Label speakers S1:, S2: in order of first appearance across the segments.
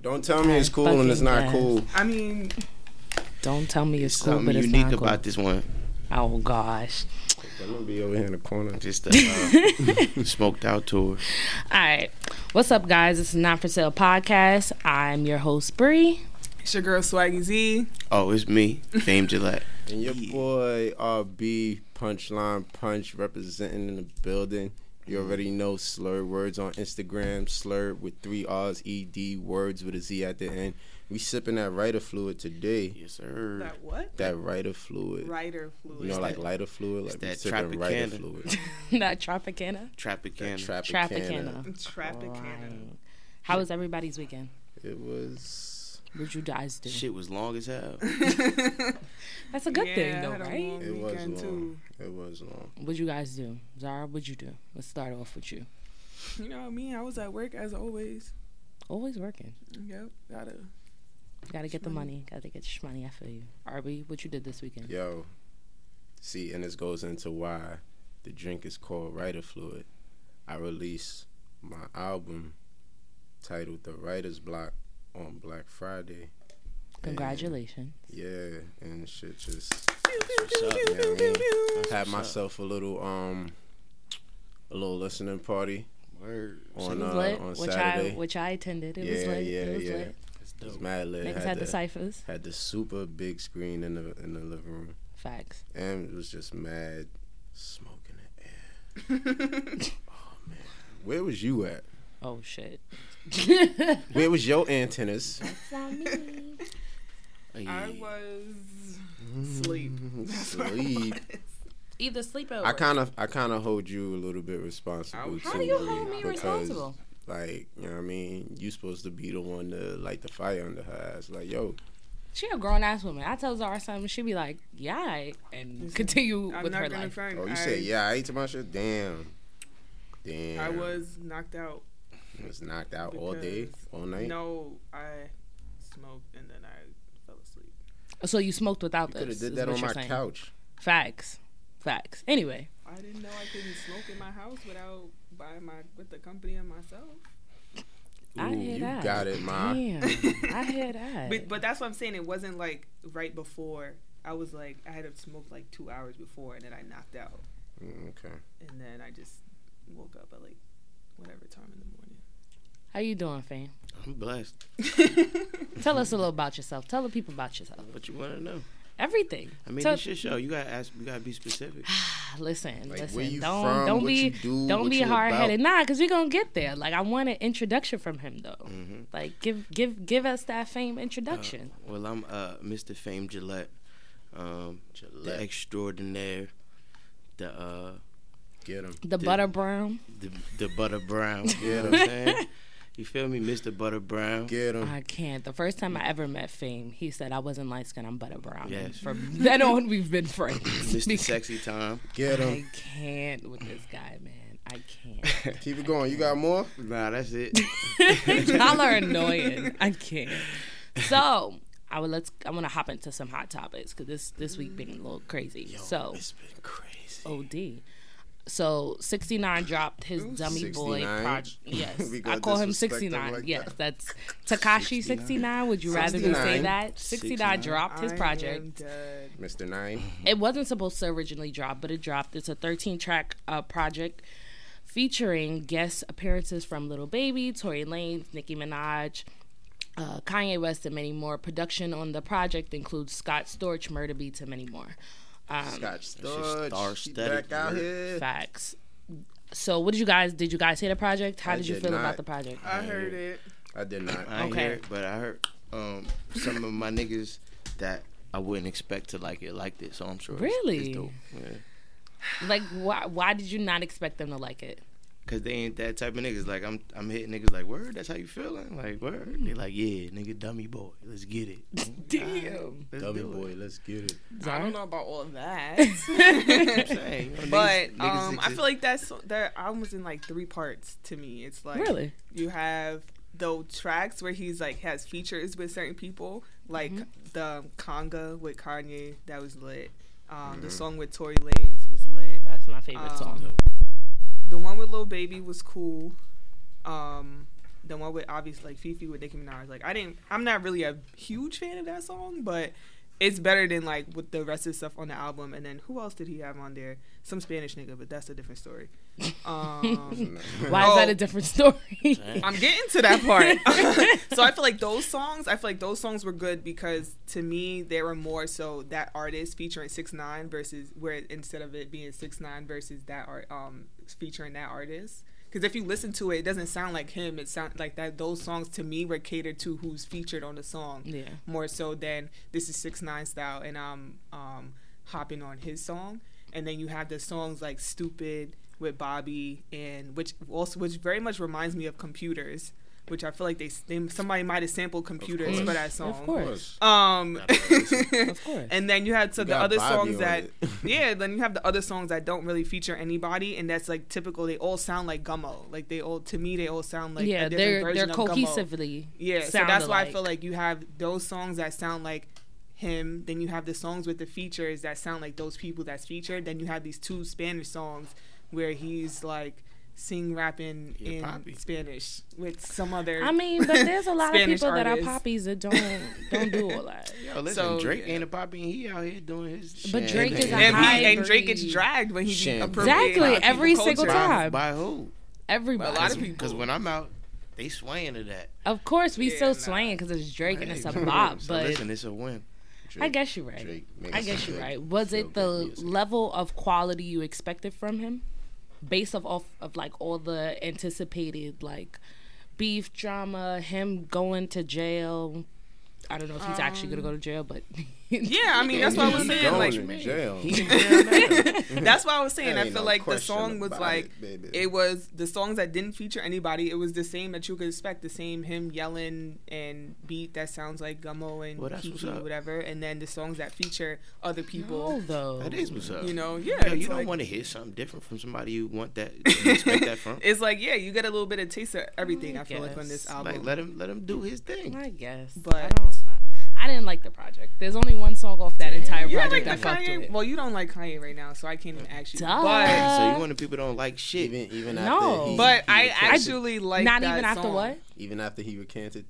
S1: Don't tell me it's cool and it's not
S2: Fucking
S1: cool.
S3: I mean,
S2: Don't tell me it's cool,
S4: Something
S2: but it's
S4: unique
S2: not cool.
S4: about this one.
S2: Oh gosh.
S1: I'm gonna be over here in the corner.
S4: Just the uh, smoked out tour.
S2: All right. What's up, guys? This is Not For Sale Podcast. I'm your host, Bree.
S3: it's your girl Swaggy Z.
S4: Oh, it's me, Fame Gillette.
S1: And your boy RB Punchline Punch representing in the building. You already know slurred words on Instagram, slurred with three R's, E D words with a Z at the end. We sipping that writer fluid today.
S4: Yes, sir.
S3: That what?
S1: That writer fluid.
S3: Writer fluid.
S1: You know, like lighter fluid, like we
S4: that
S1: sipping writer
S4: Tropicana.
S1: fluid.
S2: Not Tropicana.
S4: Tropicana.
S1: Tropicana.
S2: Tropicana.
S3: Traffic Canada.
S2: Right. How was everybody's weekend?
S1: It was.
S2: What'd you guys do?
S4: Shit was long as hell.
S2: That's a good
S3: Yeah,
S2: thing,
S3: I
S2: though,
S3: had a
S2: right?
S3: long
S1: It was
S3: weekend,
S1: long. It was long.
S2: What'd you guys do? Zara, what'd you do? Let's start off with you.
S3: too. You know me, I was at work as always.
S2: Always working.
S3: Yep, gotta.
S2: Gotta get the money. Gotta get your money. I feel you. Arby, what you did this weekend?
S1: Yo, see, and this goes into why the drink is called Writer Fluid. I released my album titled The Writer's Block on Black Friday.
S2: Congratulations.
S1: Yeah, and shit just
S4: What's up?
S1: you know what I mean?
S4: That's
S1: had
S4: what's
S1: myself a little um a little listening party
S4: up. Word.
S1: on
S2: it was
S1: uh,
S2: lit,
S1: on
S2: which
S1: Saturday.
S2: I which I attended. It was
S1: Yeah,
S2: lit.
S1: yeah,
S2: it was
S1: yeah.
S2: lit.
S4: That's
S1: it was
S4: dope.
S1: mad lit.
S2: Niggas had,
S1: Had
S2: the
S1: the,
S2: ciphers.
S1: had the super big screen in the in the living room,
S2: Facts.
S1: and it was just mad smoke in the air. Oh, Where was you at?
S2: Oh shit.
S1: Where was your antennas?
S3: I
S4: Hey,
S3: was sleep.
S1: Mm-hmm. Sleep.
S2: Either sleep or
S1: I kind of, I kind of hold you a little bit responsible.
S3: How
S1: too,
S2: do you hold
S1: Bree,
S2: me
S1: because,
S2: responsible?
S1: Like, you know what I mean? You supposed to be the one to light the fire under her ass. Like, yo,
S2: She a grown ass woman. I tell Zara something, she be like, "Yeah," I-" and continue
S3: I'm
S2: with
S3: not
S2: her
S3: gonna
S2: life.
S3: front.
S1: oh, you
S3: I,
S1: said yeah, I ate to my shit. Damn, damn.
S3: I was knocked out.
S1: I was knocked out all day,
S3: because-
S1: all night.
S3: No, I smoked and then I fell asleep.
S2: So you smoked without
S1: could have
S2: this.
S1: did
S2: is
S1: that
S2: what
S1: on
S2: you're
S1: my
S2: saying.
S1: couch.
S2: Facts. Facts. Anyway,
S3: I didn't know I couldn't smoke in my house without buying my with the company and myself.
S2: I
S1: Ooh,
S2: hear
S1: you
S2: that.
S1: got it, Ma.
S2: Damn, I hear that.
S3: But but that's what I'm saying. It wasn't like right before. I was like I had to smoke like two hours before, and then I knocked out,
S1: Mm, okay.
S3: and then I just woke up at like whatever time in the
S2: How you doing, fam?
S4: I'm blessed.
S3: morning.
S2: Tell us a little about yourself. Tell the people about yourself.
S4: What you want to know?
S2: Everything.
S4: I mean,
S2: Tell-
S4: this your show. You gotta ask. You gotta be specific.
S2: Listen,
S1: Like,
S2: listen.
S1: where you
S2: don't
S1: from,
S2: don't
S1: what
S2: be
S1: you do,
S2: don't
S1: what
S2: be
S1: you
S2: hard headed.
S1: about.
S2: Nah, because we're gonna get there. Like I want an introduction from him though.
S1: Mm-hmm.
S2: Like give give give us that fame introduction.
S4: Well, I'm uh, Mr. Fame Gillette, um,
S1: Gillette.
S4: the extraordinaire, the uh,
S1: Get him.
S2: the
S4: did-
S2: butter brown.
S4: the, the butter brown.
S1: Yeah.
S4: You know what I'm saying? You feel me, Mr. Butter Brown?
S1: Get him.
S2: I can't. The first time I ever met Fame, he said I wasn't light skinned, I'm butter brown. And
S4: Yes.
S2: From then on we've been friends.
S4: Mr.
S2: Because
S4: Sexy Time.
S1: Get
S2: I
S1: him.
S2: can't with this guy, man. I can't.
S1: Keep it going. You got more?
S4: Nah, that's it.
S2: Y'all are annoying. I can't. So I would let's I wanna hop into some hot topics because this this week been a little crazy. so
S4: It's been crazy.
S2: OD. So 69 dropped his dummy boy
S1: 69?
S2: project. Yes,
S1: We gonna
S2: I call him
S1: disrespect him
S2: 69.
S1: like
S2: yes,
S1: that?
S2: that's Takashi 69. Would you rather me say
S1: 69?
S2: that? 69 dropped his
S3: I
S2: project.
S3: am dead.
S1: Mr. Nine.
S2: It wasn't supposed to originally drop, but it dropped. It's a 13 track uh, project featuring guest appearances from Little Baby, Tory Lanez, Nicki Minaj, uh, Kanye West, and many more. Production on the project includes Scott Storch, Murder Beats, and many more. Um,
S1: Scotch
S4: just
S1: Storch. She
S4: star-studded
S1: back out
S4: work.
S1: here.
S2: Facts. So, what did you guys? Did you guys hear the project? How
S1: I
S2: did you
S1: did
S2: feel
S1: not.
S2: about the project?
S3: I heard it.
S1: I did
S4: I
S1: not.
S4: ain't
S2: Okay.
S4: hear it, but I heard um, some of my niggas that I wouldn't expect to like it like this, so I'm sure. it's-
S2: Really?
S4: It's dope. Yeah.
S2: Like, why? Why did you not expect them to like it?
S4: Cause they ain't that type of niggas. Like I'm, I'm hitting niggas like word. That's how you feeling? Like word. They like yeah, nigga, dummy boy. Let's get it.
S2: Damn.
S4: Let's
S1: Dummy
S4: do it.
S1: boy, let's get it.
S3: I don't know about all of that,
S4: I'm saying, you know,
S3: but
S4: niggas- niggas
S3: um, I
S4: exist.
S3: feel like that's that album was in like three parts to me. It's like
S2: Really?
S3: you have those tracks where he's like has features with certain people, like the conga with Kanye that was lit. Um, The song with Tory Lanez was lit.
S2: That's my favorite
S3: Um,
S2: song.
S3: The one with Lil Baby was cool. Um, the one with obviously like Fifi with Nicki Minaj. Like I didn't, I'm not really a huge fan of that song, but it's better than like with the rest of the stuff on the album. And then who else did he have on there? Some Spanish nigga, but that's a different story. Um,
S2: Why is that
S3: Oh.
S2: a different story?
S3: I'm getting to that part. so I feel like those songs, I feel like those songs were good because to me they were more so that artist featuring six nine versus where instead of it being six nine versus that art um featuring that artist. Because if you listen to it, it doesn't sound like him. It sound like that. Those songs to me were catered to who's featured on the song
S2: yeah.
S3: more so than this is six nine style and I'm um hopping on his song. And then you have the songs like Stupid with Bobby and which also which very much reminds me of computers, which I feel like they, they somebody might have sampled computers
S4: course.
S3: for that song.
S2: Of course.
S3: Um
S2: Of course.
S3: And then you had so the
S1: got
S3: other
S1: Bobby
S3: songs
S1: on
S3: that
S1: it.
S3: yeah, then you have the other songs that don't really feature anybody and that's like typical they all sound like gummo. Like they all to me they all sound like
S2: yeah,
S3: a different
S2: they're
S3: version
S2: they're
S3: of Gummo.
S2: cohesively.
S3: Yeah, so
S2: sound
S3: that's why I
S2: alike.
S3: feel like you have those songs that sound like him. Then you have the songs with the features that sound like those people that's featured. Then you have these two Spanish songs where he's like sing rapping
S4: Yeah,
S3: in
S4: Poppy.
S3: Spanish with some other.
S2: I mean, but there's a lot of
S3: Spanish
S2: people that are
S3: artists.
S2: poppies that don't don't do all that.
S4: Yo, listen,
S3: So,
S4: Drake
S3: yeah.
S4: ain't a poppy. and He out here doing his. shit.
S2: But Drake is a
S3: and, he, and
S2: hybrid.
S3: Drake gets dragged when he
S1: Shit.
S3: appropriates
S2: Exactly,
S3: popular
S2: every single
S3: culture.
S2: time.
S4: by, by who?
S2: Everybody,
S3: A lot of people-
S4: Because when I'm out, they swaying to that.
S2: of course, we
S3: Yeah,
S2: still
S3: nah.
S2: swaying because it's Drake and
S4: Hey,
S2: it's a bop.
S4: so
S2: But
S4: listen, it's a win.
S2: I guess you're right. I guess you're right. Was
S1: feel
S2: it
S1: good
S2: the
S1: music.
S2: level of quality you expected from him, based off off of like all the anticipated like beef drama, him going to jail? I don't know if he's actually gonna go to jail, but
S3: Yeah, I mean that's what I was
S1: He's
S3: saying. Like
S1: going to jail.
S4: He in jail now.
S3: That's why I was saying
S1: There
S3: I
S1: ain't
S3: feel
S1: no
S3: like the
S1: question
S3: song was
S1: about
S3: like
S1: it,
S3: it,
S1: baby.
S3: was the songs that didn't feature anybody. It was the same that you could expect, the same him yelling and beat that sounds like Gummo and
S4: Well, that's what's
S3: Kiki
S4: up.
S3: whatever, and then the songs that feature other people.
S2: no, though
S4: that is what's up.
S3: You know, yeah,
S4: Yo, you
S3: it's
S4: don't
S3: like-
S4: want to hear something different from somebody you want that you expect that from.
S3: It's like yeah, you get a little bit of taste of everything.
S2: I
S3: I, feel like on
S2: guess.
S3: this album,
S4: Like let him let him do his thing.
S2: I guess, but I
S3: But-
S2: don't. I didn't like the project. There's only one song off that entire
S3: you don't
S2: project
S3: like the
S2: I fucked
S3: Kanye.
S2: with.
S3: Well, you don't like Kanye right now, so I can't even ask you.
S2: Duh.
S3: But
S4: So you want the people don't like shit.
S1: even even
S2: No.
S1: after he,
S3: but
S1: he
S3: I
S1: recanted-
S3: actually like
S2: Not
S3: that
S2: even after
S3: song.
S2: what?
S1: even after he recanted,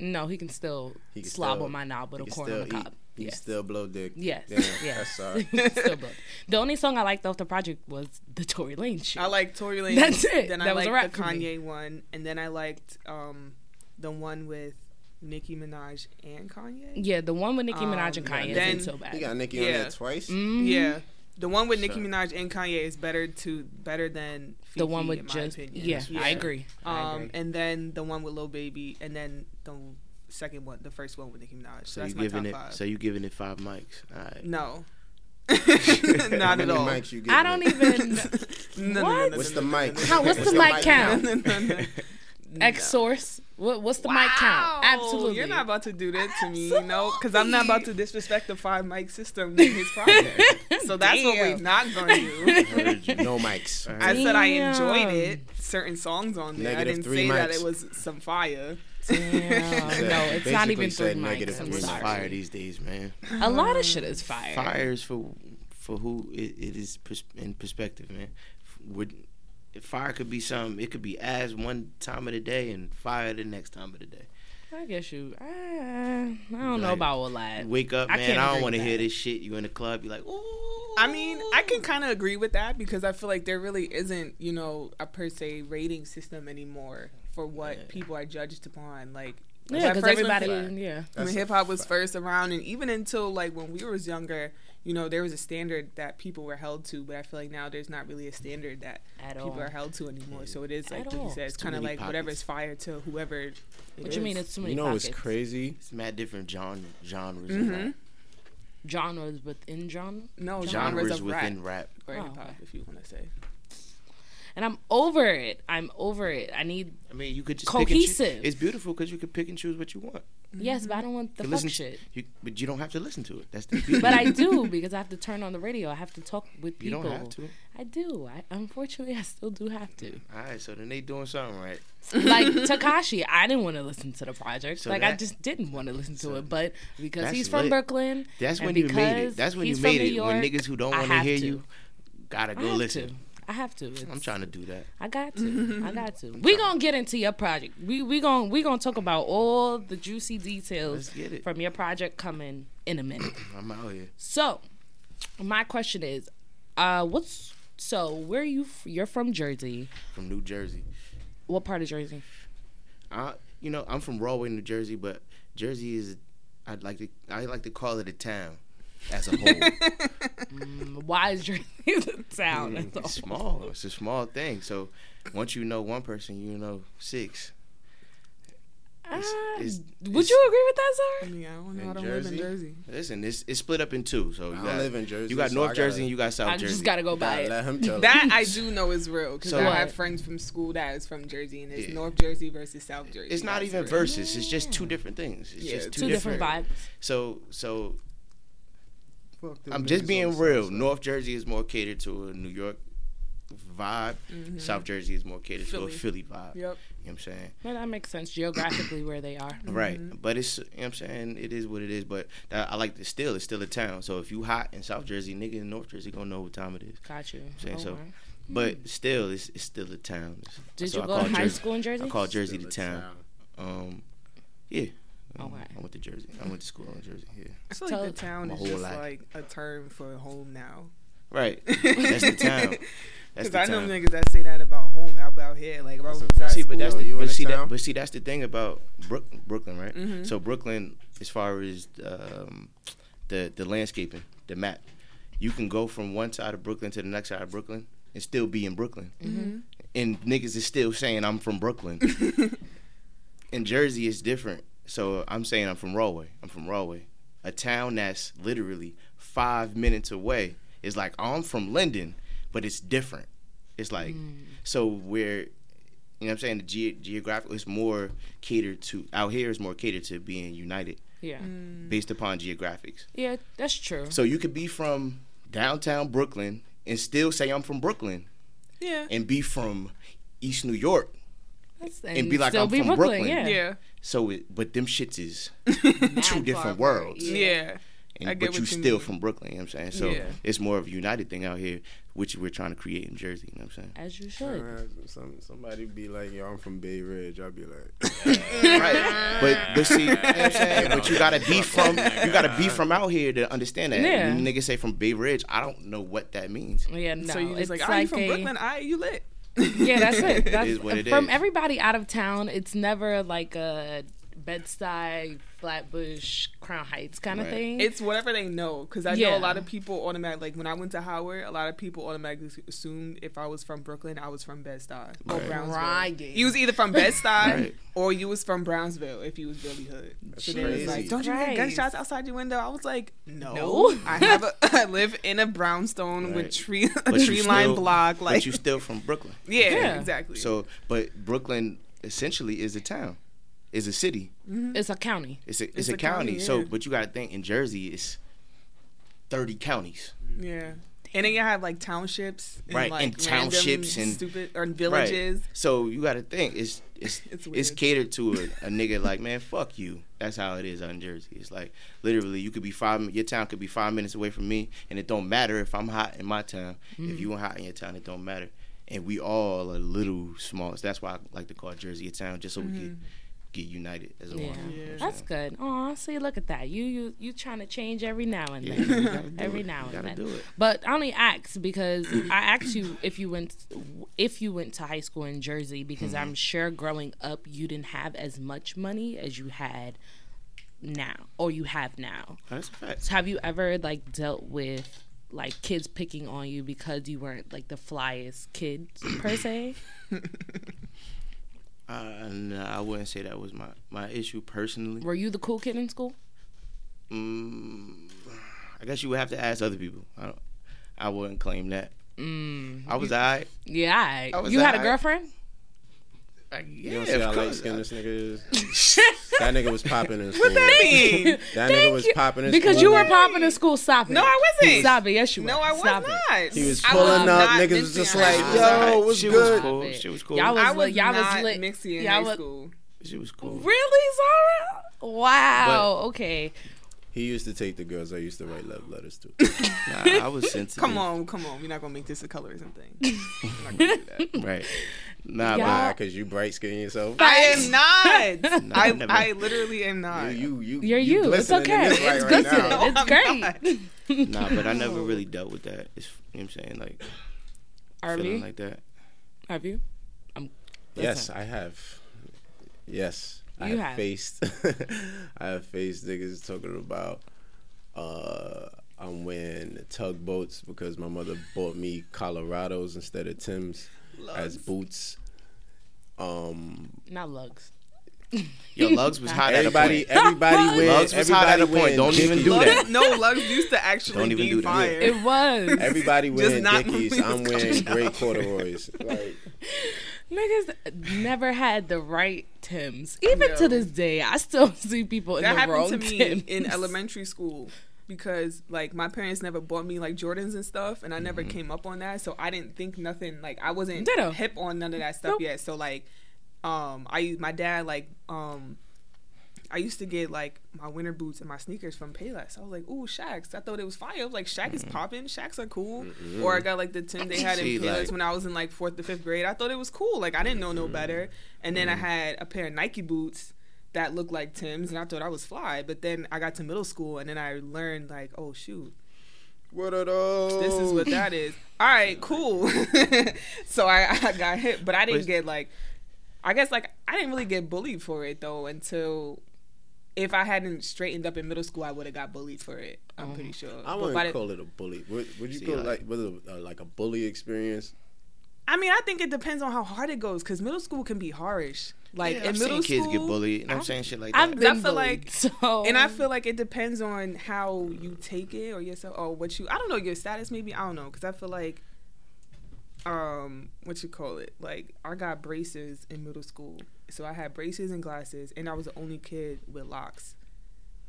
S2: No, he can still
S1: He can
S2: slob
S1: still-
S2: on my knob with
S1: he
S2: a
S1: could
S2: corn on
S1: still
S2: the
S1: eat.
S2: cob.
S1: He could
S2: Yes.
S1: still blow dick.
S2: Yes.
S1: Damn,
S2: yes.
S1: That's sorry.
S2: Still both. the only song I liked off the project was the Tory Lane shit.
S3: I like Tory Lanez.
S2: That's it.
S3: Then I
S2: That was
S3: liked
S2: a wrap
S3: the
S2: for me.
S3: Kanye one, and then I liked um, the one with Nicki Minaj and Kanye.
S2: yeah, the one with Nicki
S3: Um,
S2: Minaj and
S3: yeah,
S2: Kanye
S3: then
S2: isn't so bad.
S1: He got Nicki on
S3: Yeah.
S1: there twice.
S2: Mhm.
S3: Yeah, the one with Nicki
S4: Sure.
S3: Minaj and Kanye is better to better than Fifi,
S2: the one
S3: in
S2: with
S3: my
S2: just
S3: opinion.
S2: yeah, I agree. I
S3: Um,
S2: agree.
S3: and then the one with Lil Baby, and then the second one, the first one with Nicki Minaj. So,
S4: So you
S3: that's my top
S4: giving it
S3: five.
S4: so you giving it five mics. All right.
S3: no,
S1: How
S3: not at
S1: many
S3: all.
S1: mics you giving
S2: I don't
S1: it?
S2: even
S3: No,
S2: What?
S1: What's the mic?
S2: How- what's the mic count?
S3: No, no, no.
S2: X source. What, what's the mic count?
S3: Wow,
S2: Absolutely.
S3: You're not about to do that to me, you know, because I'm not about to disrespect the five mic system in his project. So that's what we're
S2: Damn.
S3: not going to do.
S1: No mics.
S3: I said I
S2: Damn.
S3: enjoyed it. Certain songs on there.
S1: Negative
S3: I didn't
S1: three
S3: say that
S1: mics.
S3: it was some fire.
S2: Damn. No, it's not
S1: Basically
S2: even three
S1: said
S2: mics.
S1: negative
S2: I'm
S1: three
S4: It's
S1: mics.
S2: sorry.
S4: fire these days, man.
S2: A lot of shit is fire.
S4: Fires for for who it, it is pers- in perspective, man. Would if fire could be something. It could be as one time of the day and fire the next time of the day.
S2: I guess you. Uh, I don't know
S4: Like,
S2: about all that.
S4: Wake up,
S2: I
S4: man.
S2: can't
S4: I,
S2: agree
S4: don't want to
S2: with
S4: hear
S2: that.
S4: this shit. You in the club, you like, ooh.
S3: I mean, I can kind of agree with that because I feel like there really isn't, you know, a per se rating system anymore for what
S4: Yeah.
S3: people are judged upon. Like, when
S2: Yeah,
S3: I
S2: because
S3: first went
S2: everybody.
S1: fire.
S2: Yeah.
S1: That's
S3: when
S1: a
S3: hip hop was
S1: fact.
S3: first around, and even until like when we was younger, you know, there was a standard that people were held to. But I feel like now there's not really a standard that
S2: At
S3: people
S2: all.
S3: are held to anymore. So it is
S2: At
S3: like what you
S2: all.
S3: said, it's
S4: It's too
S3: kind of
S4: many
S3: like whatever's
S4: pockets.
S3: fire to whoever. it
S2: What you
S3: is.
S2: mean? It's too many
S1: You know
S2: pockets.
S1: what's crazy?
S4: It's mad different genre, genres.
S3: Mhm.
S4: and
S2: Genres within genre.
S3: no
S4: rap.
S3: genres,
S4: Genres
S3: of rap
S4: within rap.
S3: or
S2: Oh,
S3: hip hop, if you want to say.
S2: And I'm over it. I'm over it. I need
S4: I mean, you could just Pick and
S2: Cohesive.
S4: choo- it's beautiful because you could pick and choose what you want.
S2: yes, but I don't want the
S4: You
S2: fuck
S4: listen to-
S2: shit.
S4: you, but you don't have to listen to it. That's the beauty.
S2: But I do because I have to turn on the radio. I have to talk with
S4: You
S2: people.
S4: don't have to.
S2: I do. I unfortunately I still do have to.
S4: All right, so then they doing something right.
S2: Like Takashi, I didn't want to listen to the project.
S4: So
S2: like I
S4: that-
S2: just didn't want to listen to
S4: so
S2: it. But because
S4: that's
S2: he's from
S4: lit.
S2: Brooklyn,
S4: That's
S2: and
S4: when you made
S2: because
S4: it. That's when you
S2: he's from
S4: made
S2: New
S4: it. when
S2: York,
S4: niggas who don't
S2: I
S4: want to
S2: have
S4: hear
S2: to.
S4: you gotta
S2: I
S4: go
S2: have
S4: listen.
S2: to. I have to. It's-
S4: I'm trying to do that.
S2: I got to. I got to. We gonna get into your project. We we gonna we gonna talk about all the juicy details
S4: Let's get it.
S2: from your project coming in a minute.
S4: I'm out here.
S2: So, my question is, uh, what's so where are you? f- You're from Jersey.
S4: From New Jersey.
S2: What part of Jersey?
S4: I, you know, I'm from Rawway, New Jersey, but Jersey is, I'd like to, I like to call it a town, as a whole.
S2: Mm, Why is Jersey the town? That's all.
S4: it's small. It's a small thing. So once you know one person, you know six. It's-
S2: Ah,
S4: it's-
S2: would
S4: it's-
S2: you agree with that,
S3: I
S2: sir?
S3: mean, I don't know.
S1: In
S3: I don't live
S1: Jersey?
S3: in Jersey.
S4: Listen, it's it's split up in two. So you
S1: I don't
S4: got,
S1: live in Jersey,
S4: You got
S1: so I
S4: North
S1: gotta-
S4: Jersey and you got South
S2: I
S4: Jersey.
S2: just gotta go by
S1: Gotta
S2: it.
S1: let him tell it.
S3: That I do know is real because
S4: So-
S3: I
S2: What?
S3: have friends from school that is from Jersey, and it's
S4: Yeah.
S3: North Jersey versus South Jersey.
S4: It's not
S3: That's
S4: even
S3: real.
S4: versus. It's just two different things. It's
S3: Yeah,
S4: just two,
S2: Two different vibes.
S4: So so
S1: Fuck them
S4: I'm just
S1: niggas
S4: being
S1: on the
S4: real.
S1: south side.
S4: North Jersey is more catered to a New York vibe.
S2: Mm-hmm.
S4: South Jersey is more catered to
S3: Philly.
S4: a Philly vibe. You know
S3: Yep.
S4: what I'm saying?
S2: Well, that makes sense geographically where they are. Mm-hmm.
S4: Right. But it's you know what I'm saying, it is what it is. But that, I like to still it's still a town. So if you hot in South Jersey, nigga in North Jersey gonna know what time it is.
S2: Got you. Oh,
S4: Saying so.
S2: Alright.
S4: But still it's, it's still a town. It's-
S2: Mm. Did
S4: so
S2: you
S4: I
S2: go
S4: call
S2: to high
S4: Jersey-
S2: school in Jersey?
S4: I call Jersey the
S1: Still a
S4: town. Um yeah. Um,
S2: Okay.
S4: I went to Jersey. I went to school in Jersey. Yeah.
S3: I feel
S2: Tell-
S3: like the town
S4: My
S3: is
S4: whole
S3: just
S4: life.
S3: like a term for home now.
S4: Right. That's the town.
S3: Because
S4: That's the
S3: I know
S4: town.
S3: niggas that say that about home about here. Like if I was out
S4: See,
S3: school,
S4: but that's
S1: Yo,
S4: the,
S1: you in
S4: but
S1: the
S4: see that,
S1: town?
S4: but see that's the thing about Brook, Brooklyn, right? So Brooklyn, as far as um, the the landscaping, the map, you can go from one side of Brooklyn to the next side of Brooklyn and still be in Brooklyn, and niggas is still saying I'm from Brooklyn. in Jersey, it's different. So I'm saying I'm from Rawway. I'm from Rawway, a town that's literally five minutes away. Is like "Oh, I'm from Linden, but it's different. It's like so where you know what I'm saying? The ge- geographical is more catered to out here is more catered to being united
S2: Yeah.
S3: Mm.
S4: based upon geographics.
S2: Yeah, that's true.
S4: So you could be from downtown Brooklyn and still say I'm from Brooklyn
S3: yeah,
S4: and be from East New York.
S2: That's,
S4: be like,
S2: still
S4: I'm from Brooklyn.
S2: Yeah.
S3: yeah,
S4: So it, but them shits is
S2: Mad
S4: two
S2: far
S4: different
S2: apart.
S4: worlds.
S3: yeah. I
S4: And,
S3: get
S4: but you
S3: what you
S4: still
S3: mean.
S4: from Brooklyn, you know what I'm saying? So
S3: Yeah.
S4: it's more of a united thing out here, which we're trying to create in Jersey, you know what I'm saying?
S2: As you should.
S1: Uh, Some, somebody be like, "Yo, I'm from Bay Ridge." I'd be like,
S4: right. But but see, you know what I'm saying? But you gotta be from you gotta be from out here to understand that.
S2: Yeah.
S4: You niggas say from Bay Ridge, I don't know what that means.
S2: Yeah, no.
S3: so you
S2: it's
S3: just like, are you from
S2: a-
S3: Brooklyn? I you lit.
S2: Yeah, that's it. That's
S4: is what it
S2: from
S4: is.
S2: everybody out of town. It's never like a Bed-Stuy, Flatbush, Crown Heights kind of
S4: Right.
S2: thing.
S3: It's whatever they know. Because I
S2: Yeah.
S3: know a lot of people automatic. Like when I went to Howard, a lot of people automatically assumed if I was from Brooklyn, I was from Bed Stuy or
S4: Right.
S3: Brownsville.
S2: Right.
S3: You was either from Bed Stuy
S4: Right.
S3: or you was from Brownsville. If you was really hood, so they was
S1: crazy.
S3: like, "Don't you hear
S2: Christ.
S3: gunshots outside your window?" I was like, "No,
S2: No.
S3: I have a, I live in a brownstone with
S4: Right.
S3: tree a
S4: But you
S3: tree line
S4: still-
S3: block. Like,
S4: But you still from Brooklyn.
S3: yeah,
S2: Yeah.
S3: exactly.
S4: So but Brooklyn essentially is a town. Is a city.
S2: it's a county.
S4: It's a it's,
S3: It's
S4: a,
S3: a
S4: county.
S3: county,
S4: So
S3: yeah.
S4: but you gotta think in Jersey it's thirty counties.
S3: yeah. And then you have like townships, and,
S4: Right,
S3: Like,
S4: and
S3: random
S4: townships and-
S3: stupid or villages.
S4: So you gotta think it's it's
S3: It's
S4: it's,
S3: weird.
S4: catered to a, a nigga like man fuck you. That's how it is out in Jersey. It's like literally you could be five your town could be five minutes away from me, and it don't matter if I'm hot in my town.
S2: Hmm.
S4: If you hot in your town, it don't matter. And we all are little small. So that's why I like to call Jersey a town, just so we can get united as a
S2: Hmm. Yeah.
S4: one.
S2: That's good. Oh, see, look at that. You you you trying to change every now and
S4: Yeah,
S2: then.
S4: you gotta do
S2: every
S4: it.
S2: now
S4: You
S2: and
S4: gotta
S2: then.
S4: do it.
S2: But I only asked because I asked you if you went if you went to high school in Jersey because
S4: Mm-hmm.
S2: I'm sure growing up you didn't have as much money as you had now or you have now.
S4: That's a fact.
S2: So have you ever like dealt with like kids picking on you because you weren't like the flyest kid per se?
S4: Uh, no, I wouldn't say that was my my issue personally.
S2: Were you the cool kid in school?
S4: Mm, I guess you would have to ask other people. I don't. I wouldn't claim that. I was alright.
S2: Mm, Yeah,
S4: I was
S2: you had a
S4: alright.
S2: girlfriend.
S4: I,
S1: "You
S4: yeah,
S1: don't see how
S4: of
S1: light
S4: course.
S1: skinned this nigga is." that nigga was popping in school.
S3: Hey,
S1: That
S2: Thank
S1: nigga was
S2: you.
S1: popping in
S2: because you
S1: school.
S2: were popping in school. Stop it.
S3: No, I wasn't.
S2: Stop it. Yes, you were.
S3: no, I was
S2: Stop it.
S3: not.
S1: He was
S3: I
S1: pulling up.
S3: not
S1: Niggas was
S3: mixing
S1: just
S3: in high
S1: like,
S3: school.
S1: "Yo, what's
S4: She
S1: good?
S4: was cool.
S2: it.
S4: She was cool.
S2: Y'all was-
S3: I was,
S2: y'all was
S3: not
S2: lit.
S3: mixing in
S2: Y'all
S3: high
S2: was-
S3: school.
S4: she was cool.
S2: Really, Zara? Wow. okay.
S1: He He used to take the girls I used to write love letters to.
S4: Nah, I was sensitive.
S3: Come on, come on. We're not gonna make this a colorism thing. We're not gonna do that.
S4: Right. Nah,
S1: Nah,
S2: Yeah.
S1: cause you bright skin yourself.
S3: I am not.
S4: Nah,
S3: I,
S4: never.
S3: I literally am not.
S1: You, you, you,
S2: You're you. It's
S1: glistening in
S2: okay.
S1: this light
S2: It's
S1: right
S2: glistening.
S1: now.
S3: No, I'm
S2: it's great.
S4: but, nah, but I never really dealt with that. It's, you know what I'm saying? Like,
S2: Are
S4: feeling
S2: you?
S4: like that.
S2: Have you?
S1: Yes,
S2: Listen.
S1: I have. Yes, I
S2: You
S1: have,
S2: have.
S1: faced. I have faced niggas talking about. Uh, I'm wearing tugboats because my mother bought me Colorados instead of Tims as boots. Um,
S2: Not lugs.
S4: Yo, Lugs was hot
S1: everybody,
S4: at a point.
S1: everybody win.
S4: Lugs was hot
S1: Everybody
S4: at a point.
S1: win.
S4: Don't even do
S1: Dickies.
S3: Lugs-
S4: that.
S3: no, Lugs used to actually
S4: Don't even
S3: be
S4: do that.
S3: fire.
S2: It was.
S1: Everybody
S3: Just
S1: wearing
S3: not
S1: Dickies.
S3: when we
S1: I'm
S3: was
S1: wearing
S3: coming
S1: gray corduroys. Like,
S2: Niggas never had the right Tims. Even
S3: Yo.
S2: to this day, I still see people in
S3: that
S2: the wrong
S3: happened to me
S2: Tims.
S3: in elementary school because like my parents never bought me like Jordans and stuff, and I never came up on that, so I didn't think nothing. Like I wasn't
S2: Ditto.
S3: hip on none of that stuff
S2: Nope.
S3: yet. So like, um, I used my dad like um. I used to get like my winter boots and my sneakers from Payless. I was like, "Ooh, Shacks!" I thought it was fire. I was like, "Shack is popping. Shacks are cool." Or I got like the Tim they had in
S4: See,
S3: Payless
S4: like-
S3: when I was in like fourth to fifth grade. I thought it was cool. Like I didn't know no better. And then I had a pair of Nike boots that looked like Tim's, and I thought I was fly. But then I got to middle school, and then I learned like, oh shoot,
S1: what are those?
S3: this is what that is. All right, cool. so I, I got hit, but I didn't get like, I guess like I didn't really get bullied for it though until. If I hadn't straightened up in middle school, I would have got bullied for it. I'm
S4: Um,
S3: pretty sure.
S1: I
S3: But
S1: wouldn't
S3: by the-
S1: call it a bully. Would, would you
S4: See,
S1: call it
S4: like-
S1: like was it a, like a bully experience?
S3: I mean, I think it depends on how hard it goes because middle school can be harsh. Like
S4: Yeah,
S3: in
S4: I've seen
S3: middle
S4: kids
S3: school,
S4: get bullied, and I'm saying shit like
S2: I've
S4: that.
S2: been
S3: I feel
S2: bullied,
S3: like-
S2: so.
S3: And I feel like it depends on how you take it or yourself or what you I don't know your status maybe I don't know because I feel like um what you call it like I got braces in middle school so I had braces and glasses and I was the only kid with locks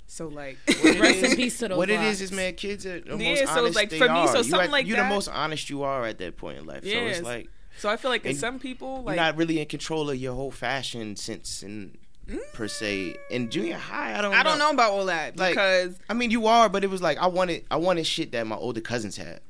S3: so like
S2: Rest in peace to those
S4: What it
S2: locks.
S4: is is, man, kids are the
S3: Yeah,
S4: most
S3: so,
S4: honest
S3: like,
S4: they
S3: for me,
S4: are.
S3: so
S4: you
S3: something
S4: act-
S3: like
S4: you
S3: that-
S4: the most honest you are at that point in life. So
S3: Yes.
S4: it's like
S3: so I feel like in
S4: And
S3: some people like
S4: you're not really in control of your whole fashion sense and per se. In junior high, I don't.
S3: Mm. I don't know about all that
S4: Like-
S3: because
S4: I mean, you are, but it was like I wanted. I wanted shit that my older cousins had.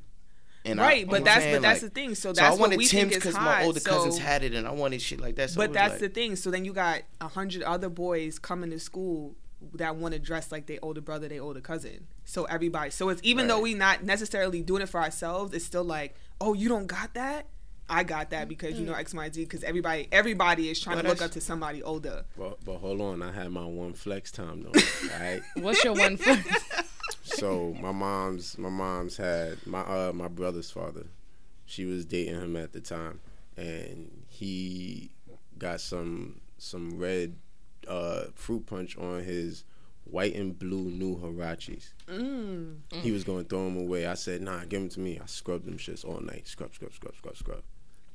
S4: And I- you
S3: right
S4: know
S3: but
S4: what
S3: that's
S4: I'm
S3: but
S4: saying?
S3: that's
S4: Like,
S3: the thing so
S4: So I
S3: that's what
S4: wanted
S3: we
S4: Tim's
S3: think is
S4: because
S3: hot
S4: my older cousins
S3: so-
S4: had it, and I wanted shit like that. So
S3: But that's the
S4: thing.
S3: thing. So then you got a hundred other boys coming to school that want to dress like their older brother, their older cousin. So everybody. So it's even though
S4: Right.
S3: we not necessarily doing it for ourselves, it's still like, oh, you don't got that. I got that because you know X, Y, Z. Because everybody, everybody is trying
S4: Well,
S3: to look
S4: that's-
S3: up to somebody older.
S1: But, but hold on, I had my one flex time though. right?
S2: What's your one foot?
S1: So my mom's my mom's had my uh my brother's father. She was dating him at the time, and he got some some red uh fruit punch on his white and blue new Hirachis. He was gonna throw them away. I said, Nah, give them to me. I scrubbed them shits all night. Scrub, scrub, scrub, scrub, scrub.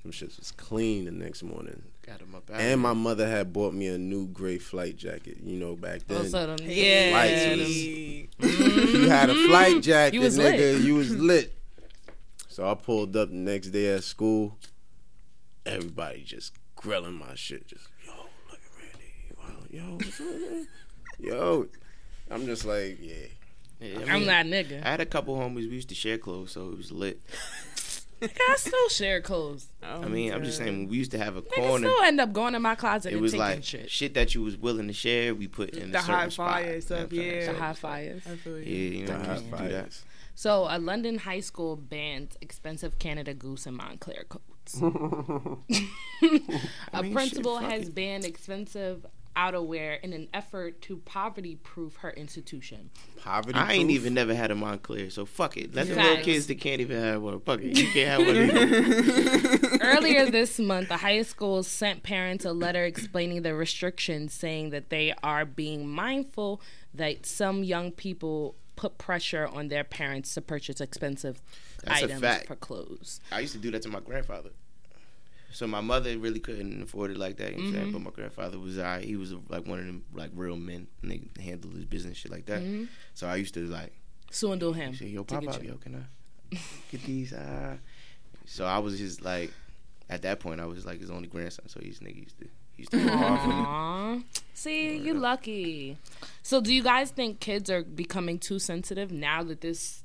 S1: Them shits was clean the next morning.
S4: Got him up out.
S1: And my mother had bought me a new gray flight jacket. You know, back then.
S2: Also, them-
S1: Whites you had a flight jacket,
S2: Mm-hmm. You was
S1: nigga.
S2: lit.
S1: You was lit. So I pulled up the next day at school. Everybody just grilling my shit. Just yo, look at Randy. Wow, yo, what's up, man? yo. I'm just like, yeah.
S4: Yeah, I
S2: I'm
S4: mean,
S2: not nigga.
S4: I had a couple homies. We used to share clothes, so it was lit.
S2: I still share clothes.
S3: Oh
S4: I mean, I'm just saying we used to have a
S2: Niggas
S4: corner.
S2: still end up going in my closet
S4: It
S2: and
S4: was
S2: taking
S4: like shit.
S2: shit.
S4: that you was willing to share. We put in
S3: The
S4: a certain
S3: high
S4: spot.
S3: fire
S4: you know
S3: stuff,
S4: what I'm saying?
S3: yeah.
S2: the
S4: So,
S2: high fires.
S3: I feel you.
S4: Yeah, you know, we used to do that.
S1: High-fives.
S2: So, a London high school banned expensive Canada Goose and Montclair coats. a
S4: mean, shit,
S2: principal
S4: fuck
S2: has
S4: it.
S2: banned expensive outerwear in an effort to poverty proof her institution.
S1: Poverty.
S4: I ain't
S1: proof?
S4: even never had a Montclair, so fuck it. Let the
S2: Facts.
S4: little kids that can't even have one. Fuck it, you can't have one. either.
S2: Earlier this month, the high school sent parents a letter explaining the restrictions, saying that they are being mindful that some young people put pressure on their parents to purchase expensive
S4: That's a
S2: items
S4: fact.
S2: for clothes.
S4: I used to do that to my grandfather. So my mother really couldn't afford it like that, you know what I'm saying? But my grandfather was I he was like one of them like real men and they handled his business shit like that. So I used to like
S2: Swindle him.
S4: say, Yo,
S2: to
S4: pop
S2: get
S4: up,
S2: you-
S4: yo, can I get these Ah. uh so I was his like at that point I was like his only grandson, so he's nigga used to He's too far from it.
S2: Aw. See, you're lucky. So, do you guys think kids are becoming too sensitive now that this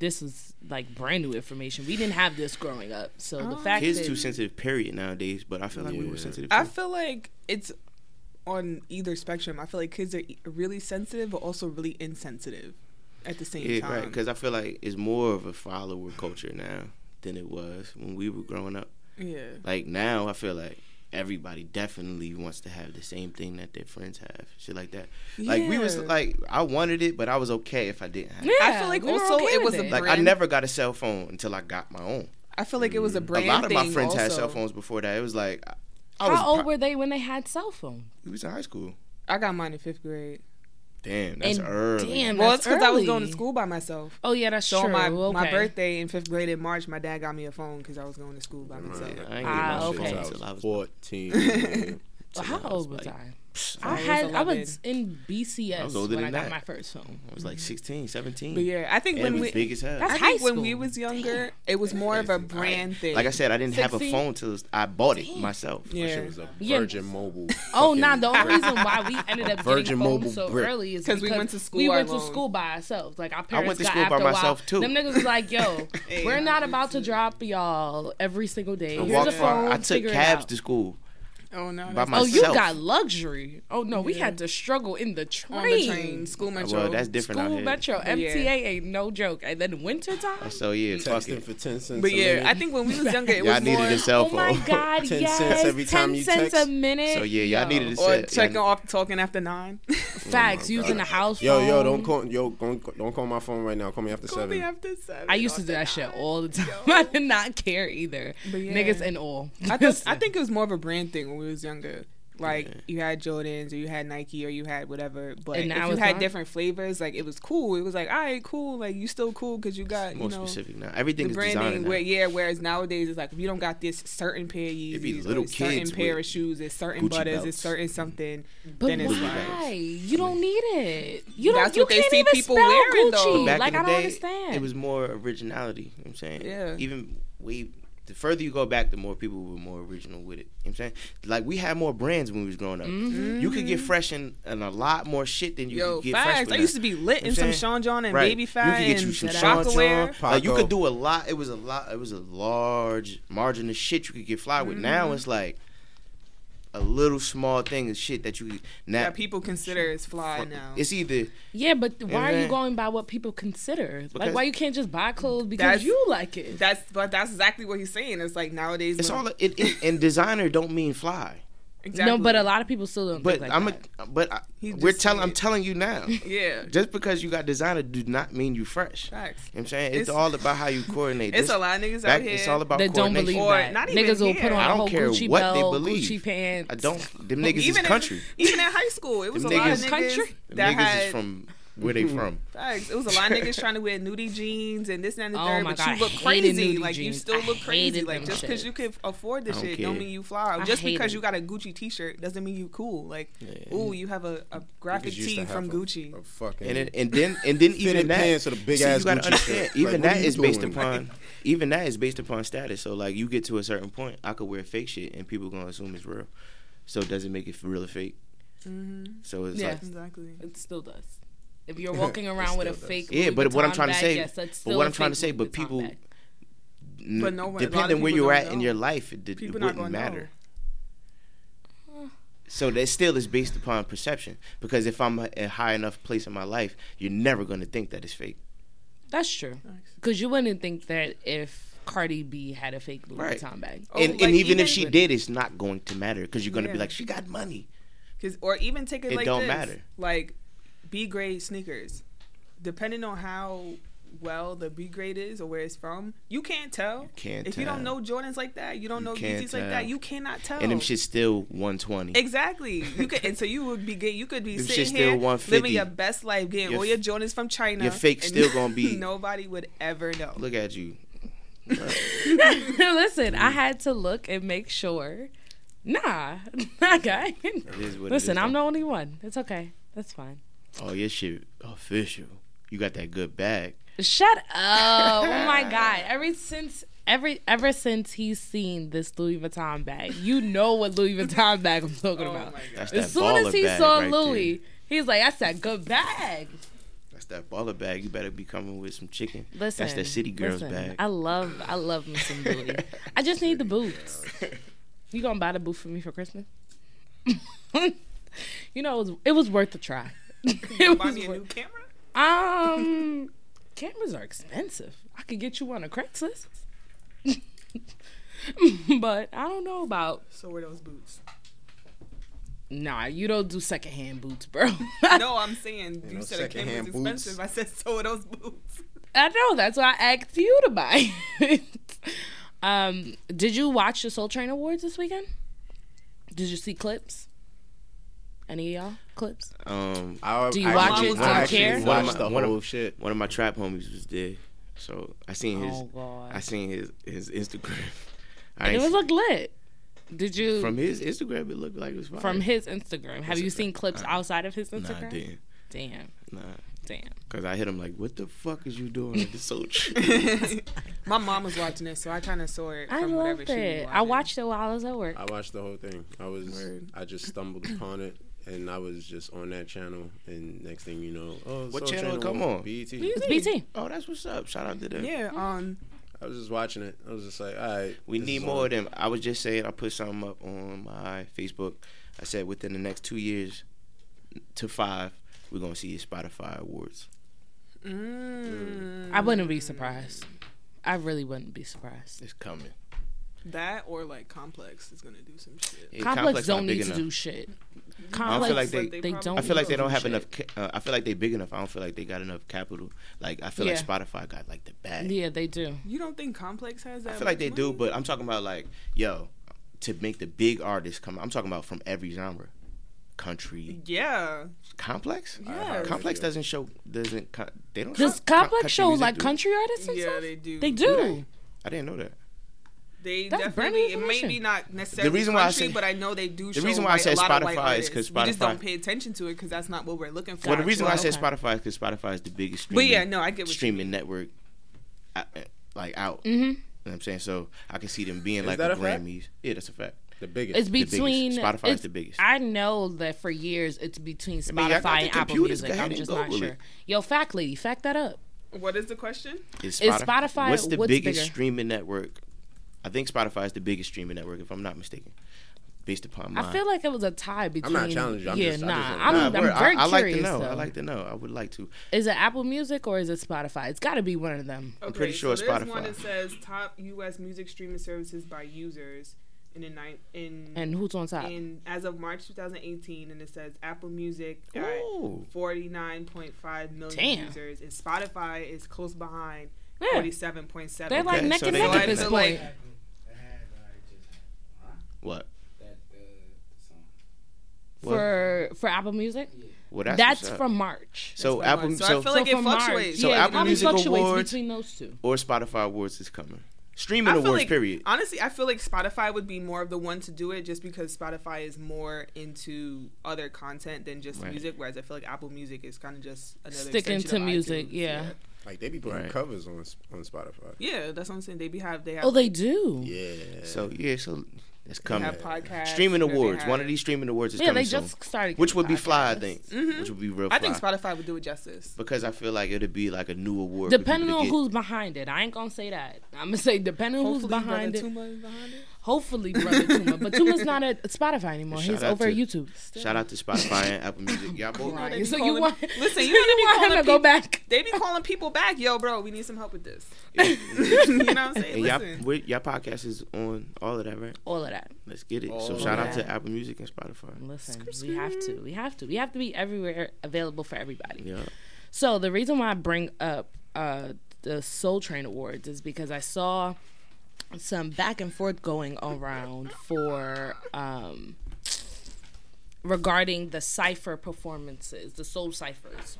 S2: this is like brand new information? We didn't have this growing up, so the fact
S4: Kids
S2: that
S4: too sensitive, period, nowadays. But I feel like we were
S1: Yeah.
S4: sensitive.
S3: I
S4: too.
S3: feel like it's on either spectrum. I feel like kids are e- really sensitive, but also really insensitive at the same
S4: Yeah,
S3: time.
S4: right. Because I feel like it's more of a follower culture now than it was when we were growing up.
S3: yeah,
S4: Like now, I feel like everybody definitely wants to have the same thing that their friends have, shit like that. Like we was
S3: Yeah.
S4: like, I wanted it, but I was okay if I didn't have. it.
S2: Yeah,
S3: I feel like
S2: we were
S3: also
S2: okay
S3: it
S2: with
S3: was a
S4: Like I
S3: Brand-
S4: never got a cell phone until I got my own.
S3: I feel like it was a brand.
S4: Mm, a lot of my
S3: thing
S4: friends had
S3: also.
S4: cell phones before that. It was like, I, I was
S2: How old
S4: pro-
S2: were they when they had cell phones?
S4: we was in high school.
S3: I got mine in fifth grade.
S4: Damn, that's
S2: And
S4: early.
S2: Damn,
S3: well,
S2: that's
S3: it's because I was going to
S2: early.
S3: school by myself.
S2: Oh yeah, that's
S3: So
S2: true.
S3: on my
S2: okay.
S3: my birthday in fifth grade in March, my dad got me a phone because I was going to school by
S4: Yeah, I
S3: myself.
S4: ain't get my
S2: Ah,
S4: shit
S2: okay.
S4: until I was
S1: fourteen. man.
S2: Well,
S4: until
S2: how old was
S4: like-
S2: I?
S4: I
S2: I
S3: was
S2: had I
S3: 11.
S2: was in BCS
S4: I was older
S2: when I
S4: than
S2: got
S4: that.
S2: my first phone.
S4: I was like 16, 17.
S3: But yeah, I think
S4: And
S3: when
S4: it was
S3: we
S4: big as hell.
S2: That's
S3: I
S2: high
S3: think when we
S2: school.
S3: was younger, it was more of a brand thing.
S4: Like I said, I didn't have a
S2: 16?
S4: phone till I bought it myself.
S1: That
S3: yeah,
S1: shit was a
S2: Yeah.
S1: Virgin Mobile.
S2: Oh,
S1: fucking
S2: nah. The only
S1: brick.
S2: reason why we ended up
S1: Virgin
S2: getting
S1: Mobile
S2: phones so
S1: brick.
S2: early is
S3: 'Cause we
S2: because
S3: went to school
S2: We went to
S3: alone.
S2: school by ourselves. Like our parents
S4: went to
S2: got
S4: school
S2: after
S4: by
S2: a while.
S4: myself, too.
S2: Them niggas was like, "Yo,
S3: Hey,
S2: we're
S3: I
S2: not
S3: did
S2: about to drop y'all every single day.
S4: I
S2: Here's
S4: walked
S2: a phone.
S4: far. I took
S2: figure it
S4: cabs
S2: out."
S4: to school
S3: oh no,
S4: by
S3: that's-
S2: Oh, you
S4: myself.
S2: got luxury. Oh no, we
S3: Yeah.
S2: had to struggle in the train.
S3: on the train, school metro.
S4: Well, that's different out
S2: School
S4: here.
S2: metro,
S3: Yeah.
S2: MTA ain't no joke. And then winter time.
S4: So yeah, fuck
S1: Texting
S4: it.
S1: for ten cents.
S3: But
S1: a
S3: yeah,
S1: minute.
S3: I think when we was younger, it
S4: Y'all
S3: was more
S4: needed a cell
S2: Oh
S4: phone.
S2: my god,
S1: 10
S2: yes.
S1: cents every time
S2: Ten
S1: you
S2: cents
S1: text.
S2: a minute.
S4: So yeah, y'all
S2: Yo.
S4: needed a
S3: or
S4: set.
S3: checking
S4: Y'all-
S3: off talking after nine.
S2: Facts using the house
S1: Yo,
S2: phone.
S1: yo, don't call, yo, don't, don't call my phone right now. Call me after
S3: Call
S1: seven.
S3: me after seven.
S2: I used to do that shit all the time. I did not care either.
S3: But yeah.
S2: Niggas and all.
S3: I, thought, I think it was more of a brand thing when we was younger. Like you had Jordans or you had Nike or you had whatever, but
S2: And now
S3: if you
S2: it's
S3: had
S2: not?
S3: different flavors, like it was cool. It was like, all right, cool. Like you still cool because you got
S4: More
S3: you know
S4: specific now.
S3: the
S4: Everything is
S3: branding.
S4: designed. now.
S3: Where yeah, whereas nowadays it's like if you don't got this certain pair of Yeezys,
S4: be
S3: or
S4: little
S3: this certain
S4: kids
S3: pair of
S4: with
S3: shoes, it's certain
S4: Gucci
S3: butters, it's
S4: belts.
S3: certain something.
S2: but
S3: then it's
S2: why? You don't need it. You don't.
S3: That's
S2: you
S3: what they
S2: can't
S3: see
S2: even
S3: people
S2: spell
S3: wearing, though.
S2: Gucci.
S3: But
S4: back
S2: like
S4: in
S2: I don't
S4: the day,
S2: understand.
S4: it was more originality. You know what I'm saying,
S3: Yeah.
S4: Even way the further you go back, the more people were more original with it. You know what I'm saying, like we had more brands when we was growing up.
S2: Mm-hmm.
S4: You could get fresh in, in a lot more shit than you
S3: Yo,
S4: could get fresh.
S3: facts.
S4: with
S3: I
S4: now.
S3: used to be lit
S4: You know
S3: in
S4: what
S3: some
S4: I'm
S3: Sean John and
S4: Right.
S3: baby
S4: You
S3: fat
S4: could get you
S3: and
S4: some
S3: Sean
S4: Sean
S3: John.
S1: John.
S4: Like you
S1: Paco.
S4: could do a lot. It was a lot. It was a large margin of shit you could get fly with. Now
S3: Mm-hmm.
S4: it's like a little small thing of shit that you could- now
S3: That people consider is fly
S4: fuck-
S3: now.
S4: It's either
S2: yeah, but why are you
S4: then-
S2: going by what people consider? like
S4: Because-
S2: why you can't just buy clothes because
S3: That's-
S2: you like it?
S3: That's but that's exactly what he's saying. It's like nowadays
S4: it's
S3: when-
S4: all it, it and designer don't mean fly.
S3: exactly.
S2: No, but a lot of people still don't.
S4: But
S2: think like
S4: I'm
S2: that.
S4: a but I,
S3: He
S4: we're
S3: just
S4: telling I'm
S3: said-
S4: telling you now.
S3: yeah.
S4: Just because you got designer do not mean you fresh. You know
S3: Facts.
S4: what I'm saying it's,
S3: It's-
S4: all about how you coordinate.
S3: It's
S4: This-
S3: a lot of niggas out
S4: back-
S3: here.
S4: It's all about
S2: They don't
S4: coordination.
S2: believe
S3: Or
S2: that.
S3: not even
S2: Niggas will put
S3: here.
S2: on
S4: I
S2: a
S4: don't
S2: whole
S4: care
S2: Gucci
S4: what
S2: belt,
S4: they believe.
S2: Gucci pants.
S4: I don't. Them niggas is
S3: even
S4: country.
S3: In, even in high school, it was
S4: Them
S3: a lot of
S4: niggas-
S3: niggas
S2: Country?
S4: Them
S3: that
S4: niggas
S3: had
S4: is from where they from.
S3: facts. It was a lot of niggas trying to wear nudie jeans and this and that, and the
S2: Oh
S3: third.
S2: my
S3: But
S2: God, I
S3: you look
S2: hated
S3: crazy.
S2: nudie
S3: Like you
S2: jeans.
S3: still
S2: I
S3: look crazy.
S2: hated
S3: Like
S2: them
S3: just because
S2: shits.
S3: you can afford this
S4: I don't
S3: shit, don't
S4: care.
S3: mean you fly.
S2: I
S3: Just because
S2: hated
S3: you got a Gucci T-shirt doesn't mean you cool. Like ooh, you have a, a graphic
S1: Niggas used to
S3: tee
S1: have
S3: from
S1: a-
S3: Gucci.
S4: Oh.
S1: A fucking
S4: and then, and then and then even
S1: Fitted
S4: that
S1: pants with a big
S4: See,
S1: ass
S4: you gotta
S1: Gucci
S4: understand,
S1: shirt.
S4: even
S1: Like, what
S4: that
S1: are you
S4: is based
S1: doing?
S4: upon even that is based upon status so like you get to a certain point i could wear fake shit and people gonna assume it's real so does it make it real or fake so it's
S2: Yeah.
S4: like
S3: Mm-hmm. Exactly.
S2: It still does. If you're walking around with a
S1: still
S2: fake,
S4: yeah
S2: Louis
S4: but what i'm
S2: Vuitton
S4: trying to
S2: bag,
S4: say
S2: yes, that's
S4: but
S2: still
S4: what
S2: a
S4: i'm trying to
S2: fake
S4: say
S2: Louis
S4: but
S2: Vuitton
S4: people
S2: bag.
S4: n-
S3: But no one- a lot of
S4: depending where
S3: people
S4: you're
S3: don't
S4: at in
S3: know.
S4: your life it, it
S3: People not
S4: wouldn't
S3: gonna
S4: matter
S3: know.
S4: So that still is based upon perception because if I'm at a high enough place in my life, you're never gonna think that it's fake.
S2: That's true. Because you wouldn't think that if Cardi B had a fake Louis
S4: Right.
S2: Vuitton bag.
S3: Oh,
S4: and
S3: like,
S4: and even,
S3: even-
S4: if she did, it's not going to matter because you're gonna
S3: Yeah.
S4: be like, she got money.
S3: Cause or even take it,
S4: It
S3: like
S4: don't
S3: this,
S4: matter.
S3: like B grade sneakers. Depending on how well the B grade is or where it's from, you can't tell.
S4: can't
S3: if you don't
S4: tell.
S3: know Jordans like that, you don't know
S4: can't
S3: Yeezys like that.
S4: tell.
S3: You cannot tell.
S4: And them shit's still 120.
S3: Exactly. You could, and so you would be get, you could be
S4: Them shit
S3: sitting
S4: still
S3: here
S4: 150.
S3: living your best life, getting
S4: Your
S3: all
S4: f-
S3: your Jordans from China.
S4: your fake
S3: and
S4: still gonna be-
S3: nobody would ever know.
S4: Look at you.
S2: Listen,
S4: Mm.
S2: I had to look and make sure. Nah, okay.
S4: It is what it
S2: Listen,
S4: is,
S2: I'm
S4: though.
S2: the only one. It's okay. That's fine.
S4: Oh, your shit official. You got that good bag.
S2: Shut up. oh my God. Ever since Every ever since he's seen this Louis Vuitton bag, you know what Louis Vuitton bag I'm talking
S3: Oh my
S2: about.
S3: god.
S4: That's that
S2: As soon as
S4: baller
S2: he
S4: bag
S2: saw
S4: right
S2: Louis,
S4: there.
S2: he's like, "That's that good bag."
S4: That's that baller bag. You better be coming with some chicken.
S2: Listen,
S4: That's that city girl's
S2: listen,
S4: bag.
S2: I love, I love me some Louis. I just need the boots. You gonna buy the boot for me for Christmas? you know, it was, it was worth a try.
S3: You
S2: it
S3: buy
S2: was
S3: me a
S2: worth-
S3: new camera?
S2: Um, cameras are expensive. I could get you one on Craigslist, but I don't know about.
S3: So where those boots?
S2: Nah, you don't do secondhand boots, bro.
S3: No, I'm saying you,
S1: know,
S3: said a camera's
S1: secondhand boots.
S3: expensive. I said so are those boots.
S2: I know. That's why I asked you to buy. it. um, did you watch the Soul Train Awards this weekend? Did you see clips? Any of y'all clips?
S4: Um,
S1: I,
S2: Do you
S1: I
S2: watch
S1: actually-
S3: it? Do you
S1: I actually
S2: care?
S4: One
S1: watched
S4: of my-
S1: the
S4: one of-
S1: whole shit.
S4: one of my trap homies was there, so I seen his.
S2: oh god,
S4: I seen his his Instagram. I
S2: it
S4: ain't
S2: was
S4: seen-
S2: look lit. Did you
S4: from his Instagram, it looked like it was fire.
S2: from his Instagram? Have you seen clips outside of his
S4: uh, Nah, I
S2: Instagram?
S4: didn't.
S2: Damn,
S4: Nah,
S2: damn.
S4: cause I hit him like, "What the fuck is you doing at the soul tree?"
S3: My mom was watching it, so I kind of saw it.
S2: I
S3: From whatever
S2: loved
S3: she was
S2: it. I
S3: watching.
S2: watched it while I was at work.
S1: I watched the whole thing. I was
S3: Word.
S1: I just stumbled upon it and I was just on that channel and next thing you know, oh
S4: What
S1: Soul
S4: channel it come on?
S1: BET.
S2: It's BT.
S4: oh, that's what's up. Shout out to them.
S3: Yeah. Um.
S1: I was just watching it. I was just like, all right.
S4: We
S1: this
S4: need
S1: is
S4: more
S1: on.
S4: of them. I was just saying, I put something up on my Facebook. I said within the next two years to five, we're gonna see Spotify awards.
S3: Mm,
S2: I wouldn't be surprised. I really wouldn't be surprised.
S4: It's coming.
S3: That or like Complex is gonna do some shit.
S4: Yeah,
S2: Complex,
S4: not
S2: don't
S4: big
S2: need to
S4: enough.
S2: do shit. Complex,
S4: like
S2: they,
S4: they-
S2: don't.
S4: I feel like they don't have
S2: shit.
S4: enough. ca- Uh, I feel like they big enough. I don't feel like they got enough capital. Like I feel
S2: Yeah.
S4: like Spotify got like the bag.
S2: Yeah, they do.
S3: You don't think Complex has
S4: I
S3: that?
S4: feel like they do,
S3: money?
S4: but I'm talking about like yo to make the big artists come. I'm talking about from every genre, country,
S3: Yeah.
S4: complex.
S3: Yeah.
S4: Complex doesn't show doesn't co- they don't
S2: Does
S4: co-
S2: Complex
S4: country
S2: show
S4: music
S2: like
S4: do.
S2: country artists and
S3: Yeah,
S2: stuff?
S3: they do.
S2: They
S4: they?
S2: do.
S4: I didn't know that.
S3: They
S2: That's brand
S3: definitely.
S2: new
S3: It may
S2: information.
S3: be not necessarily the
S4: reason
S3: reason
S4: why I
S3: country,
S4: say-
S3: but I know they do.
S4: the
S3: show,
S4: reason why I
S3: like,
S4: say
S3: a lot of white
S4: Spotify is 'cause
S3: artists. we just don't
S4: Spotify-
S3: pay attention to it because that's not what we're looking for.
S4: Well, the reason why I
S2: okay.
S4: say Spotify is because Spotify is the biggest
S3: But
S4: streaming,
S3: yeah, no, I get what you
S4: streaming network, uh, uh, like out. You
S2: hmm
S4: know what I'm saying? So I can see them being like
S1: that
S4: the
S1: a fact?
S4: Grammys. Yeah, that's a fact.
S1: the biggest.
S2: It's
S4: biggest.
S2: between
S4: Spotify is
S2: it's-
S4: the biggest.
S2: I know that for years it's between Spotify
S4: mean, y'all got the
S2: and Apple
S4: computers. Go
S2: Music.
S4: ahead
S2: I'm
S4: and
S2: just not
S4: Google
S2: sure.
S4: it.
S2: Yo, fact lady, fact that up.
S3: What is the question?
S4: Is
S2: Is Spotify-
S4: What's the
S2: what's
S4: biggest
S2: bigger?
S4: streaming network? I think Spotify is the biggest streaming network, if I'm not mistaken, based upon my.
S2: I feel like it was a tie between.
S1: challenging you. I'm
S2: yeah,
S1: just- I
S2: nah.
S1: just wanna-
S2: I'm,
S1: Nah,
S2: I'm
S4: word. I-
S2: very
S4: I, like to
S2: curious.
S4: know. I
S2: though.
S4: like to know. I would like to.
S2: Is it Apple Music or is it Spotify? It's got to be one of them.
S3: Okay,
S4: pretty sure
S3: so
S4: it's
S3: there's one
S4: Spotify.
S3: that says top U.S. music streaming services by users in the night in
S2: And who's on top?
S3: in as of March 2018, and it says Apple Music got
S4: Ooh.
S3: 49.5 million
S2: Damn.
S3: users, and Spotify is close behind
S2: Yeah.
S3: 47.7.
S2: They're like
S4: Okay,
S2: neck
S4: so
S2: and
S4: they
S2: neck
S4: got
S2: at this
S4: it.
S2: point.
S3: Like-
S4: What?
S2: for for Apple Music.
S4: Well, that's,
S2: That's,
S4: what's up.
S2: from March.
S4: So
S3: That's
S4: Apple.
S3: my- so I
S4: So,
S3: feel like it
S2: from
S3: fluctuates.
S4: So
S2: yeah,
S4: Apple
S2: it probably
S4: Music
S2: fluctuates
S4: Awards-
S2: between those two.
S4: or Spotify Awards is coming. Streaming
S3: I feel
S4: awards.
S3: like,
S4: period.
S3: Honestly, I feel like Spotify would be more of the one to do it just because Spotify is more into other content than just
S4: Right.
S3: music, whereas I feel like Apple Music is kind of just another
S2: Sticking
S3: extension
S2: to
S3: of
S2: music,
S3: iTunes.
S2: yeah.
S1: like they be putting
S4: Right.
S1: covers on on Spotify.
S3: yeah. Yeah, that's what I'm saying. They be have they have
S2: Oh, they do.
S1: Yeah.
S2: Mm.
S4: So yeah, so it's
S3: they
S4: coming.
S3: have podcasts.
S4: Streaming
S3: you know, they
S4: awards. One of
S3: have-
S4: these streaming awards is
S2: Yeah,
S4: coming
S2: they
S4: soon,
S2: just started.
S4: which would be fly. I
S2: podcasts.
S4: think.
S3: Mhm.
S4: Which would be real. Fly.
S3: I think Spotify would do it justice.
S4: because I feel like it'll be like a new award. for
S2: Depending
S4: people
S2: on
S4: to
S2: who's behind it, I ain't gonna say that. I'm gonna say depending who's
S3: Hopefully,
S2: behind it.
S3: Brother Tuma is behind it.
S2: Hopefully, brother Tuma, but Tuma's not at Spotify anymore.
S4: Shout
S2: He's
S4: out
S2: over
S4: to-
S2: at YouTube.
S4: get. Shout out to Spotify and Apple Music. Y'all both.
S3: Right.
S2: Right.
S3: They be
S2: So you
S3: calling-
S2: want?
S3: Listen, you
S2: so
S3: know they be
S2: want
S3: calling
S2: him to go
S3: people-
S2: back?
S3: They be calling people back, yo, bro. We need some help with this. you know what I'm saying?
S4: And y'all,
S3: Listen,
S4: we- y'all podcast is on all of that, right?
S2: All of that.
S4: Let's get it.
S1: All
S3: Oh,
S4: so
S1: of
S4: shout out
S2: that.
S4: to Apple Music and Spotify.
S2: Listen, we have to. We have to. We have to be everywhere, available for everybody.
S4: Yeah.
S2: So the reason why I bring up uh, the Soul Train Awards is because I saw some back and forth going around for um, regarding the cipher performances, the soul ciphers.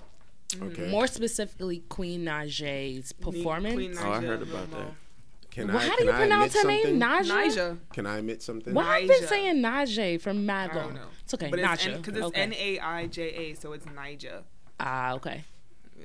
S1: okay.
S2: More specifically, Queen Najee's performance.
S3: Queen
S4: Oh, I
S3: Nigel
S4: heard
S3: Lomo.
S4: about that.
S1: Can
S2: Well,
S1: I,
S2: how do
S1: can
S2: you
S1: I
S2: pronounce her
S1: admit
S2: name?
S1: something?
S2: Naja.
S3: Nija.
S1: Can I admit something?
S2: Why I've been
S3: Naja.
S2: saying Najee for mad
S3: I don't
S2: long.
S3: know.
S2: It's okay,
S3: But it's
S2: Naja.
S3: N- cause it's
S2: okay.
S3: N A I J A, so it's Nija.
S2: ah, okay.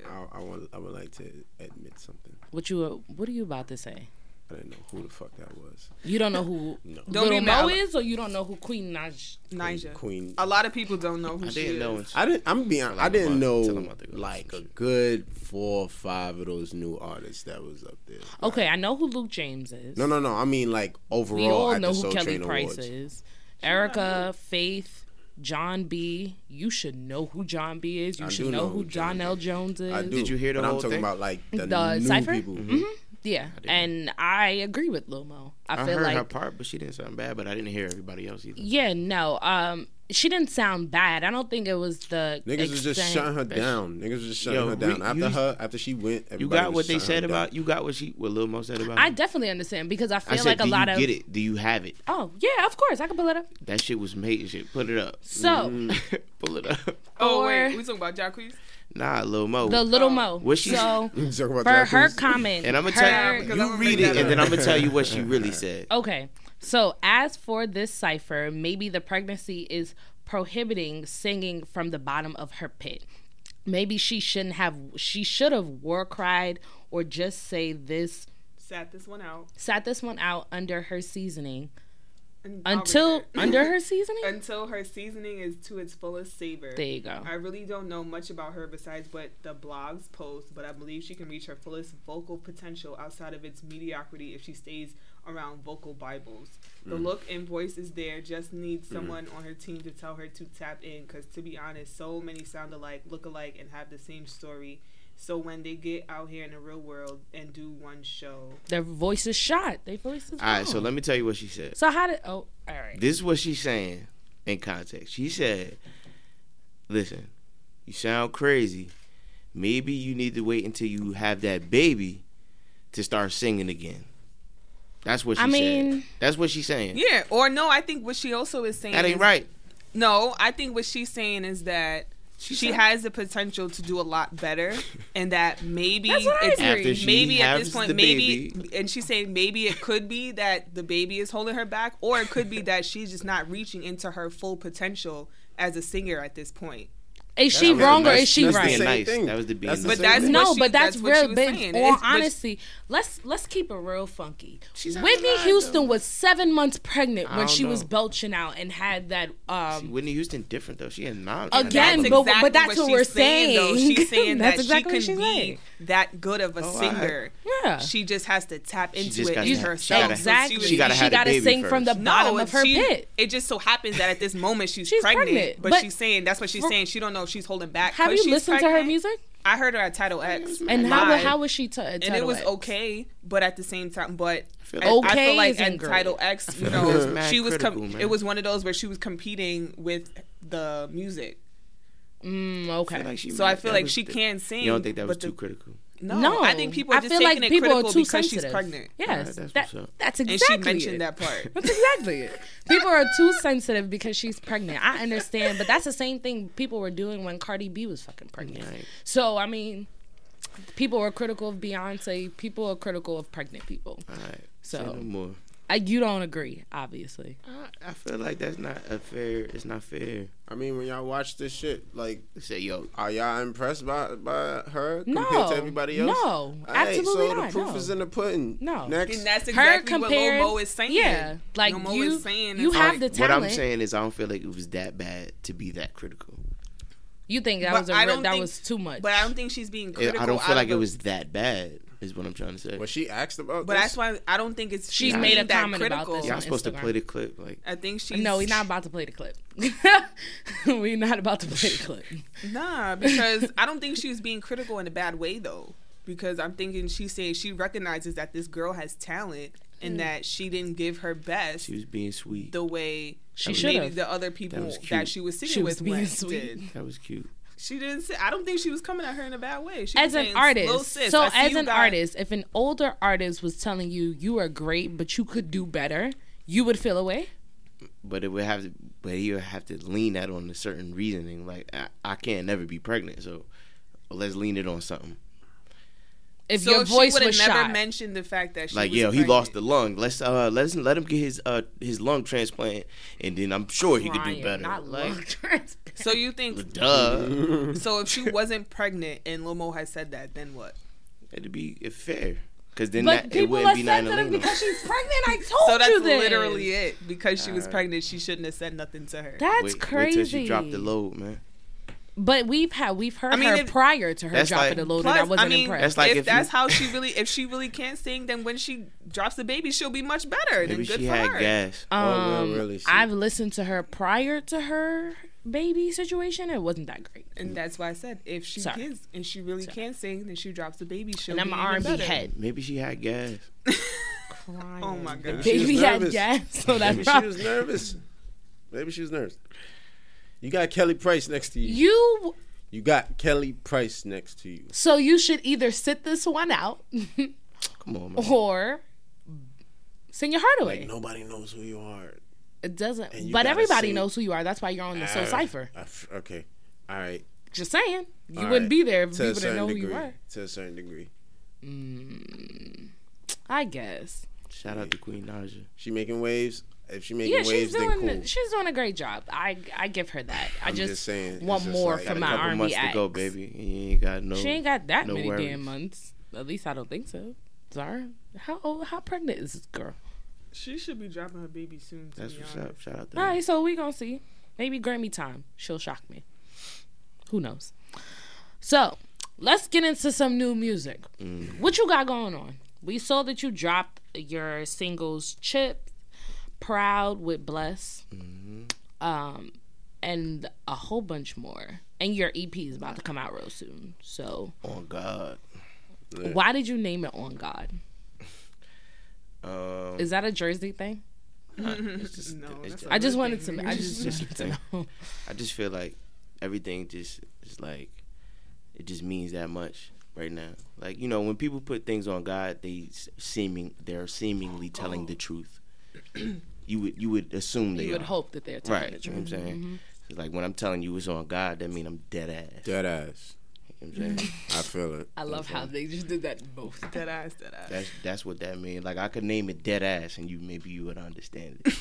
S1: I, I want. I would like to admit something.
S2: What you? What are you about to say?
S1: I didn't know who the fuck that was.
S2: You don't know who
S1: No.
S3: Don't
S2: Little
S3: be mad.
S2: Mo is, or you don't know who Queen Naj.
S3: Nija.
S1: Queen.
S3: A lot of people don't know who
S4: I
S3: she
S4: didn't
S3: is.
S4: know. until-
S1: I didn't. I'm being.
S4: Tell
S1: I
S4: him a
S1: didn't
S4: month-
S1: know
S4: tell him a month ago or
S1: like a
S4: some shit.
S1: good four or five of those new artists that was up there.
S2: Okay, I know who Luke James is.
S1: No, no, no. I mean like overall
S2: we all
S1: at
S2: know
S1: the
S2: who
S1: Soul
S2: Kelly
S1: Train
S2: Price
S1: Awards.
S2: is. Erica, Faith, John B. You should know who John B. is. You
S1: I
S2: should
S1: do
S2: know, who John, L. Jones is.
S1: I do.
S4: Did you hear the
S1: but I'm
S4: whole
S1: talking
S4: thing? Mm-hmm.
S1: about like the,
S2: The
S1: new
S2: Cypher?
S1: people.
S2: Yeah, and I agree with Lil Mo. I,
S4: I
S2: feel
S4: heard
S2: like
S4: her part, but she didn't sound bad. But I didn't hear everybody else either.
S2: yeah, no. Um, she didn't sound bad. I don't think it was the
S1: Niggas was just
S2: extent-
S1: shutting her down. Niggas was just shutting
S4: Yo,
S1: her down
S4: we-
S1: after
S4: you-
S1: her. After she went,
S4: You
S1: everybody
S4: got
S1: was
S4: what they
S1: shutting her
S4: said
S1: down.
S4: about you got what she what Lil Mo said about.
S2: I
S4: her?
S2: definitely understand because I feel
S4: I said,
S2: like a
S4: do
S2: lot
S4: you
S2: of
S4: get it? Do you have it?
S2: oh yeah, of course I can pull it up.
S4: That shit was made shit. Put it up.
S2: So
S4: Mm. Pull it up.
S3: Oh
S2: Or-
S3: wait, we talking about Jacquees?
S4: Nah, Lil Mo.
S2: the little Mo.
S4: What she-
S2: so
S1: You talking about
S2: for
S1: that
S2: her
S1: who's-
S2: comment
S4: and I'm gonna
S2: her- Oh.
S4: tell you,
S3: because I'm
S4: you
S3: gonna make
S4: read it,
S3: that
S4: and then
S3: up.
S4: I'm gonna tell you what she really said.
S2: Okay. So, as for this cipher, maybe the pregnancy is prohibiting singing from the bottom of her pit. Maybe she shouldn't have, she should have war cried or just say this,
S3: Sat this one out
S2: sat this one out under her seasoning.
S3: and I'll read
S2: Until,
S3: it.
S2: under her seasoning?
S3: until her seasoning is to its fullest savor.
S2: There you go.
S3: I really don't know much about her besides what the blogs post, but I believe she can reach her fullest vocal potential outside of its mediocrity if she stays around vocal Bibles. The look and voice is there, just needs someone on her team to tell her to tap in, because to be honest, so many sound alike, look alike, and have the same story. So when they get out here in the real world and do one show,
S2: Their voice is shot. Their voice is
S4: All right, so
S2: gone.
S4: let me tell you what she said.
S2: So, how did, oh, all right.
S4: This is what she's saying in context. She said, "Listen, you sound crazy. Maybe you need to wait until you have that baby to start singing again." That's what she
S2: I mean-
S4: said. That's what she's saying.
S3: yeah, or no, I think what she also is saying
S4: That ain't right.
S3: No, I think what she's saying is that she,
S4: said-
S3: has the potential to do a lot better, and that maybe
S2: That's what I
S3: it's,
S2: agree.
S4: After she
S3: maybe at this
S4: has
S3: point,
S4: the
S3: maybe,
S4: baby.
S3: and she's saying maybe it could be that the baby is holding her back, or it could be that she's just not reaching into her full potential as a singer at this point.
S2: Is she wrong or
S4: that's-
S2: is she
S4: that's
S1: That's
S4: being
S1: the
S2: right?
S1: same
S4: nice.
S1: thing.
S4: That was the being
S1: That's
S4: nice.
S3: But
S1: same
S3: that's
S1: thing.
S3: what
S2: No,
S3: she-
S2: but that's,
S3: that's what she
S2: real
S3: was
S2: big.
S3: saying.
S2: All
S3: It's- but-
S2: honesty, let's let's keep it real funky.
S4: She's not
S2: Whitney
S4: lying,
S2: Houston
S4: though.
S2: was seven months pregnant
S4: I
S2: when
S4: don't
S2: she was
S4: know.
S2: belching out and had that. Um,
S4: Whitney Houston different though. She had nine.
S2: Again,
S4: nine-
S2: but- that's what we're saying.
S3: She's saying
S2: That's
S3: that
S2: exactly what
S3: she
S2: she's
S3: can
S2: saying.
S3: be that good of a
S4: Oh, I-
S3: singer.
S2: yeah,
S3: She just has to tap into
S4: just
S3: it
S4: gotta
S3: in
S4: have-
S3: herself.
S4: gotta-
S3: So
S2: exactly.
S3: was-
S4: She gotta have the baby
S2: sing from the
S4: first.
S2: bottom
S3: No,
S2: of her
S3: she-
S2: pit.
S3: It just so happens that at this moment she's,
S2: She's
S3: pregnant,
S2: pregnant,
S3: but,
S2: but-
S3: she's saying that's what she's
S2: For-
S3: saying. She don't know if she's holding back.
S2: Have
S3: 'cause
S2: you
S3: she's
S2: listened to her
S3: pregnant.
S2: music?
S3: I heard her at Title X,
S4: Mm-hmm.
S2: And how
S3: live,
S2: how was she? T- and
S3: and it was okay, but at the same time, but
S4: feel
S3: I,
S2: like-
S3: I
S2: Okay
S3: feel like
S2: isn't
S3: in
S2: great.
S3: Title X, you
S4: like it's
S3: know,
S4: mad
S3: she was com-
S4: critical, man.
S3: it was one of those where she was competing with the music.
S2: Mm, okay.
S4: like she
S3: So I
S4: might-
S3: feel
S4: that
S3: like
S4: was
S3: she
S4: the-
S3: can sing.
S4: You don't think that was
S3: but the-
S4: too critical?
S3: No, I think people are
S2: I
S3: just
S2: feel
S3: taking
S2: like
S3: it
S2: people are
S3: critical
S2: too
S3: because
S2: sensitive.
S3: she's pregnant.
S2: Yes,
S4: Alright, that's
S2: that,
S4: what's up.
S2: that's
S3: And
S2: exactly.
S3: she mentioned
S2: it.
S3: that part.
S2: That's exactly it. People are too sensitive because she's pregnant. I understand, but that's the same thing people were doing when Cardi B was fucking pregnant.
S4: Right.
S2: So I mean, people are critical of Beyonce. People are critical of pregnant people.
S4: All right.
S2: So-
S4: Say no more.
S2: I, you don't agree, obviously.
S4: I- I feel like that's not a fair. It's not fair.
S1: I mean, when y'all watch this shit, like,
S4: Say yo,
S1: are y'all impressed by by her
S2: No.
S1: compared to everybody else?
S2: No,
S1: Alright,
S2: absolutely
S1: so
S2: not,
S1: the proof
S2: no.
S1: is in the pudding.
S2: No.
S1: next.
S3: And that's exactly what Lil
S2: compared-
S3: Mo is saying.
S2: Yeah, like
S3: Lil Mo
S2: you,
S3: is saying
S2: you
S3: it's
S2: have
S3: like-
S2: the
S4: what
S2: talent.
S4: I'm saying is I don't feel like it was that bad to be that critical.
S2: you think that
S3: But
S2: was a
S3: I
S2: real,
S3: don't
S2: that
S3: think-
S2: was too much.
S3: But I don't think she's being
S4: It-
S3: critical.
S4: I don't
S3: out
S4: feel like
S3: of
S4: it
S3: the-
S4: was that bad. Is what I'm trying to say.
S1: Was she asked about
S3: But
S1: this?
S3: that's why I don't think it's.
S2: She
S3: she's
S2: made a
S3: being that
S2: comment about
S3: critical.
S2: this.
S4: Y'all
S2: on
S4: supposed to
S2: Instagram.
S4: play the clip like
S3: I think she's
S2: no, we're not about to play the clip. we're not about to play the clip.
S3: Nah, because I don't think she was being critical in a bad way though. Because I'm thinking she's saying she recognizes that this girl has talent and
S2: Hmm.
S3: that she didn't give her best
S4: she was being sweet.
S3: the way
S2: She
S3: maybe
S2: should've.
S3: the other people
S4: That
S3: that,
S4: was cute.
S3: she was singing
S2: She was
S3: with
S2: being
S3: went
S2: sweet.
S3: did.
S4: That was cute.
S3: She didn't say. I don't think she was coming at her in a bad way. She
S2: as
S3: was
S2: an
S3: saying, "Lil
S2: artist.
S3: sis,
S2: so
S3: I see
S2: as
S3: you
S2: an
S3: got-"
S2: artist, if an older artist was telling you you are great but you could do better, you would feel away.
S4: But it would have to. But you would have to lean that on a certain reasoning. Like I, I can't never be pregnant, so let's lean it on something.
S2: If
S3: so
S2: your
S3: if
S2: voice
S3: she would've
S2: was
S3: never
S2: shot.
S3: mentioned the fact that she
S4: Like
S3: was
S4: yeah, he
S3: pregnant.
S4: lost the lung. Let's uh let's let him get his uh his lung transplant, and then I'm sure he could do
S2: Ryan,
S4: better.
S2: Not
S4: like
S2: lung transplant.
S3: So you think
S4: duh.
S3: So if she wasn't pregnant and Lil Mo had said that, then what?
S4: It'd be fair. Because then
S2: But
S4: that, it
S2: people
S4: wouldn't
S2: are
S4: be
S2: sensitive
S4: 9/11.
S2: because she's pregnant. I told
S3: So that's
S2: you this.
S3: literally it. Because she was
S4: Alright.
S3: pregnant, she shouldn't have said nothing to her.
S2: That's
S4: Wait- Wait
S2: crazy.
S4: till she dropped the load, man.
S2: But we've had we've heard
S3: I mean,
S2: her
S3: if-
S2: prior to her
S4: That's
S2: dropping
S4: like-
S2: the load,
S3: Plus,
S2: and I wasn't
S3: I mean,
S2: impressed.
S4: That's like
S3: if,
S4: if you-
S3: that's how she really, if she really can't sing, then when she drops the baby, she'll be much better.
S4: Maybe
S3: then good
S4: she
S3: for
S4: had
S3: her.
S4: gas.
S1: Oh,
S2: Um,
S1: well, really, she-
S2: I've listened to her prior to her baby situation. It wasn't that great.
S3: And that's why I said if she
S2: Sorry.
S3: is and she really
S2: Sorry.
S3: can sing, then she drops the baby. She'll
S2: And I'm
S3: be
S2: an
S3: even
S2: R&B
S3: better.
S2: head.
S4: Maybe she had gas.
S2: Crying.
S3: Oh my
S1: Maybe
S3: god.
S1: she was
S2: Baby had
S1: nervous.
S2: gas, so
S1: Maybe
S2: that's
S1: she
S2: probably.
S1: was nervous. Maybe she was nervous. You got Kelly Price next to you.
S2: You
S1: You got Kelly Price next to you.
S2: so you should either sit this one out
S4: Come on,
S2: Oh.
S4: man.
S2: or sing your heart away.
S1: Like nobody knows who you are.
S2: It
S1: And
S2: doesn't.
S1: you
S2: But
S1: gotta
S2: everybody
S1: sing-
S2: knows who you are. That's why you're on the Soul
S1: Ah,
S2: Cipher.
S1: I f- okay. All right.
S2: Just saying, you
S1: All
S2: wouldn't
S1: right.
S2: be there if
S1: To a
S2: people didn't know
S1: certain
S2: who
S1: degree.
S2: you were.
S1: To a certain degree.
S2: I guess.
S4: Shout out to Queen Naja.
S1: She making waves. If she making
S2: Yeah, she's
S1: waves, then
S2: doing
S1: cool.
S2: she's doing a great job. I I give her that. I
S1: I'm
S2: just,
S1: just saying, it's
S2: want
S1: just
S2: more
S1: like- Got
S2: from
S1: a
S2: my
S4: Got a couple
S2: R&B
S4: months
S2: acts.
S4: to go, baby. You ain't got no.
S2: She ain't got that
S4: no
S2: many
S4: worries.
S2: damn months. At least I don't think so. Zara, how old? How pregnant is this girl?
S3: She should be dropping her baby soon. To
S4: That's
S3: be
S4: what's
S3: honest.
S4: up. Shout out to
S2: All
S4: her.
S2: right, so we gonna see. Maybe Grammy time. She'll shock me. Who knows? So let's get into some new music.
S4: Mm.
S2: What you got going on? We saw that you dropped your singles "Chip," "Proud" with Bless,
S4: Mm-hmm.
S2: um, and a whole bunch more. And your EP is about to come out real soon. So
S4: Oh, God.
S2: why did you name it "On God"?
S4: Um,
S2: Is that a Jersey thing?
S4: it's just-
S3: No,
S4: it's
S3: that's
S4: just-
S3: a
S2: I just
S3: Jersey
S2: wanted
S3: thing.
S2: to. I just
S4: It's just a
S2: wanted to
S4: thing.
S2: know.
S4: I just feel like everything just is like it just means that much right now. Like you know, when people put things on God, they s- seeming they're seemingly telling the truth. you would you would assume they
S2: You would
S4: are.
S2: hope that they're telling
S4: right.
S2: the
S4: You
S2: truth. Mm-hmm.
S4: know what I'm saying. It's Like when I'm telling you it's on God, that mean I'm dead ass.
S1: Dead ass.
S4: You know what I'm
S2: Mm-hmm.
S4: saying?
S1: I feel it.
S2: I love how they just did that both.
S3: Dead eyes, dead eyes.
S4: that's that's what that means. Like I could name it dead ass, and you maybe you would understand it.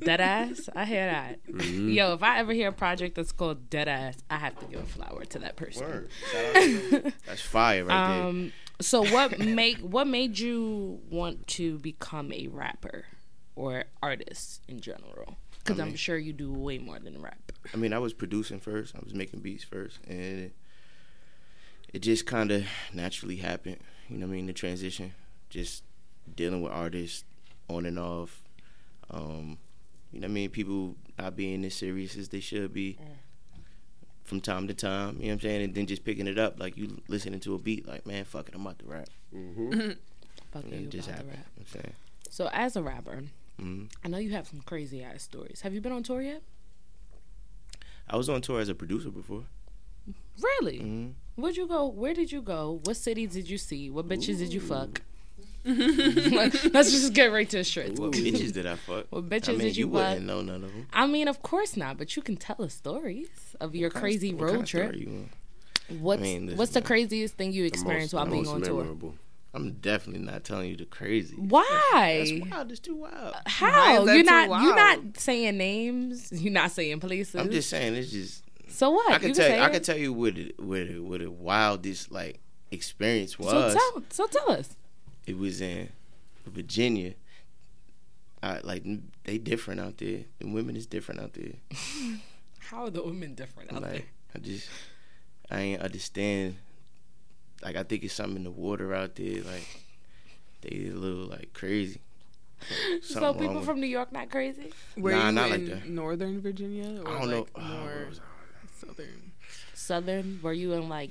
S2: Dead ass, I hear that.
S4: Mm-hmm.
S2: Yo, if I ever hear a project that's called dead ass, I have to give a flower to that person.
S4: Shout out to them. that's fire right there.
S2: Um, so what make what made you want to become a rapper or artist in general? Because I'm sure you do way more than rap.
S4: I mean, I was producing first. I was making beats first, and it just kind of naturally happened. You know what I mean? The transition, just dealing with artists on and off. Um, you know what I mean? People not being as serious as they should be
S2: Mm.
S4: from time to time. You know what I'm saying? And then just picking it up, like you listening to a beat, like man, fuck it, I'm about to rap.
S2: Fuck
S4: And
S2: you
S4: it just
S2: about the rap.
S4: happened. You know what I'm saying?
S2: So as a rapper,
S4: Mhm.
S2: I know you have some crazy ass stories. Have you been on tour yet?
S4: I was on tour as a producer before.
S2: Really?
S4: Mhm.
S2: Where'd you go? Where did you go? What cities did you see? What bitches did you fuck? Let's just get right to the straight.
S4: What bitches did I fuck?
S2: What bitches
S4: I mean,
S2: did you fuck?
S4: wouldn't know none of them.
S2: I mean, of course not, but you can tell us stories of your crazy
S4: What kind
S2: road
S4: of story
S2: trip.
S4: you want?
S2: What's
S4: I mean, listen,
S2: what's the
S4: man.
S2: craziest thing you experienced while being on tour?
S4: I'm definitely not telling you the crazy. That's
S2: Why?
S4: wild. It's too wild.
S2: How?
S3: Why is
S2: You're
S3: that
S2: not
S3: too
S2: you're not
S3: wild?
S2: saying names. You're not saying places.
S4: I'm just saying. It's just.
S2: so what?
S4: I can
S2: You
S4: tell.
S2: say
S4: I can
S2: it.
S4: tell you what it, what it, what the wildest like experience
S2: So
S4: was.
S2: tell so tell us.
S4: It was in Virginia. I, like they different out there. The women is different out there.
S2: How are the women different out
S4: Like I just I ain't understand. Like I think it's something in the water out there. Like they a little like crazy.
S2: there? So
S4: something wrong
S2: people
S4: with-
S2: from New York not crazy?
S3: Were
S4: Nah,
S3: you
S4: not like
S3: in
S4: that.
S3: Northern Virginia or
S4: I don't
S3: like
S4: know. Uh, where
S3: more
S4: was I?
S3: southern?
S2: Southern? Were you in like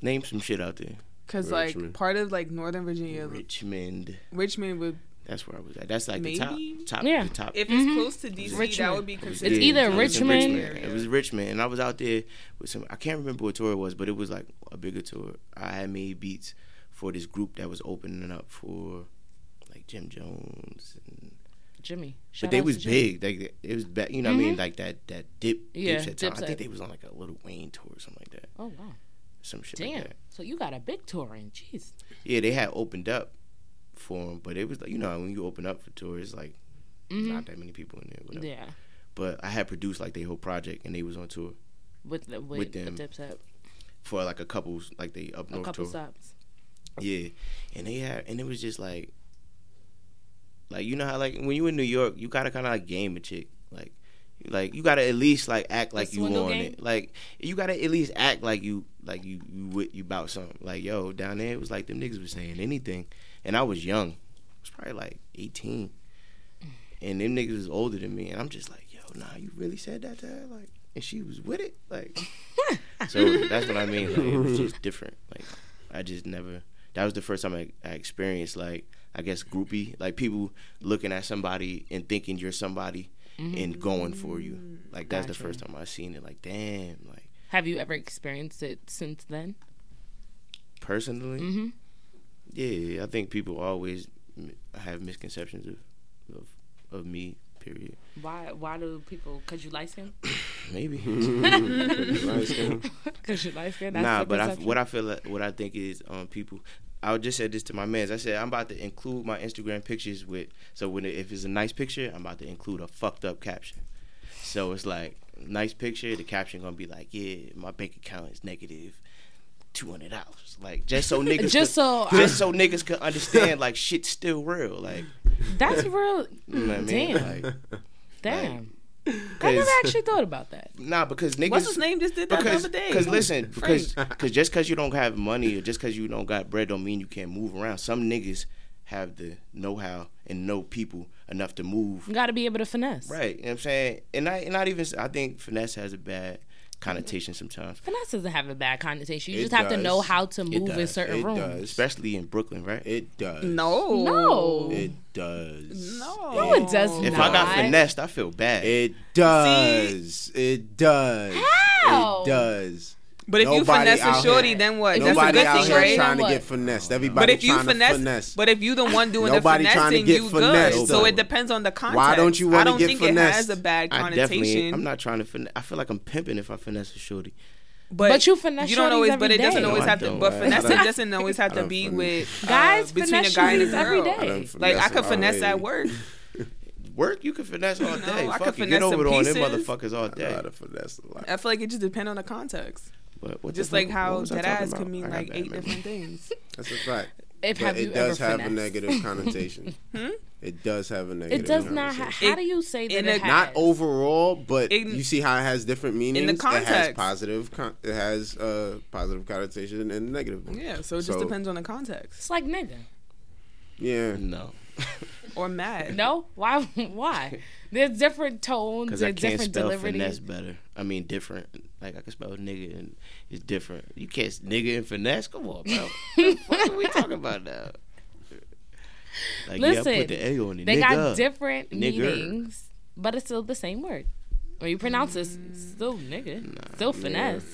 S4: Name some shit out there.
S3: Because like
S1: Richmond.
S3: part of like Northern Virginia,
S4: Richmond.
S3: Richmond would
S4: That's where I was at. That's like the
S3: Maybe?
S4: top, top,
S2: Yeah.
S4: the top.
S3: if it's
S2: Mhm.
S3: close to DC, that
S2: Richmond.
S3: would be
S4: I was
S3: considered.
S4: there.
S2: either
S4: I was in
S2: Richmond-
S4: It was Richmond, and I was out there with some. I can't remember what tour it was, but it was like a bigger tour. I had made beats for this group that was opening up for like Jim Jones, and,
S2: Jimmy? Shout
S4: but they
S2: out
S4: was
S2: to Jimmy.
S4: big. Like it was, back, you know, what I mean, like that that dip.
S2: Yeah,
S4: Dipset time. I
S2: Dipset.
S4: think they was on like a little Wayne tour or something like that.
S2: Oh wow!
S4: Some shit
S2: Damn.
S4: like that.
S2: So you got a big tour in. Jeez.
S4: Yeah, they had opened up for them, but it was like you know when you open up for tours, it's like there's
S2: Mhm.
S4: not that many people in there. Whatever.
S2: Yeah.
S4: But I had produced like their whole project, and they was on tour.
S2: With the with,
S4: With
S2: the
S4: them.
S2: Dipset,
S4: for like a couple like they up
S2: a
S4: north
S2: couple
S4: tour.
S2: stops.
S4: Yeah, and they had, and it was just like, like you know how like when you in New York, you gotta kind of like game a chick, like, like you gotta at least like act like you
S2: Swindle
S4: on
S2: game?
S4: it, like you gotta at least act like you like you you with you about something. Like yo, down there it was like them niggas was saying anything, and I was young, I was probably like eighteen, and them niggas was older than me, and I'm just like yo, nah, you really said that to her, like, and she was with it, like. So that's what I mean. Like, it was just different. Like I just never. That was the first time I, I experienced like I guess groupie, like people looking at somebody and thinking you're somebody and going for you. Like
S2: Mm-hmm.
S4: that's
S2: Gotcha.
S4: the first time I seen it. Like damn, like
S2: Have you ever experienced it since then?
S4: personally,
S2: Mm-hmm.
S4: yeah. I think people always m- have misconceptions of of of me. Period.
S2: Why? Why do people? Cause you light skin?
S4: Maybe.
S1: Light skin.
S2: Cause you light skin? That's
S4: nah,
S2: the
S4: but I,
S2: perception?
S4: what I feel, like, what I think is, um, people. I just said this to my mans. I said I'm about to include my Instagram pictures with. So when it, if it's a nice picture, I'm about to include a fucked up caption. So it's like nice picture. The caption gonna be like, yeah, my bank account is negative. Two hundred dollars, like just so niggas,
S2: Just
S4: could-
S2: so I-
S4: just so niggas could understand, like shit's still real, like
S2: That's real.
S4: you know what I mean,
S2: Damn.
S4: like
S2: Damn. I never actually thought about that.
S4: nah, because niggas,
S3: What's his name just did that
S4: because,
S3: the other day?
S4: Because listen, because cause just because you don't have money or just because you don't got bread don't mean you can't move around. Some niggas have the know-how and know people enough to move.
S2: You got to be able to finesse.
S4: Right, you know what I'm saying? And I, and not even, I think finesse has a bad connotation sometimes.
S2: Finesse doesn't have a bad connotation. You
S1: It
S2: just have to know
S1: does.
S2: how to move in
S4: does.
S2: certain
S1: It
S2: rooms.
S1: does.
S4: Especially in Brooklyn, right?
S1: It does.
S3: no,
S2: No.
S1: It does.
S3: no,
S2: No, it does
S4: if
S2: not.
S4: I got finessed, I feel bad.
S1: It does. It does.
S2: How?
S1: It does.
S3: But if you
S1: Nobody
S3: finesse
S1: out
S3: a shorty,
S1: here-
S3: then what?
S1: Nobody
S3: That's a
S1: out
S3: good
S1: here
S3: thing, right?
S1: trying to
S2: What?
S1: get finessed. Everybody
S3: But if you
S1: trying
S3: finesse,
S1: to finesse.
S3: but if you the one doing
S1: Nobody
S3: the
S1: trying to
S3: finessing,
S1: get
S3: you
S1: finessed,
S3: good. So
S1: though.
S3: it depends on the context.
S1: don't you
S3: I
S1: wanna
S3: don't
S1: get
S3: think
S1: finessed?
S3: it has a bad
S4: I definitely,
S3: connotation.
S4: I'm not trying to finesse. I feel like I'm pimping if I finesse a shorty.
S2: But you finesse
S3: You don't
S2: shorties
S3: always,
S2: every
S3: but it doesn't
S2: day.
S3: always
S4: No, I
S3: have to.
S4: don't.
S3: But
S1: I
S3: finesse
S1: don't.
S3: doesn't always have to
S1: don't
S3: be
S1: finesse.
S3: with uh,
S2: Guys
S3: between a
S2: finesse
S3: guy and a
S2: shorties every
S3: girl.
S2: day.
S1: done
S3: Like I
S1: finessed
S3: could
S1: my
S3: finesse
S1: way.
S3: at work.
S4: Work, you can finesse all
S3: No,
S4: day.
S3: I could
S4: Fuck you,
S3: finesse
S4: get over
S3: some
S4: on them
S3: pieces.
S4: motherfuckers all
S1: I know
S4: day.
S1: how to finesse a lot.
S3: I feel like it just depends on the context.
S4: But what the
S3: Just
S4: fuck-
S3: like
S4: what
S3: how
S4: was I
S3: that
S4: talking
S3: ass could
S4: about?
S3: mean
S4: I got
S3: like
S4: bad
S3: eight
S4: memory.
S3: different things.
S1: That's a fact.
S2: If
S1: But
S2: have you
S1: it does
S2: ever
S1: have a
S2: finessed?
S3: Hmm?
S1: negative connotation. It does have a negative.
S2: It does not. Ha-
S1: connotation.
S2: how do you say that?
S3: in
S2: It,
S3: a-
S2: has?
S1: Not overall, but
S3: In-
S1: you see how it has different meanings. It has
S3: context.
S1: positive. Con- it has uh, positive connotation and negative. one.
S3: Yeah, so it just
S1: So-
S3: depends on the context.
S2: It's like nigga.
S1: Yeah.
S4: No.
S3: Or mad.
S2: No, why? Why? There's different tones.
S4: Because I
S2: There's
S4: can't
S2: different
S4: spell
S2: delivery.
S4: finesse better. I mean, different. Like, I can spell nigga and it's different. You can't s- nigga and finesse? Come on, bro. what are we talking about now? Like, yeah, I
S2: Listen,
S4: put the A on it.
S2: They
S4: nigga.
S2: got different
S4: Nigger.
S2: meanings, but it's still the same word. When you pronounce it, it's still nigga, still finesse.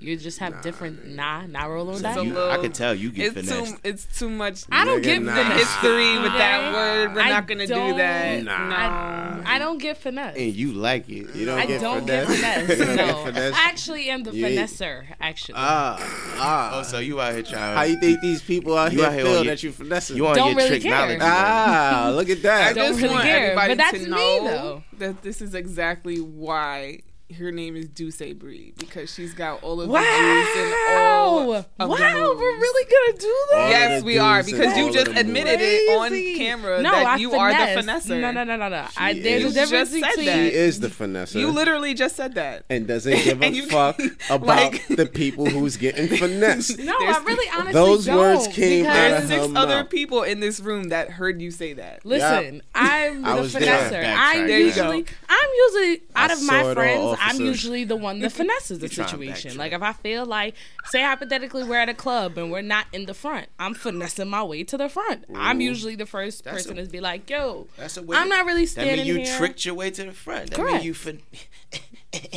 S2: You just have different nah, nah roll on
S3: It's
S2: that.
S3: a
S4: You- I
S3: little-
S4: can tell you get
S3: It's
S4: finessed.
S3: too, it's too much
S2: I don't
S1: Nigga,
S2: get
S1: nah.
S2: finesse.
S3: history with
S2: Okay?
S3: that word. We're
S2: I
S3: not gonna do
S2: don't-
S3: that.
S1: Nah.
S3: No.
S2: I don't get finesse.
S4: and you like it.
S1: You don't
S2: I
S1: get
S2: don't get
S1: finesse.
S2: finesse.
S1: You don't get
S2: No,
S1: finesse.
S2: I actually am the
S1: You-
S2: finesser. Actually,
S1: Ah,
S4: Oh,
S1: ah.
S4: so you out here trying.
S1: How you think these people out
S4: You
S1: here
S4: out here
S1: feel
S4: on your-
S1: that you finessing?
S4: You on
S2: Don't
S4: your
S2: really
S4: trick knowledge.
S2: care.
S1: ah, look at
S3: I
S1: that.
S2: Don't
S3: just
S2: really
S3: want
S2: care,
S3: everybody
S2: but that's me,
S3: to know
S2: though.
S3: that this is exactly why her name is Duce Bree because she's got all of the
S2: wow,
S3: juice and all
S2: wow,
S3: of the moves.
S2: we're really gonna do that.
S1: All
S3: yes,
S1: of the
S3: we are
S1: juice
S3: because
S1: and all
S3: you
S1: of
S3: just
S1: the moves.
S3: admitted it on camera
S2: no,
S3: that
S2: I
S3: you are
S2: finesse.
S3: the finesser.
S2: No, no, no, no, no. I,
S1: She
S2: there's a
S1: is.
S2: difference
S3: You just said
S2: between
S1: He
S3: that.
S1: is the finesse.
S3: You literally just said that.
S1: and doesn't give a
S3: And you-
S1: fuck about
S3: like-
S1: the people who's getting finessed.
S2: No,
S3: There's-
S2: I really honestly
S1: Those
S2: don't,
S1: words came
S2: because-
S1: out
S3: There's
S1: of
S3: six
S1: her
S3: other
S1: mouth.
S3: people in this room that heard you say that.
S2: Listen, I'm
S1: I
S2: the
S1: was there.
S2: finesser.
S4: Backtrack,
S2: I'm
S4: yeah.
S2: usually, I'm usually out
S4: I
S2: of
S4: saw it
S2: my
S4: all,
S2: friends. I'm
S4: officer.
S2: usually the one that finesses the
S4: You trying to
S2: situation.
S4: backtrack.
S2: Like if I feel like, say hypothetically, we're at a club and we're not in the front, I'm finessing my way to the front. I'm usually the first
S4: That's
S2: person
S4: a-
S2: to be like, "Yo,
S4: That's a way.
S2: I'm not really
S4: That mean
S2: standing
S4: you
S2: here."
S4: tricked your way to the front. That
S2: Correct.
S4: mean you fin-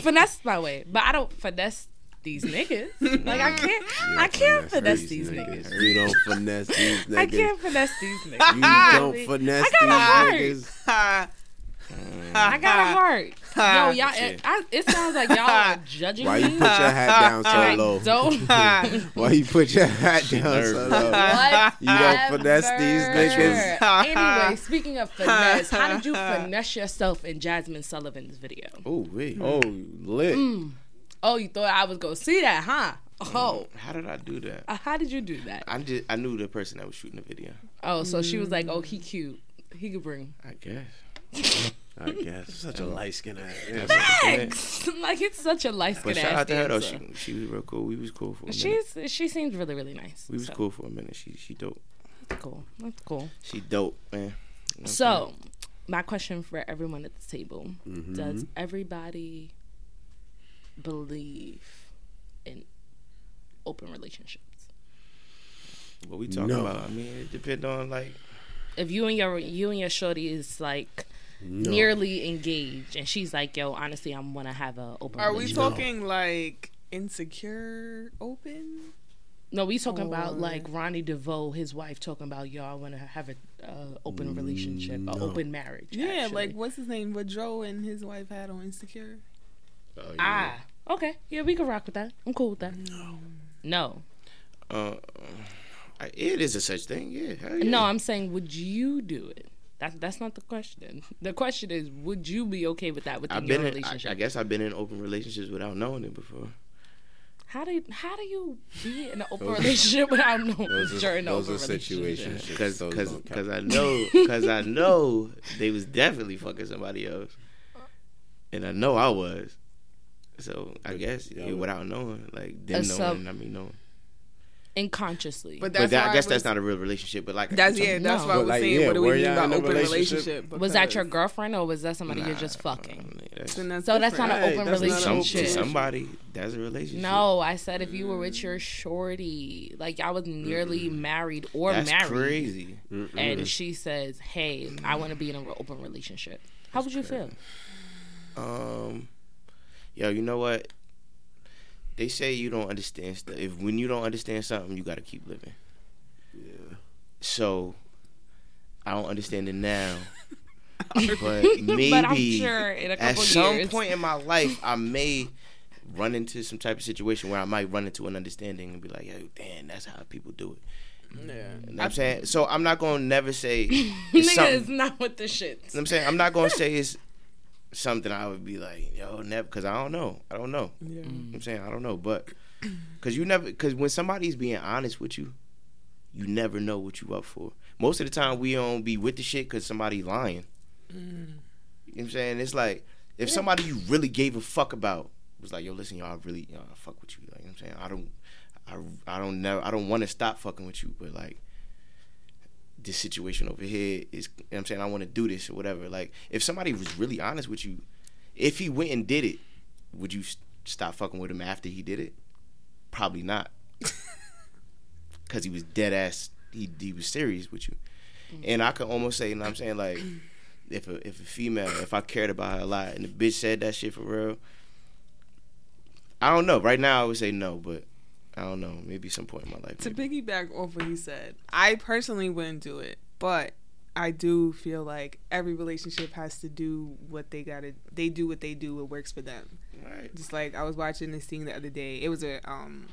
S2: finesse my way, but I don't finesse these niggas. like I can't, I can't finesse these niggas.
S1: You don't finesse these niggas.
S2: I can't finesse these
S1: You
S2: niggas.
S1: don't finesse
S2: I got a heart.
S1: these niggas.
S3: Ha.
S2: I got a heart. Yo, y'all,
S4: Shit.
S2: I, it sounds like y'all are judging
S1: Why you
S2: me.
S1: put your hat down so
S2: Like,
S1: low?
S2: don't.
S1: Why you put your hat down so
S4: nervous.
S1: low? You don't finesse these
S2: Whatever.
S1: niggas.
S2: anyway, speaking of finesse, how did you finesse yourself in Jasmine Sullivan's video?
S4: oh, wait.
S1: Oh, lit.
S2: Mm. Oh, you thought I was gonna see that, huh? Oh,
S4: How did I do that?
S2: uh, how did you do that?
S4: I did. I knew the person that was shooting the video.
S2: Oh, so she was like, "Oh, he cute. He could bring."
S4: I guess.
S1: I guess such a light skin ass.
S2: Thanks. like it's such a light
S4: But
S2: skin
S4: shout
S2: ass
S4: out to her though.
S2: dancer.
S4: She, she was real cool. We was cool for a minute.
S2: She's she seems really really nice.
S4: we was
S2: so
S4: cool for a minute. She she dope.
S2: That's cool. That's cool.
S4: She dope, man. You know what
S2: So, my question for everyone at the table:
S4: Mm-hmm.
S2: Does everybody believe in open relationships?
S4: I'm saying? what we talking
S1: No.
S4: about? I mean, it depend on like
S2: If you and your you and your shorty is like nearly engaged, and she's like, "Yo, honestly, I want to have a open."
S3: Are we
S2: relationship."
S3: talking like insecure open?
S2: No, we talking about
S3: Or-
S2: like Ronnie DeVoe, his wife, talking about y'all want to have a uh,
S4: Mm,
S2: open relationship, a open marriage.
S3: Yeah,
S2: actually.
S3: like what's his name? What Joe and his wife had on Insecure.
S4: uh,
S2: ah, okay, yeah, we can rock with that. I'm cool with that. No, no,
S4: uh, I, it is a such thing. Yeah, hell yeah.
S2: no. I'm saying, would you do it? That's that's not the question. The question is, would you be okay with that within
S4: I've
S2: your
S4: been. In, I,
S2: relationship?
S4: I guess I've been in open relationships without knowing it before.
S2: how do you, how do you be in an open relationship without knowing
S1: Those
S2: you're
S1: are,
S2: in an
S1: those
S2: open
S1: are
S2: relationship?
S1: situations.
S4: Cause, cause, cause I know, cause I know they was definitely fucking somebody else, and I know I was. So I guess yeah, without knowing, like them
S2: Uh,
S4: knowing,
S2: so-
S4: I mean knowing.
S2: Unconsciously,
S3: But that's
S4: But that,
S3: why
S4: I guess
S3: was,
S4: that's not a real relationship. But like,
S3: That's yeah. That's
S2: No.
S3: why I
S2: But
S3: was
S1: like,
S3: saying.
S1: yeah,
S3: what do we
S1: were
S3: mean
S1: y'all
S3: about
S1: in a
S3: open
S1: relationship?
S3: relationship?
S2: was that
S3: Because-
S2: your girlfriend or was that somebody you're
S4: Nah,
S2: just fucking?
S4: that's-
S3: Then
S2: So that's
S3: different.
S2: not an
S1: Hey,
S2: open
S1: that's not an
S4: some,
S1: open
S4: to
S2: relationship.
S4: somebody, that's a relationship.
S2: No, I said if you were with your shorty, like I was nearly married or
S4: that's
S2: married,
S4: crazy. Mm.
S2: and she says, "Hey, I want to be in an open relationship." How would you feel?
S4: Um, yo, you know what? They say you don't understand stuff. If when you don't understand something, you gotta keep living. So, I don't understand it now. but maybe
S2: but I'm sure in a
S4: at
S2: couple
S4: some
S2: years,
S4: point in my life, I may run into some type of situation where I might run into an understanding and be like, "Yo, damn, that's how people do it."
S3: Yeah.
S4: You know what I'm saying. So I'm not gonna never say it's
S2: nigga
S4: something
S2: is not with the shit.
S4: you know what I'm saying I'm not gonna say it's something I would be like, yo, never, because I don't know. I don't know.
S3: Yeah. Mm.
S4: You know what I'm saying I don't know, but because you never, because when somebody's being honest with you, you never know what you up for. Most of the time, we don't be with the shit because somebody lying. You know what I'm saying it's like if somebody you really gave a fuck about was like, yo, listen, y'all, I really, y'all, I fuck with you. Like, you know what I'm saying I don't. I, I don't never I don't want to stop fucking with you, but like this situation over here is you know what I'm saying I want to do this or whatever. Like if somebody was really honest with you, if he went and did it, would you s- stop fucking with him after he did it? Probably not. Cuz he was dead ass he he was serious with you. And I could almost say, you know what I'm saying like if a if a female, if I cared about her a lot and the bitch said that shit for real, I don't know. Right now I would say no, but I don't know. Maybe some point in my life.
S3: to
S4: maybe.
S3: piggyback off what he said, I personally wouldn't do it, but I do feel like every relationship has to do what they gotta. They do what they do. It works for them.
S4: Right.
S3: Just like I was watching this thing the other day. It was a um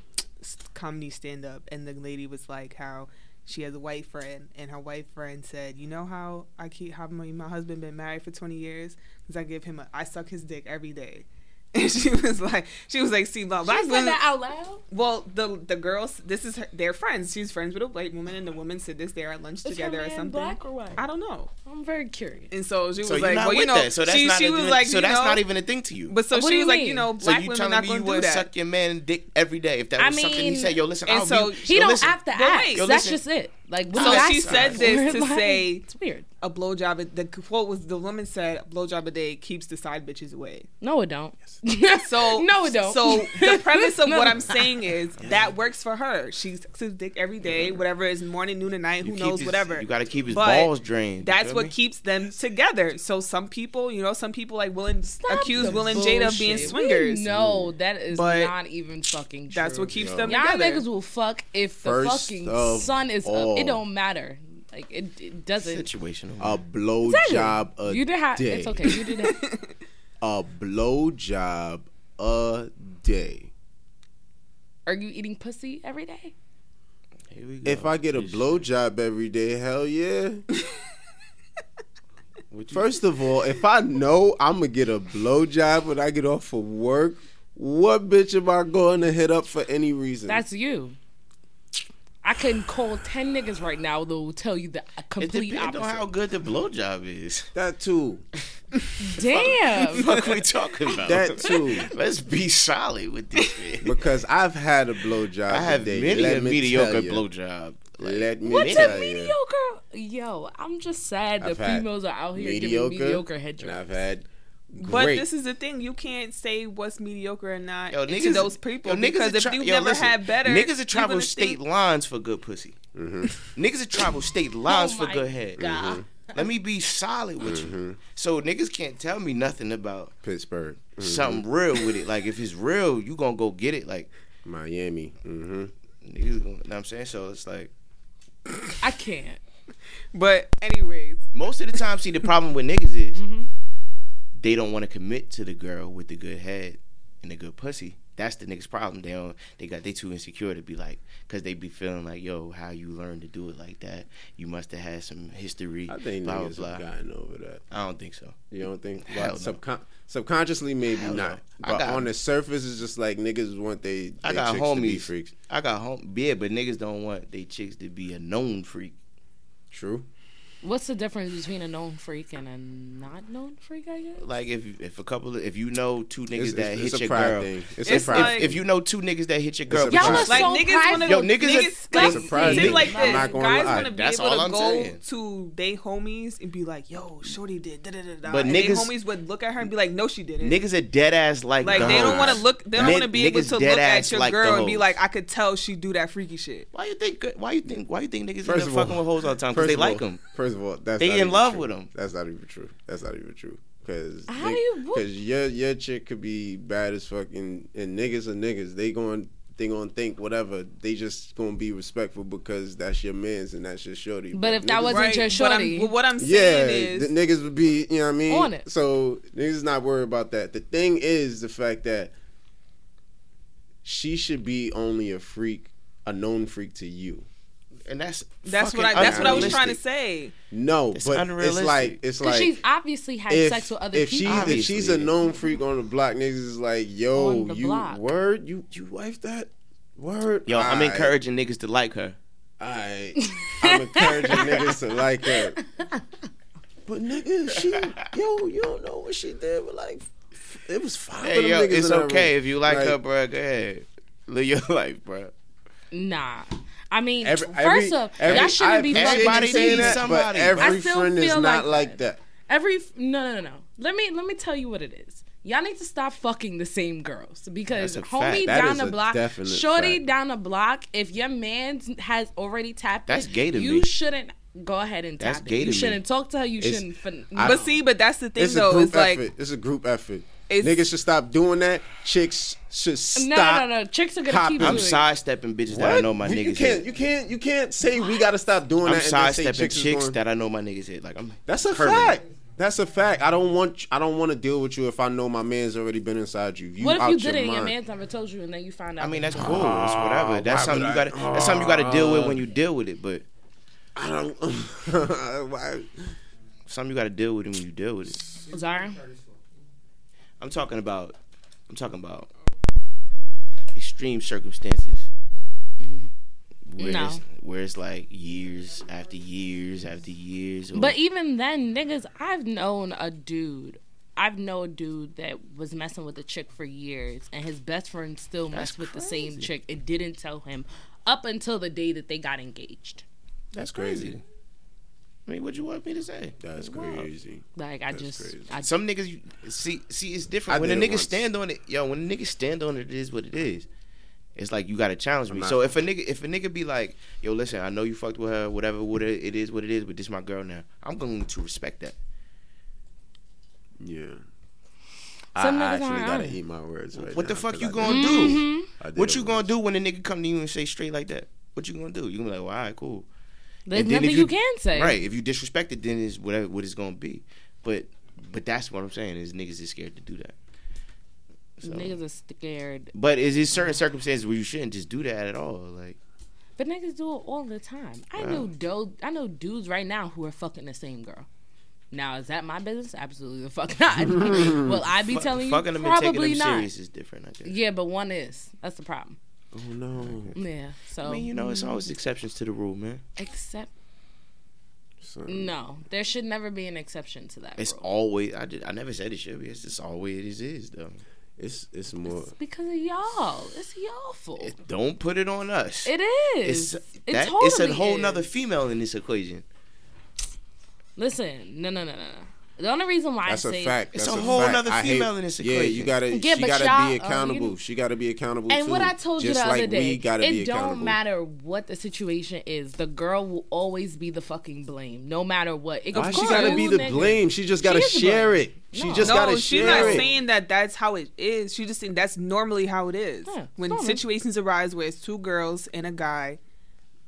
S3: comedy stand up, and the lady was like how. She has a white friend, and her white friend said, "You know how I keep how my, my husband been married for twenty years? Cause I give him a I suck his dick every day." And she was like, she was like, "See, my
S2: I
S3: black
S2: said
S3: women,
S2: that out loud.
S3: well, the the girls, this is her, their friends. She's friends with a white woman, and the woman said this. They're at lunch
S2: Is
S3: together
S2: her
S3: or
S2: man
S3: something.
S2: black or what?
S3: I don't know.
S2: I'm very curious.
S3: And so she was
S4: So you're
S3: like,
S4: not
S3: well,
S4: with
S3: you know,
S4: that. So that's
S3: she,
S4: not
S3: she
S4: even,
S3: was like,
S4: so
S3: you
S4: that's
S3: know,
S4: not even a thing to you.
S3: But so
S2: What do
S3: she
S2: you
S3: was like,
S2: mean?
S3: you know,
S4: so
S3: black
S4: you
S3: women
S4: telling
S3: not
S4: me you
S3: gonna do
S4: would
S3: that.
S4: suck your man dick every day if that was
S2: I
S4: something he
S2: mean-
S4: said? Yo, listen,
S3: And
S4: I'll
S3: so
S4: be,
S2: He
S4: yo,
S2: don't
S4: listen,
S2: have to
S3: But
S2: ask.
S3: wait.
S4: Yo,
S2: That's
S4: listen.
S2: just it. Like, what
S3: So
S2: you
S3: she
S2: ask
S3: said
S2: for?
S3: this to
S2: Like,
S3: say-
S2: it's weird.
S3: a blowjob. The quote was the woman said, "A blowjob a day keeps the side bitches away."
S2: No, it don't.
S3: So
S2: no, it don't.
S3: So the premise of
S2: No.
S3: what I'm saying is that works for her. She sucks his dick every day, whatever is morning, noon, and night.
S4: You
S3: Who
S4: keep
S3: knows?
S4: his-
S3: whatever.
S4: You got to keep his
S3: But
S4: balls drained.
S3: That's
S4: you
S3: what
S4: feel me?
S3: keeps them together. So some people, you know, some people like Will and
S2: Stop
S3: accuse
S2: the
S3: Will and Jada of being
S2: bullshit.
S3: swingers.
S2: We know that is
S3: But
S2: not even fucking true.
S3: That's what keeps
S1: Yo.
S3: them
S2: Y'all
S3: together.
S2: niggas will fuck if the
S1: First
S2: fucking
S1: of
S2: sun is up.
S1: all.
S2: It don't matter. Like it, it doesn't.
S4: situational.
S1: a blow job a
S2: you did have.
S1: day.
S2: It's okay. You did. Have,
S1: A blow job a day.
S2: are you eating pussy every day?
S4: Here we go.
S1: If I get a
S4: This-
S1: blow job every day, hell yeah.
S4: what you-
S1: First of all, if I know I'm gonna get a blow job when I get off of work, What bitch am I going to hit up for any reason?
S2: That's you. I can call ten niggas right now that will tell you the
S4: It
S2: complete
S4: depends
S2: opposite.
S4: on how good the blowjob is.
S1: that too.
S2: Damn.
S4: fuck we talking about?
S1: That too.
S4: Let's be solid with this. shit.
S1: Because I've had a blowjob.
S4: I have
S1: today.
S4: many
S1: Let
S4: a
S1: me
S4: mediocre
S1: tell ya.
S4: blowjob. Like,
S1: Let me
S2: What's
S1: tell
S2: a
S1: ya.
S2: mediocre? Yo, I'm just sad that
S1: I've had
S2: females are out here giving mediocre head
S1: and I've
S2: jobs.
S1: had great.
S3: But this is the thing: you can't say what's mediocre or not
S4: yo,
S3: to those people
S4: yo, niggas
S3: because
S4: are
S3: if
S4: tri-
S3: you
S4: yo,
S3: never
S4: listen,
S3: had better,
S4: niggas
S3: you
S4: are travel
S3: gonna
S4: state
S3: think- Oh
S4: lines for good pussy. Niggas are travel state lines for
S2: my
S4: good head.
S2: God. Mhm.
S4: Let me be solid with you. So niggas can't tell me nothing about
S1: Pittsburgh, Mhm.
S4: something real with it. Like if it's real, you gonna go get it. Like
S1: Miami. hmm
S4: niggas, gonna, know what I'm saying. So it's like
S2: I can't.
S3: But anyways,
S4: most of the time, see the problem with niggas is
S2: Mm-hmm.
S4: they don't want to commit to the girl with the good head and the good pussy. That's the niggas' problem. They don't. They got they too insecure to be like, cause they be feeling like, yo, how you learn to do it like that? You must have had some history.
S1: I think
S4: blah
S1: niggas
S4: blah
S1: have
S4: blah.
S1: gotten over that.
S4: I don't think so.
S1: You don't think?
S4: Hell
S1: Well,
S4: no.
S1: subcon- subconsciously, maybe
S4: Hell no.
S1: not.
S4: I
S1: But
S4: got-
S1: on the surface, it's just like niggas want they.
S4: I
S1: they
S4: got
S1: chicks to be
S4: homies.
S1: freaks.
S4: I got home, yeah, but niggas don't want they chicks to be a known freak.
S1: True.
S2: What's the difference between a known freak and a not known freak? I guess.
S4: Like if if a couple of, if you know two niggas
S1: It's,
S4: that
S1: it's,
S4: hit
S1: it's a
S4: your
S1: pride
S4: girl,
S1: thing. It's,
S3: It's
S1: a pride.
S3: like-
S1: thing.
S4: if you know two niggas that hit your girl,
S1: a
S4: but
S1: pride
S4: you-
S2: Y'all are
S1: It's
S2: so
S3: like
S2: private.
S3: niggas want to
S4: Yo,
S3: go.
S4: niggas is-
S3: niggas like
S1: it's a pride
S3: see,
S4: thing.
S3: like
S1: I'm not
S3: this.
S1: gonna
S3: Guys
S1: lie.
S3: want to be
S4: That's
S3: able
S4: all
S3: to
S4: I'm
S3: go
S4: saying.
S3: to they homies and be like, "Yo, shorty did da da da da."
S4: But
S3: and they
S4: niggas-
S3: homies would look at her and be like, "No, she didn't."
S4: Niggas are dead ass like
S3: like
S4: the
S3: they don't
S4: hoes.
S3: want to look. They don't
S4: Nigg-
S3: want to be able
S4: niggas
S3: to
S4: dead
S3: look
S4: ass
S3: at your
S4: like the
S3: girl and be
S4: hoes.
S3: like, "I could tell she do that freaky shit."
S4: Why you think? Why you think? Why you think niggas
S1: First
S4: end up
S1: of all-
S4: fucking with hoes all the time?
S1: First
S4: Because Um, they
S1: of all-
S4: like them.
S1: First of all, that's
S4: They
S1: not
S4: in
S1: even
S4: love
S1: true.
S4: with 'em.
S1: That's not even true. That's not even true. Cause
S2: How do you- what-
S1: Because your your chick could be bad as fuck, and, and niggas are niggas. They going they gonna think whatever. They just gonna be respectful because that's your man's and that's your shorty.
S2: But if that
S1: niggas-
S2: wasn't your
S3: But I'm-
S2: shorty.
S3: but what I'm
S1: yeah,
S3: saying is,
S1: the niggas would be you know what I mean.
S2: On it.
S1: So niggas not worried about that. The thing is the fact that she should be only a freak, a known freak to you.
S4: and that's
S3: That's
S4: fucking
S3: what I. That's what I was
S1: unrealistic.
S3: trying to say.
S1: No,
S4: It's
S1: but it's
S4: unrealistic.
S1: like it's
S2: Because
S1: like
S2: she's obviously had sex with other
S1: if she
S2: people.
S4: Obviously.
S1: if she's a known freak on the block, niggas is like, yo,
S2: On the
S1: you
S2: block.
S1: word, you you wife that word.
S4: Yo, I'm
S1: Aight,
S4: encouraging niggas to like her.
S1: aight. I'm encouraging niggas to like her. But nigga, she yo, you don't know what she did, but like, f- it was five of
S4: Hey,
S1: them
S4: yo,
S1: niggas.
S4: it's
S1: in her
S4: okay
S1: room.
S4: if you like, her, bro. Go ahead, live your life, bro.
S2: nah. I mean,
S1: Every-
S2: first
S1: every-
S2: off,
S1: every-
S2: y'all shouldn't
S1: I
S2: be
S1: appreciate
S2: fucking.
S1: you
S4: Everybody
S1: saying
S4: needs
S1: that,
S4: somebody.
S1: But every
S2: I still
S1: friend is
S2: feel
S1: not
S2: like
S1: like that.
S2: Every no, no, no, no. Let me let me tell you what it is. Y'all need to stop fucking the same girls because
S4: That's a
S2: homie
S4: fact.
S1: That
S2: down
S1: is
S2: the
S1: a
S2: block,
S1: definite
S2: shorty
S1: fact.
S2: down the block. If your man has already tapped,
S4: That's
S2: it,
S4: gay to
S2: You
S4: me.
S2: shouldn't go ahead and tap
S4: That's
S2: it.
S4: gay
S2: you
S4: to me.
S2: shouldn't talk to her. You
S1: It's-
S2: shouldn't. fin-
S1: I-
S3: But see, but that's the thing
S1: It's a
S3: though.
S1: group
S3: It's like
S1: effort. it's a group effort.
S3: It's-
S1: Niggas should stop doing that. Chicks should stop.
S2: no, no, no, no. Chicks are gonna
S1: Cop-
S2: keep
S1: I'm
S2: doing
S4: I'm
S2: it.
S4: sidestepping bitches that I
S1: What?
S4: know my
S1: you,
S4: niggas.
S1: You can't,
S4: hit.
S1: you can't, you can't say we gotta stop doing
S4: I'm
S1: that. and then say
S4: sidestepping
S1: chicks,
S4: chicks,
S1: is going-
S4: that I know my niggas hit. Like I'm.
S1: That's a
S4: curving.
S1: fact. That's a fact. I don't want, I don't want to deal with you if I know my man's already been inside you. you
S2: What if
S1: out
S2: you did
S1: your
S2: it and your
S1: mind.
S2: man never told you and then you found out?
S4: I mean,
S2: that
S4: that's cool. It's whatever. That's
S1: why
S4: something
S1: would
S4: you
S1: I-
S4: got. to That's something you got to deal with when you deal with it. But
S1: I don't. why-
S4: something you got to deal with it when you deal with it.
S2: you- Zara.
S4: I'm talking about. I'm talking about extreme circumstances. Where,
S2: Mm-hmm. No.
S4: it's, where it's like years after years after years. Or,
S2: But even then, niggas, I've known a dude. I've known a dude that was messing with a chick for years, and his best friend still messed with the same
S4: crazy.
S2: chick and didn't tell him up until the day that they got engaged.
S4: that's
S1: crazy.
S4: crazy. I mean, what you want me to say?
S1: That's
S4: wild.
S1: crazy.
S2: Like I
S1: That's
S2: just,
S1: crazy.
S2: I,
S4: Some niggas you- see see it's
S1: I
S4: different. When a
S1: did it
S4: nigga
S1: once.
S4: stand on it, yo, when a nigga stand on it, it is what it is. It's like you gotta challenge me.
S1: not-
S4: So if a nigga if a nigga be like, yo, listen, I know you fucked with her, whatever, what it it is, what it is, but this my girl now. I'm going to respect that.
S1: Yeah.
S2: Some niggas
S1: I, I actually
S2: aren't
S1: gotta
S2: honest.
S1: eat my words right
S4: What the
S1: now,
S4: fuck
S1: 'cause
S4: you
S1: I
S4: gonna
S1: did-
S2: Mm-hmm.
S4: do?
S1: I did
S4: What you
S1: it
S4: gonna
S1: once.
S4: do when a nigga come to you and say straight like that? What you gonna do? You gonna be like, well, all right, cool.
S2: there's
S4: And then
S2: nothing
S4: if
S2: you, can say.
S4: Right. If you disrespect it, then it's whatever what it's gonna be. But but that's what I'm saying is niggas is scared to do that. So-
S2: Niggas are scared,
S4: But is it certain circumstances where you shouldn't just do that at all? Like
S2: but niggas do it all the time. I know do, I know dudes right now who are fucking the same girl. Now is that my business? Absolutely the fuck not. Will I be
S4: Fu-
S2: telling you?
S4: fucking them and taking
S2: Probably
S4: them
S2: not.
S4: serious is different. I guess.
S2: Yeah, but one is. That's the problem.
S1: Oh no,
S2: Yeah. So
S4: I mean, you know,
S2: Mm-hmm.
S4: it's always exceptions to the rule, man.
S2: except
S1: son.
S2: no, there should never be an exception to that.
S4: It's
S2: rule.
S4: always I did. I never said it should be. It's just always it is though.
S1: It's it's more.
S2: It's because of y'all. It's y'all fault.
S4: It, don't put it on us.
S2: It is.
S4: It's
S2: it
S4: that,
S2: totally
S4: it's a whole
S2: is.
S4: nother female in this equation.
S2: Listen, no, no, no, no, no. The only reason why
S1: That's
S2: I
S1: a
S2: say
S1: fact.
S4: It's
S1: That's
S4: a whole
S1: fact.
S4: nother
S1: I hate-
S4: female in this
S1: Yeah,
S4: equation.
S1: you gotta.
S2: Yeah,
S1: she
S2: but
S1: gotta
S2: y'all- oh,
S1: be
S2: you
S1: accountable.
S2: know-
S1: she gotta be accountable.
S2: and
S1: too.
S2: what I told you
S1: Just
S2: the
S1: like
S2: other day,
S1: we gotta be
S2: it
S1: accountable.
S2: don't matter what the situation is. The girl will always be the fucking blame, no matter what. It
S1: Why
S2: goes
S1: she
S2: to
S1: gotta
S2: you,
S1: be the
S2: nigga.
S1: blame? She just gotta
S2: is the
S1: share
S2: blame.
S1: it. She
S2: No.
S1: just
S3: No,
S1: gotta
S3: she's
S1: share
S3: not
S1: it.
S3: saying that that's how it is. She just saying that's normally how it is.
S2: Yeah, it's
S3: when
S2: normal.
S3: situations arise where it's two girls and a guy,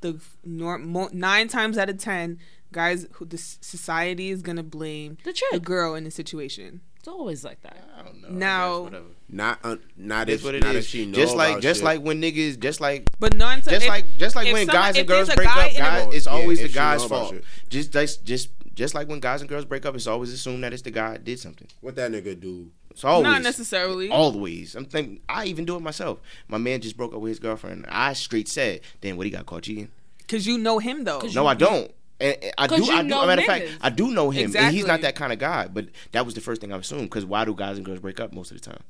S3: the f- norm, mo- nine times out of ten, guys, who the s- society is gonna blame
S2: The chick.
S3: the girl in the situation.
S2: It's always like that.
S4: I don't know.
S3: Now-
S4: That's
S1: not un, not
S4: That's
S1: if
S4: what it
S1: not
S4: is.
S1: if she knows
S4: just like
S1: about
S4: just
S1: shit.
S4: like when niggas just like
S3: But nine times,
S4: just
S3: if-
S4: like just like
S3: if
S4: when
S3: someone-
S4: guys and
S3: if there's
S4: girls
S3: a
S4: break
S3: guy
S4: up,
S3: in a-
S4: guys, it's
S1: Yeah,
S4: always
S1: if
S4: the
S1: she know
S4: guy's
S1: about
S4: fault.
S1: shit.
S4: Just just just just like when guys and girls break up, it's always assumed that it's the guy that did something.
S1: what that nigga do.
S4: It's always
S3: not necessarily.
S4: Always. I'm thinking I even do it myself. My man just broke up with his girlfriend. I straight said, then what he got caught cheating?
S3: Cause you know him though.
S4: No, I don't. And, and I
S2: 'Cause
S4: do.
S2: you
S4: I do.
S2: know
S4: Matter of fact,
S2: niggas.
S4: I do know him, and he's not
S3: Exactly.
S4: that kind of guy. But that was the first thing I assumed. Because why do guys and girls break up most of the time?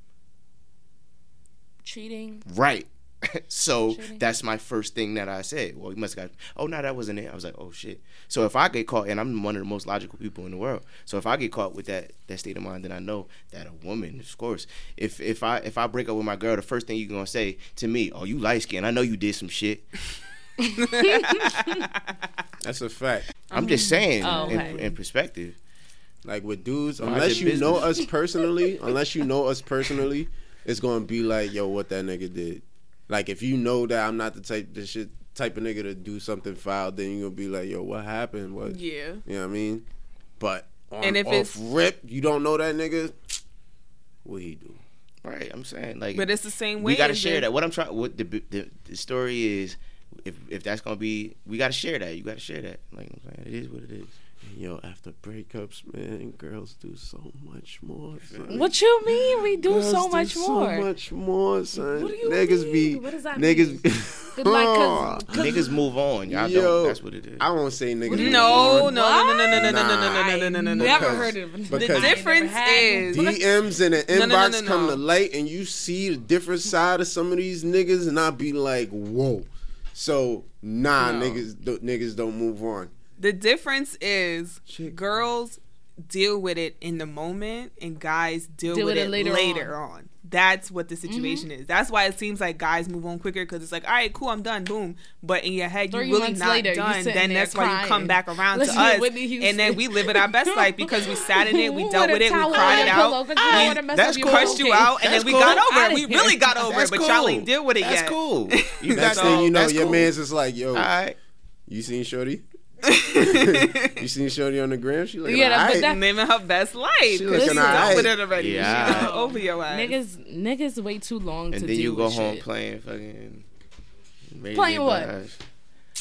S2: Cheating.
S4: Right. so
S2: Cheating.
S4: that's my first thing that I said. Well, you must got. Oh no, that wasn't it. I was like, oh shit. So if I get caught, and I'm one of the most logical people in the world, so if I get caught with that that state of mind, then I know that a woman, of course, if if I if I break up with my girl, the first thing you're gonna say to me, oh you light skinned I know you did some shit.
S1: That's a fact.
S4: I'm just
S3: Mm-hmm.
S4: saying
S2: Oh,
S4: in,
S2: okay.
S4: in perspective.
S1: Like with dudes,
S4: Mind
S1: unless you
S4: your
S1: know us personally, unless you know us personally, it's gonna be like, yo, what that nigga did. Like if you know that I'm not the type the shit type of nigga to do something foul, then you're gonna be like, yo, what happened? What
S3: Yeah.
S1: you know what I mean? But on,
S3: And if
S1: off
S3: it's-
S1: rip, you don't know that nigga, what he do?
S4: Right. I'm saying like.
S3: But it's the same way.
S4: we got to
S3: as
S4: share
S3: if-
S4: that. What I'm trying, what the, the the story is, if if that's gonna be, we got to share that. You got to share that. Like I'm saying, it is what it is.
S1: Yo, after breakups, man, girls do so much more. son.
S2: What you mean? We do
S1: Girls
S2: so much more.
S1: So much more, son.
S2: What do you
S1: niggas
S2: mean?
S1: be
S2: What does that
S1: niggas.
S2: mean?
S1: Be,
S2: Good luck, 'cause-
S1: Aw.
S4: Niggas move on. Y'all
S1: Yo,
S4: don't. That's what it is.
S1: I won't say niggas. move
S3: No, no,
S1: on.
S3: no, no, no, no, no,
S2: I
S3: no, no, no, no, no, no, no.
S2: never
S1: Because-
S2: heard of it.
S1: because-
S2: I
S1: The
S2: ain't never
S3: difference
S2: had one.
S3: is-
S1: DMs and an
S3: No,
S1: inbox
S3: no, no, no,
S1: come
S3: no.
S1: to light, and you see the different side of some of these niggas, and I be like, whoa. So nah,
S2: No.
S1: niggas, th- niggas don't move on.
S3: The difference is
S1: Chick-
S3: girls deal with it in the moment and guys deal,
S2: Deal
S3: with it later,
S2: later Mm-hmm.
S3: on. That's what the situation is. That's why it seems like guys move on quicker because it's like, all right, cool, I'm done, boom. But in your head, you're
S2: Three
S3: really
S2: months
S3: not
S2: later, you
S3: done.
S2: sitting
S3: Then
S2: there
S3: that's why you come
S2: crying.
S3: back around to
S2: Listen to
S3: us,
S2: Whitney Houston.
S3: and then we live it our best life because we sat in it, we
S2: With
S3: dealt
S2: a
S3: with it, we
S2: towel and
S3: cried it
S2: a
S3: out,
S2: pillow 'cause
S4: I-
S2: you don't wanna mess
S4: that's
S2: up your
S4: cool.
S3: cussed you
S2: pillowcase.
S3: out, and
S4: That's
S3: then we
S4: cool.
S3: got over it.
S2: Outta
S3: We
S2: here.
S3: really got over it, but y'all ain't deal with it
S4: that's
S3: yet.
S4: cool. You
S1: Next thing you know,
S4: that's
S1: your
S4: cool.
S1: man's just like, yo,
S4: All right.
S1: you seen Shorty? you seen Shorty on the gram? She looking yeah,
S2: Yeah, but
S1: alright.
S2: that-
S3: Living her best life.
S1: She looking
S3: She's done
S1: alright.
S3: with it already.
S4: Yeah.
S3: She's over your ass.
S2: Niggas, niggas wait too long
S4: And
S2: to
S4: then
S2: deal
S4: you go
S2: with
S4: home
S2: shit.
S4: playing fucking. Mary
S2: Playing
S4: J.
S2: what?
S4: Blige.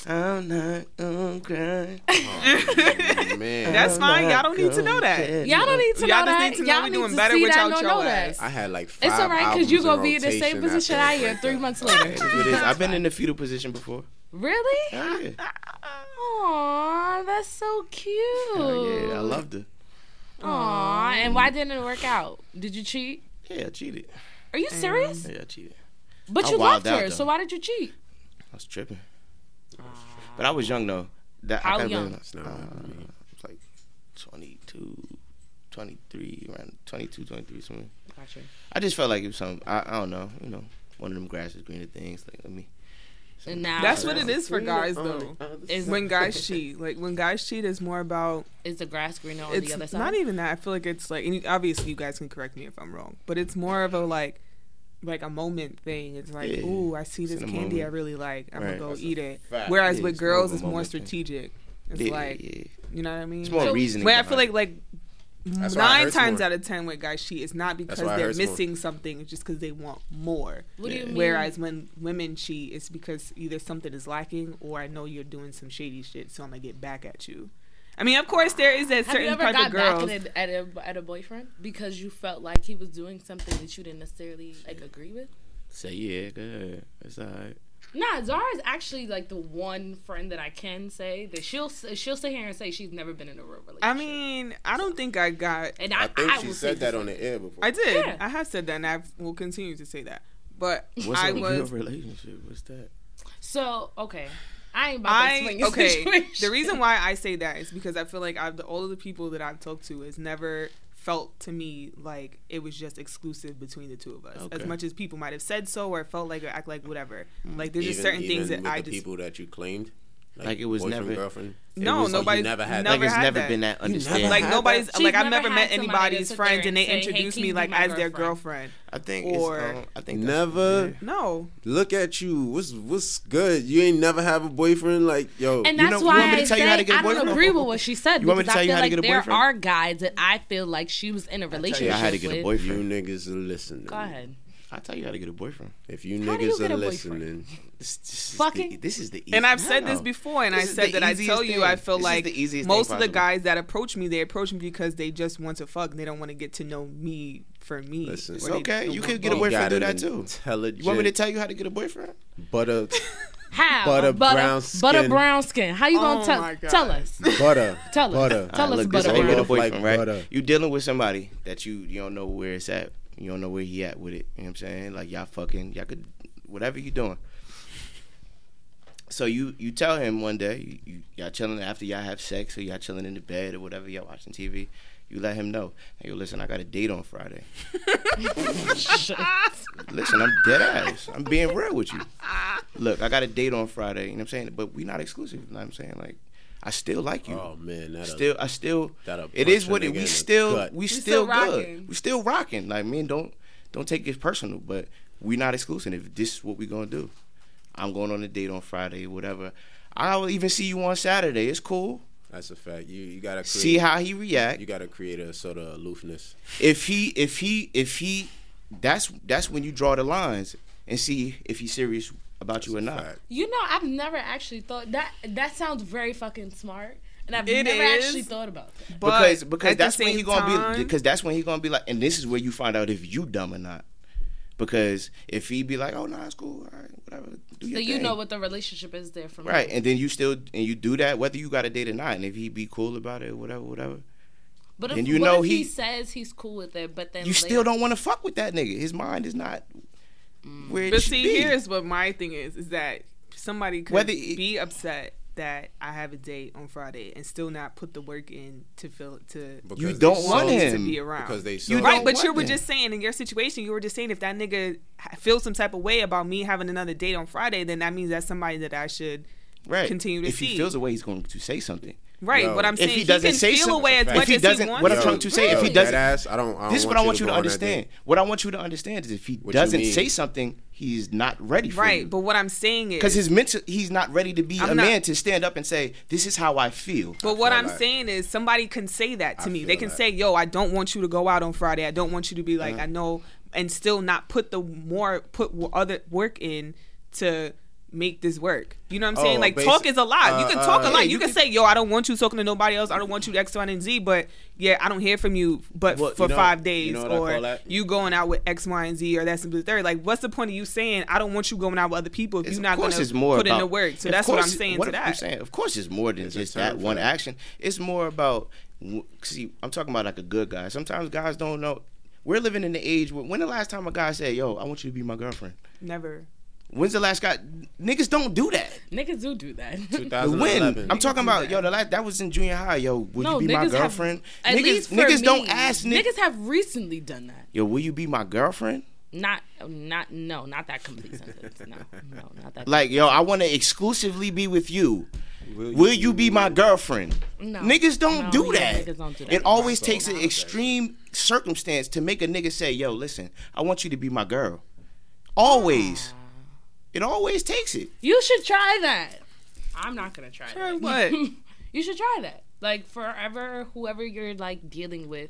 S4: I'm not gonna cry.
S1: man,
S3: That's
S4: I'm
S3: fine.
S4: not
S3: Y'all don't need to know
S4: gonna
S3: that.
S4: shed
S2: Y'all don't need to know
S3: Y'all just
S2: that.
S3: need to know
S2: Y'all
S3: we
S2: need
S3: doing
S2: to
S3: better
S2: see
S3: with
S2: that,
S3: y'all
S2: don't
S3: your
S2: know that.
S3: ass.
S1: I had like five.
S2: It's all right because
S1: albums
S2: you're gonna
S1: in
S2: be in the same
S1: rotation
S2: position
S1: after
S2: I
S1: that
S2: am three
S1: breakup.
S2: months
S4: That's
S2: later.
S4: what it is. I've been in the fetal position before.
S2: really?
S4: Hell yeah.
S2: Aw, that's so cute.
S4: Hell
S3: Oh.
S4: yeah. I loved her.
S2: Aw, and why didn't it work out? Did you cheat?
S4: Yeah, I cheated.
S2: Are you serious?
S4: Yeah, I cheated.
S2: But
S4: I
S2: you
S4: wilded
S2: loved her,
S4: out,
S2: so
S4: though.
S2: why did you cheat?
S4: I was tripping. But I was young though. That,
S2: How
S4: I could've
S2: young?
S4: Been,
S1: It's not
S4: uh,
S1: right for me.
S4: it's like 22, 23, around 22, 23, something.
S2: Gotcha.
S4: I just felt like it was something. I, I don't know. You know, one of them grass is greener things. Like let me.
S2: And now
S3: That's what it is for guys, though.
S2: Is,
S3: When guys cheat, like when guys cheat, is more about
S2: is the grass greener on the other
S3: it's
S2: side?
S3: not even that. I feel like it's like and you- obviously you guys can correct me if I'm wrong, but it's more of a like like a moment thing. It's like,
S4: Yeah.
S3: ooh, I see
S4: It's
S3: this
S4: in the
S3: candy I
S4: moment.
S3: really like. I'm
S4: Right.
S3: gonna go
S4: That's a
S3: eat it.
S1: fact.
S3: Whereas
S4: Yeah,
S3: with
S4: it's more
S3: girls,
S4: of a
S3: it's more
S4: moment thing.
S3: strategic. It's
S4: Yeah,
S3: like
S4: yeah.
S3: you know what I mean.
S4: It's more
S2: So-
S4: reasoning.
S3: Where I
S4: behind
S3: feel
S4: it.
S3: like like
S1: That's why it
S3: nine
S1: hurts
S3: times
S1: more.
S3: out of ten with guys cheat, it's not because
S1: why it
S3: they're
S1: hurts more.
S3: missing something, it's just because they want more.
S2: What do you mean?
S3: Whereas when women cheat, it's because either something is lacking or I know you're doing some shady shit, so I'm gonna get back at you. I mean, of course, there is that
S2: Have you
S3: certain
S2: ever
S3: type
S2: got
S3: of
S2: back
S3: girls.
S2: at a, at, a, at a boyfriend because you felt like he was doing something that you didn't necessarily like agree with?
S4: Say yeah, good. It's alright.
S2: Nah, Zara is actually like the one friend that I can say that she'll she'll sit here and say she's never been in a real relationship.
S3: I mean, I don't think I got.
S2: and I,
S1: I think
S2: I
S1: she
S2: will
S1: said
S2: say
S1: that
S2: this.
S1: on the air before.
S3: I did.
S2: Yeah.
S3: I have said that, and I will continue to say that. But
S4: What's
S3: I
S4: a real
S3: was.
S4: relationship? What's that?
S2: So okay, I ain't about to
S3: I
S2: explain this
S3: okay.
S2: situation.
S3: The reason why I say that is because I feel like I've the all of the people that I've talked to has never felt to me like it was just exclusive between the two of us.
S4: Okay.
S3: As much as people might have said so or felt like or act like whatever.
S2: Mm.
S3: Like there's
S1: even,
S3: just certain
S1: even
S3: things that
S1: with
S3: I
S1: the
S3: just
S1: people that you claimed,
S4: Like it was
S1: boyfriend,
S4: never-
S1: girlfriend. it
S3: No,
S1: was, oh, you
S3: nobody-
S1: never had.
S3: Never
S4: like it's
S3: had
S4: never
S3: that.
S4: been that understanding.
S3: like
S1: had
S3: nobody's
S2: that. She's
S3: like I've
S2: never
S3: never met
S2: had somebody
S3: anybody's
S2: that sit there
S3: friend
S2: and
S3: and they
S2: say, "Hey,
S3: introduced
S2: can
S3: me
S2: you be
S3: like
S2: my
S3: as their
S2: girlfriend?"
S3: girlfriend.
S4: I think
S3: or-
S4: it's, um, I think that's
S1: Never.
S4: weird.
S3: No.
S1: Look at you. What's what's good? You ain't never have a boyfriend. Like yo,
S2: And
S4: You
S2: that's
S4: know- you
S2: why
S4: want me to
S2: I
S4: tell you how to
S2: say
S4: get a
S2: I don't
S4: boyfriend?
S2: agree with what she said
S4: You want me to
S2: because
S4: tell
S2: I
S4: you
S2: feel
S4: how to
S2: like
S4: get a
S2: there
S4: boyfriend?
S2: are guys that I feel like she was in a relationship
S4: you how to get a
S2: with.
S4: boyfriend.
S1: you niggas are listening.
S2: Go ahead.
S4: I tell you how to get a boyfriend.
S1: If you
S2: How
S1: niggas
S2: do you get
S1: are
S2: a boyfriend?
S1: listening,
S4: This, this is
S2: Fucking-
S4: the, e-, this is the. Easy,
S3: And I've said this
S4: No.
S3: before, and
S4: This
S3: I
S4: is
S3: said
S4: the
S3: that I
S4: easiest
S3: tell you,
S4: thing.
S3: I feel
S4: This is
S3: like
S4: the easiest
S3: most
S4: thing
S3: of the
S4: possible.
S3: guys that approach me, they approach me because they just want to fuck. They don't want to get to know me for me.
S1: Listen.
S4: It's
S3: Or they
S4: okay.
S3: don't
S4: You
S3: want
S4: could get
S1: You
S4: a
S1: got
S4: boyfriend do
S1: an
S4: that too.
S1: Intelligent.
S4: You want me to tell you how to get a boyfriend?
S1: butter,
S2: How
S1: Butter brown
S2: butter
S1: skin.
S2: brown skin. How you gonna
S3: Oh my
S2: tell
S3: God.
S2: tell us?
S1: butter,
S2: Tell us.
S1: butter.
S2: Tell
S4: Alright,
S2: us
S4: look, this
S2: butter
S4: how you get a
S2: brown.
S1: Like
S4: boyfriend, right?
S1: butter.
S4: You dealing with somebody that you you don't know where it's at. You don't know where he at with it. You know what I'm saying? Like y'all fucking, y'all could whatever you doing. So you you tell him one day you, you y'all chilling after y'all have sex or y'all chilling in the bed or whatever y'all watching TV. You let him know. Hey, yo, listen, I got a date on Friday. Listen, I'm dead ass. I'm being real with you. Look, I got a date on Friday. You know what I'm saying? But we not exclusive. You know what I'm saying? Like, I still like you
S1: Oh man, that still
S4: still I still
S1: that'll
S4: it
S1: punch
S4: is what
S1: a
S4: it
S1: nigga in
S4: we
S1: the
S4: still
S1: gut.
S4: we
S2: still
S4: still
S2: rocking.
S4: good. We still rocking. Like man, don't don't take it personal, but we not exclusive. If this is what we gonna do. I'm going on a date on Friday, whatever. I'll even see you on Saturday. It's cool.
S1: that's a fact. You you gotta create,
S4: See how he react.
S1: you gotta create a sort of aloofness.
S4: If he if he if he that's that's when you draw the lines and see if he's serious about you or not.
S1: Fact.
S2: You know, I've never actually thought that. That sounds very fucking smart, and I've
S3: It
S2: never
S3: is.
S2: actually thought about that.
S3: But
S4: because
S3: at
S4: because
S3: the
S4: that's when
S3: same
S4: he gonna be
S3: time-
S4: because that's when he gonna be like and this is where you find out if you dumb or not because if he be like oh no nah, it's cool all right whatever do your
S2: So you
S4: thing.
S2: know what the relationship is there from
S4: right and then you still and you do that whether you got a date or not and if he be cool about it whatever whatever
S2: But if,
S4: and you
S2: what
S4: know
S2: if he,
S4: he-
S2: says he's cool with it, but then
S4: you still don't want to fuck with that nigga his mind is not
S2: Mm.
S4: where it
S3: But
S4: should
S3: see,
S4: be.
S3: here's what my thing is: is that somebody could
S4: Whether it-
S3: be upset that I have a date on Friday and still not put the work in to feel to
S1: Because
S4: you
S1: they
S4: don't
S1: saw
S4: want
S1: you-
S3: to be
S4: him
S3: around.
S1: because they saw
S4: You
S3: right,
S4: don't
S3: but
S4: want
S3: you were
S4: that.
S3: just saying in your situation, you were just saying if that nigga ha- feels some type of way about me having another date on Friday, then that means that's somebody that I should
S4: right
S3: continue to
S4: if
S3: see.
S4: he feels a way he's going to say something
S3: right,
S1: Yo.
S3: what I'm
S1: If
S3: saying,
S4: he doesn't
S3: can
S4: say
S3: feel
S4: something-
S3: away as
S4: if
S3: much
S4: he
S3: as
S4: doesn't-
S3: he wants
S4: what I'm
S3: to.
S4: trying to say, if he
S1: yo,
S4: doesn't-
S1: dead ass, I don't. I don't
S4: this is what I want you to
S1: go on that
S4: understand
S1: date.
S4: what I want you to understand is if he
S1: What you
S4: doesn't
S1: mean?
S4: say something he's not ready for you.
S3: right, but what I'm saying is
S4: Because his mental, he's not ready to be
S3: I'm
S4: a
S3: not-
S4: man to stand up and say, "This is how I feel."
S3: But what
S1: feel
S3: I'm
S1: that.
S3: saying is somebody can say that to
S1: I
S3: me.
S1: feel
S3: They can
S1: that. Mm-hmm.
S3: say, "Yo, I don't want you to go out on Friday. I don't want you to be like I know," and still not put the more put w- other work in to make this work. You know what I'm saying?
S1: Oh,
S3: Like
S1: basi-
S3: talk is a lot. you can
S1: uh,
S3: talk
S1: uh,
S3: a lot.
S1: yeah,
S3: you,
S1: you
S3: can,
S1: can-
S3: say, "Yo, I don't want you talking to nobody else. I don't want you to X, Y, and Z." But yeah, I don't hear from you, but
S1: Well,
S3: for
S1: you know-
S3: five days
S1: you know what I call
S3: or
S1: that?
S3: you going out with X, Y, and Z or that's the third. Like, what's the point of you saying I don't want you going out with other people if
S4: It's-
S3: you're
S4: of
S3: not going
S4: course,
S3: to
S4: it's more
S3: put
S4: about,
S3: in the work? So
S4: of
S3: that's what I'm
S4: course-
S3: saying
S4: what
S3: to
S4: I'm
S3: that.
S4: saying, of course, it's more than
S1: It's a
S4: just
S1: term
S4: that
S1: for
S4: one
S1: that.
S4: action. It's more about. w- See, I'm talking about like a good guy. Sometimes guys don't know. We're living in the age where when the last time a guy said, "Yo, I want you to be my girlfriend."
S3: Never.
S4: When's the last guy? Niggas don't do that.
S2: Niggas do do that.
S1: 2011.
S4: When I'm talking
S3: do
S4: about
S3: that.
S4: yo, the last that was in junior high. Yo, would
S2: no,
S4: you be
S2: niggas
S4: my
S2: have-
S4: girlfriend?
S2: at
S4: niggas,
S2: least for
S4: niggas
S2: me,
S4: don't ask niggas.
S2: Niggas have recently done that.
S4: Yo, will you be my girlfriend?
S2: Not, not, no, not that complete sentence. No, no, not that.
S4: Like, yo, I want to exclusively be with you. Will you be my girlfriend?
S2: No.
S4: Niggas don't
S2: No,
S4: do
S2: yeah,
S4: that.
S2: niggas don't do that.
S4: It always takes
S1: No.
S4: an extreme circumstance to make a nigga say, yo, listen, I want you to be my girl. Always. It always takes it.
S2: You should try that. I'm not gonna try.
S3: Try
S1: Eh,
S2: that.
S3: what?
S2: you should try that. Like forever, whoever you're like dealing with,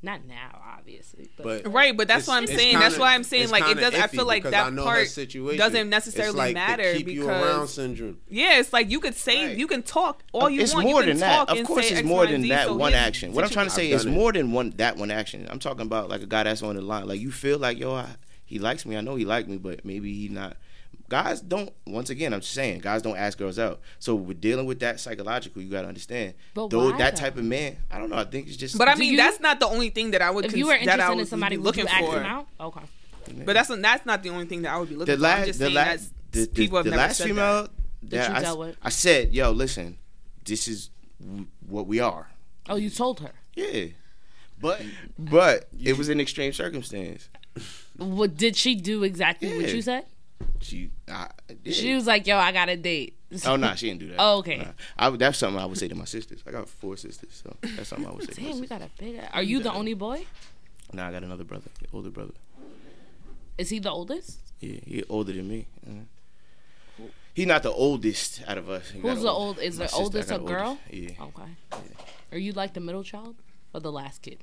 S2: Not now, obviously.
S1: But
S3: Right, but that's
S1: It's-
S3: what I'm
S1: it's
S3: saying. that's
S1: kinda-
S3: why I'm saying
S1: it's
S3: like it
S1: kinda
S3: does. I
S1: iffy
S3: feel like
S1: because I
S3: that
S1: know her
S3: part
S1: situation.
S3: doesn't
S1: It's
S3: necessarily
S1: like the
S3: matter
S1: keep you around
S3: because
S1: syndrome.
S3: yeah, it's like you could say
S4: Right.
S3: you can talk all you
S4: it's
S3: want.
S4: more
S3: you can
S4: than
S3: talk
S4: that. Of
S3: and
S4: course,
S3: say
S4: it's
S3: X,
S4: more
S3: Y, and
S4: than
S3: Z,
S4: that
S3: so
S4: one
S3: yeah.
S4: action. What I'm trying to say
S1: I've
S4: is
S1: done it.
S4: more than one that one action. I'm talking about like a guy that's on the line. Like you feel like yo, I, he likes me. I know he liked me, but maybe he not. Guys don't. Once again, I'm just saying, guys don't ask girls out. So we're dealing with that psychological. You gotta understand.
S2: But
S4: Though
S2: why,
S4: that
S2: though?
S4: type of man, I don't know. I think it's just.
S3: But I
S2: Do
S3: mean,
S2: you-
S3: that's not the only thing that I would.
S2: if
S3: cons-
S2: you were
S3: that I
S2: interested in
S3: would
S2: somebody,
S3: be
S2: would
S3: looking
S2: you ask
S3: for.
S2: them out? Okay.
S3: But that's that's not the only thing that I would be looking
S4: the
S3: for. I'm
S4: last,
S3: just
S4: the
S3: saying
S4: last,
S3: that's
S4: the, the,
S3: people have
S4: the
S3: never
S4: last
S3: said
S4: female that,
S2: you
S4: I,
S2: dealt with.
S4: I said, yo, listen, this is w- what we are.
S2: Oh, you told her.
S4: Yeah. But but it was an extreme circumstance.
S2: What did she do exactly? What
S4: Yeah.
S2: you said?
S4: She, I, yeah.
S2: She was like, "Yo, I got a date."
S4: Oh no, she didn't do that.
S2: Oh, okay.
S4: Nah. I would that's something I would say to my sisters. I got four sisters, so that's something I would say. to my
S2: Damn, we
S4: sisters.
S2: got a big. Are you the only boy?
S4: Nah, I got another brother, older brother.
S2: Is he the oldest?
S4: Yeah, he older than me. Uh, he not the oldest out of us. He got
S2: Who's
S4: an
S2: the
S4: older-
S2: old? Is
S4: my
S2: the
S4: sister, I
S2: oldest a
S4: got an
S2: girl? Oh.
S4: Yeah.
S2: Okay. Are you like the middle child or the last kid?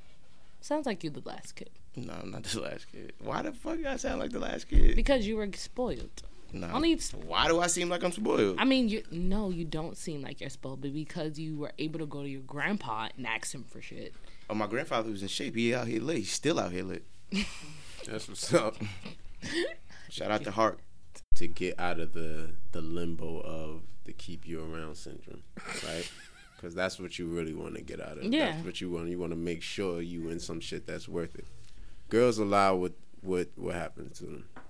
S2: Sounds like you're the last kid
S4: No, I'm not the last kid. Why the fuck I sound like the last kid?
S2: because you were spoiled.
S4: Nah.
S2: Only
S4: Why do I seem like I'm spoiled?
S2: I mean, you no, you don't seem like you're spoiled, but because you were able to go to your grandpa and ask him for shit.
S4: oh, my grandfather was in shape. He out here lit. He's still out here lit.
S1: That's what's up.
S4: Shout out to Hart.
S1: to get out of the the limbo of the keep you around syndrome, right? Because that's what you really want to get out of.
S2: Yeah.
S1: That's what you want. You want to make sure you in some shit that's worth it. Girls allow what what what happens to them.
S3: that.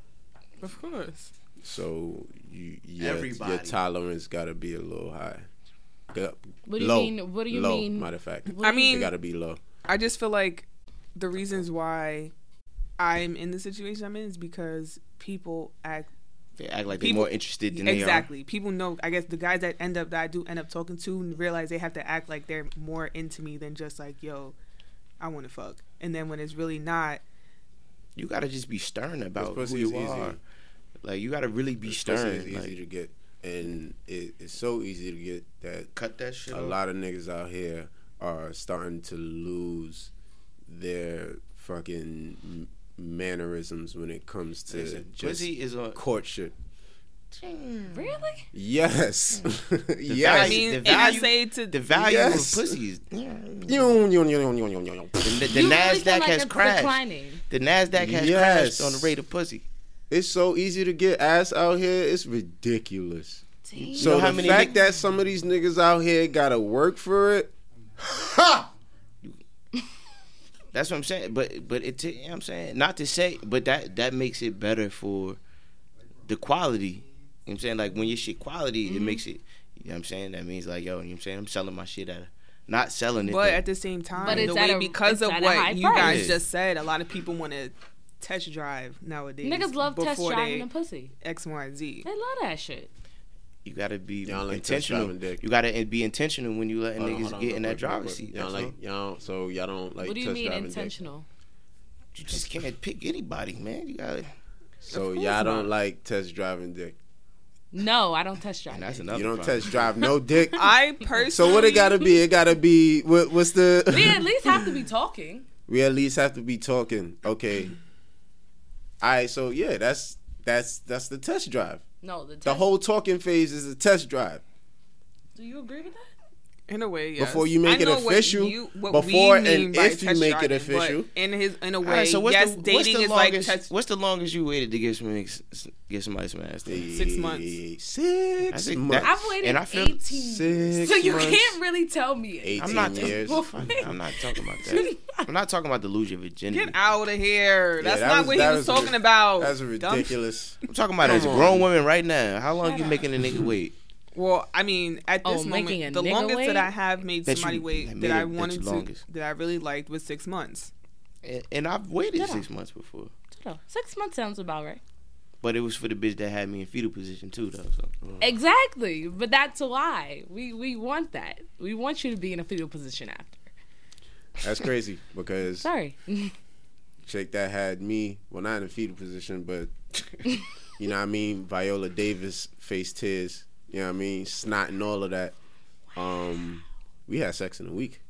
S3: Of course.
S1: So you your, your
S4: Everybody.
S1: tolerance gotta be a little high. Go-
S2: What do you
S1: low.
S2: mean- what do you
S1: low,
S2: mean-
S1: Matter of fact,
S2: What
S4: Mm.
S3: I
S2: do you-
S1: it
S3: mean,
S1: gotta be low.
S3: I just feel like the reasons why I'm in the situation I'm in is because people act
S4: They act like
S3: People-
S4: they're more interested than they are.
S3: exactly. People know. I guess the guys that end up that I do end up talking to realize they have to act like they're more into me than just like yo, I want to fuck. And then when it's really not,
S4: You gotta just be stern about who
S1: pussy
S4: you
S1: is easy.
S4: are. Like you gotta really be
S1: Especially
S4: stern.
S1: It's easy
S4: Like,
S1: to get, and it, it's so easy to get that
S4: cut that shit.
S1: a lot of niggas out here are starting to lose their fucking m- mannerisms when it comes to
S4: Listen,
S1: just
S4: pussy is a
S1: courtship.
S2: Really?
S1: Yes.
S4: Mm. Right,
S3: I
S1: yes.
S3: mean,
S4: the
S3: and I
S4: value-
S3: say to
S4: the value
S1: Yes.
S4: of pussy is.
S1: Yum, yum, yum, yum, yum, yum, yum.
S4: The, the
S2: You really
S4: Nasdaq
S2: feel like
S4: has
S2: it's
S4: crashed.
S2: declining.
S4: The Nasdaq has
S1: Yes.
S4: crashed on the rate of pussy.
S1: It's so easy to get ass out here. It's ridiculous.
S2: Damn.
S1: So
S4: know how
S1: the
S4: many
S1: fact
S4: niggas-
S1: that some of these niggas out here gotta work for it. Ha!
S4: That's what I'm saying. But but it. You know what I'm saying not to say, but that that makes it better for the quality. You know what I'm saying like when your shit quality,
S2: Mm-hmm.
S4: it makes it. You know what I'm saying that means like yo. You know what I'm saying I'm selling my shit at, a, not selling it.
S3: but
S4: though.
S3: at the same time,
S2: But
S3: the
S2: it's at
S3: way
S2: a-
S3: because
S2: it's
S3: of
S2: at a high
S3: what you
S2: price.
S3: guys just said, a lot of people want to test drive nowadays.
S2: Niggas love test
S3: before
S2: driving
S3: they
S2: and pussy.
S3: X, Y, and Z.
S2: They love that shit.
S4: You gotta be
S1: Y'all like
S4: intentional.
S1: touch driving dick.
S4: You gotta be intentional when you letting
S1: Hold on,
S4: niggas
S1: hold on,
S4: get
S1: real
S4: in that
S1: quick, real
S4: driver's
S1: quick.
S4: seat.
S1: Y'all
S4: That's all.
S1: like y'all. So y'all don't like.
S2: what do you
S1: touch
S2: mean
S1: driving dick.
S2: intentional?
S4: You just can't pick anybody, man. You gotta.
S1: So
S3: Of course
S1: y'all
S3: not.
S1: don't like test driving dick.
S2: No, I don't test drive.
S4: And that's
S2: That's
S4: another.
S1: You don't
S4: problem.
S1: test drive no dick.
S3: I personally.
S1: so what it gotta be? It gotta be what, what's the?
S2: we at least have to be talking.
S1: we at least have to be talking. Okay. All right. So yeah, that's that's that's the test drive.
S2: No, the, test,
S1: The whole talking phase is a test drive
S2: Do you agree with that?
S3: in a way yes.
S1: Before you make
S3: I
S1: it
S3: know what
S1: official,
S3: you- what
S1: before
S3: we
S1: and
S3: mean by
S1: if you
S3: test
S1: make it
S3: driving,
S1: official.
S3: but in his in a way
S4: All right, so what's
S3: yes
S4: the, what's
S3: dating
S4: the
S3: is like
S4: longest?
S3: test
S4: what's the longest you waited to get some get somebody smashed?
S3: Six months.
S1: Six
S4: think
S1: months.
S4: that-
S2: I've waited
S4: And I feel-
S2: 18
S1: Six
S2: So you
S1: months.
S2: can't really tell me. it.
S1: Eighteen
S4: I'm not.
S1: years.
S4: I'm not talking about that. I'm not talking about the lose your virginity.
S3: get out of here that's
S1: that
S3: not
S1: was-
S3: what
S1: that
S3: he was
S1: was
S3: talking
S1: ri-
S3: about
S1: That's
S3: Dumb-
S1: ridiculous.
S4: I'm talking about as a
S1: Come
S4: grown
S1: on.
S4: woman right now. How long
S2: Shut
S4: you
S2: up.
S4: making a nigga wait?
S3: well I mean at
S2: Oh,
S3: this
S2: making a
S3: moment the
S2: nigga
S3: longest
S2: wait?
S3: that I have made
S4: That you-
S3: somebody
S4: that
S3: wait
S4: made
S3: that I
S4: it- that you
S3: wanted to
S4: longest.
S3: that I really liked was six months
S4: And, and I've waited
S2: Shut up.
S4: six months before,
S2: No, Six months sounds about right.
S4: but it was for the bitch that had me in fetal position too, though. So.
S2: Exactly, but that's why we we want that. We want you to be in a fetal position after.
S1: That's crazy because
S2: Sorry.
S1: chick that had me, well, not in a fetal position, but you know what I mean? Viola Davis face tears, you know what I mean? Snot and all of that. Um, we had sex in a week.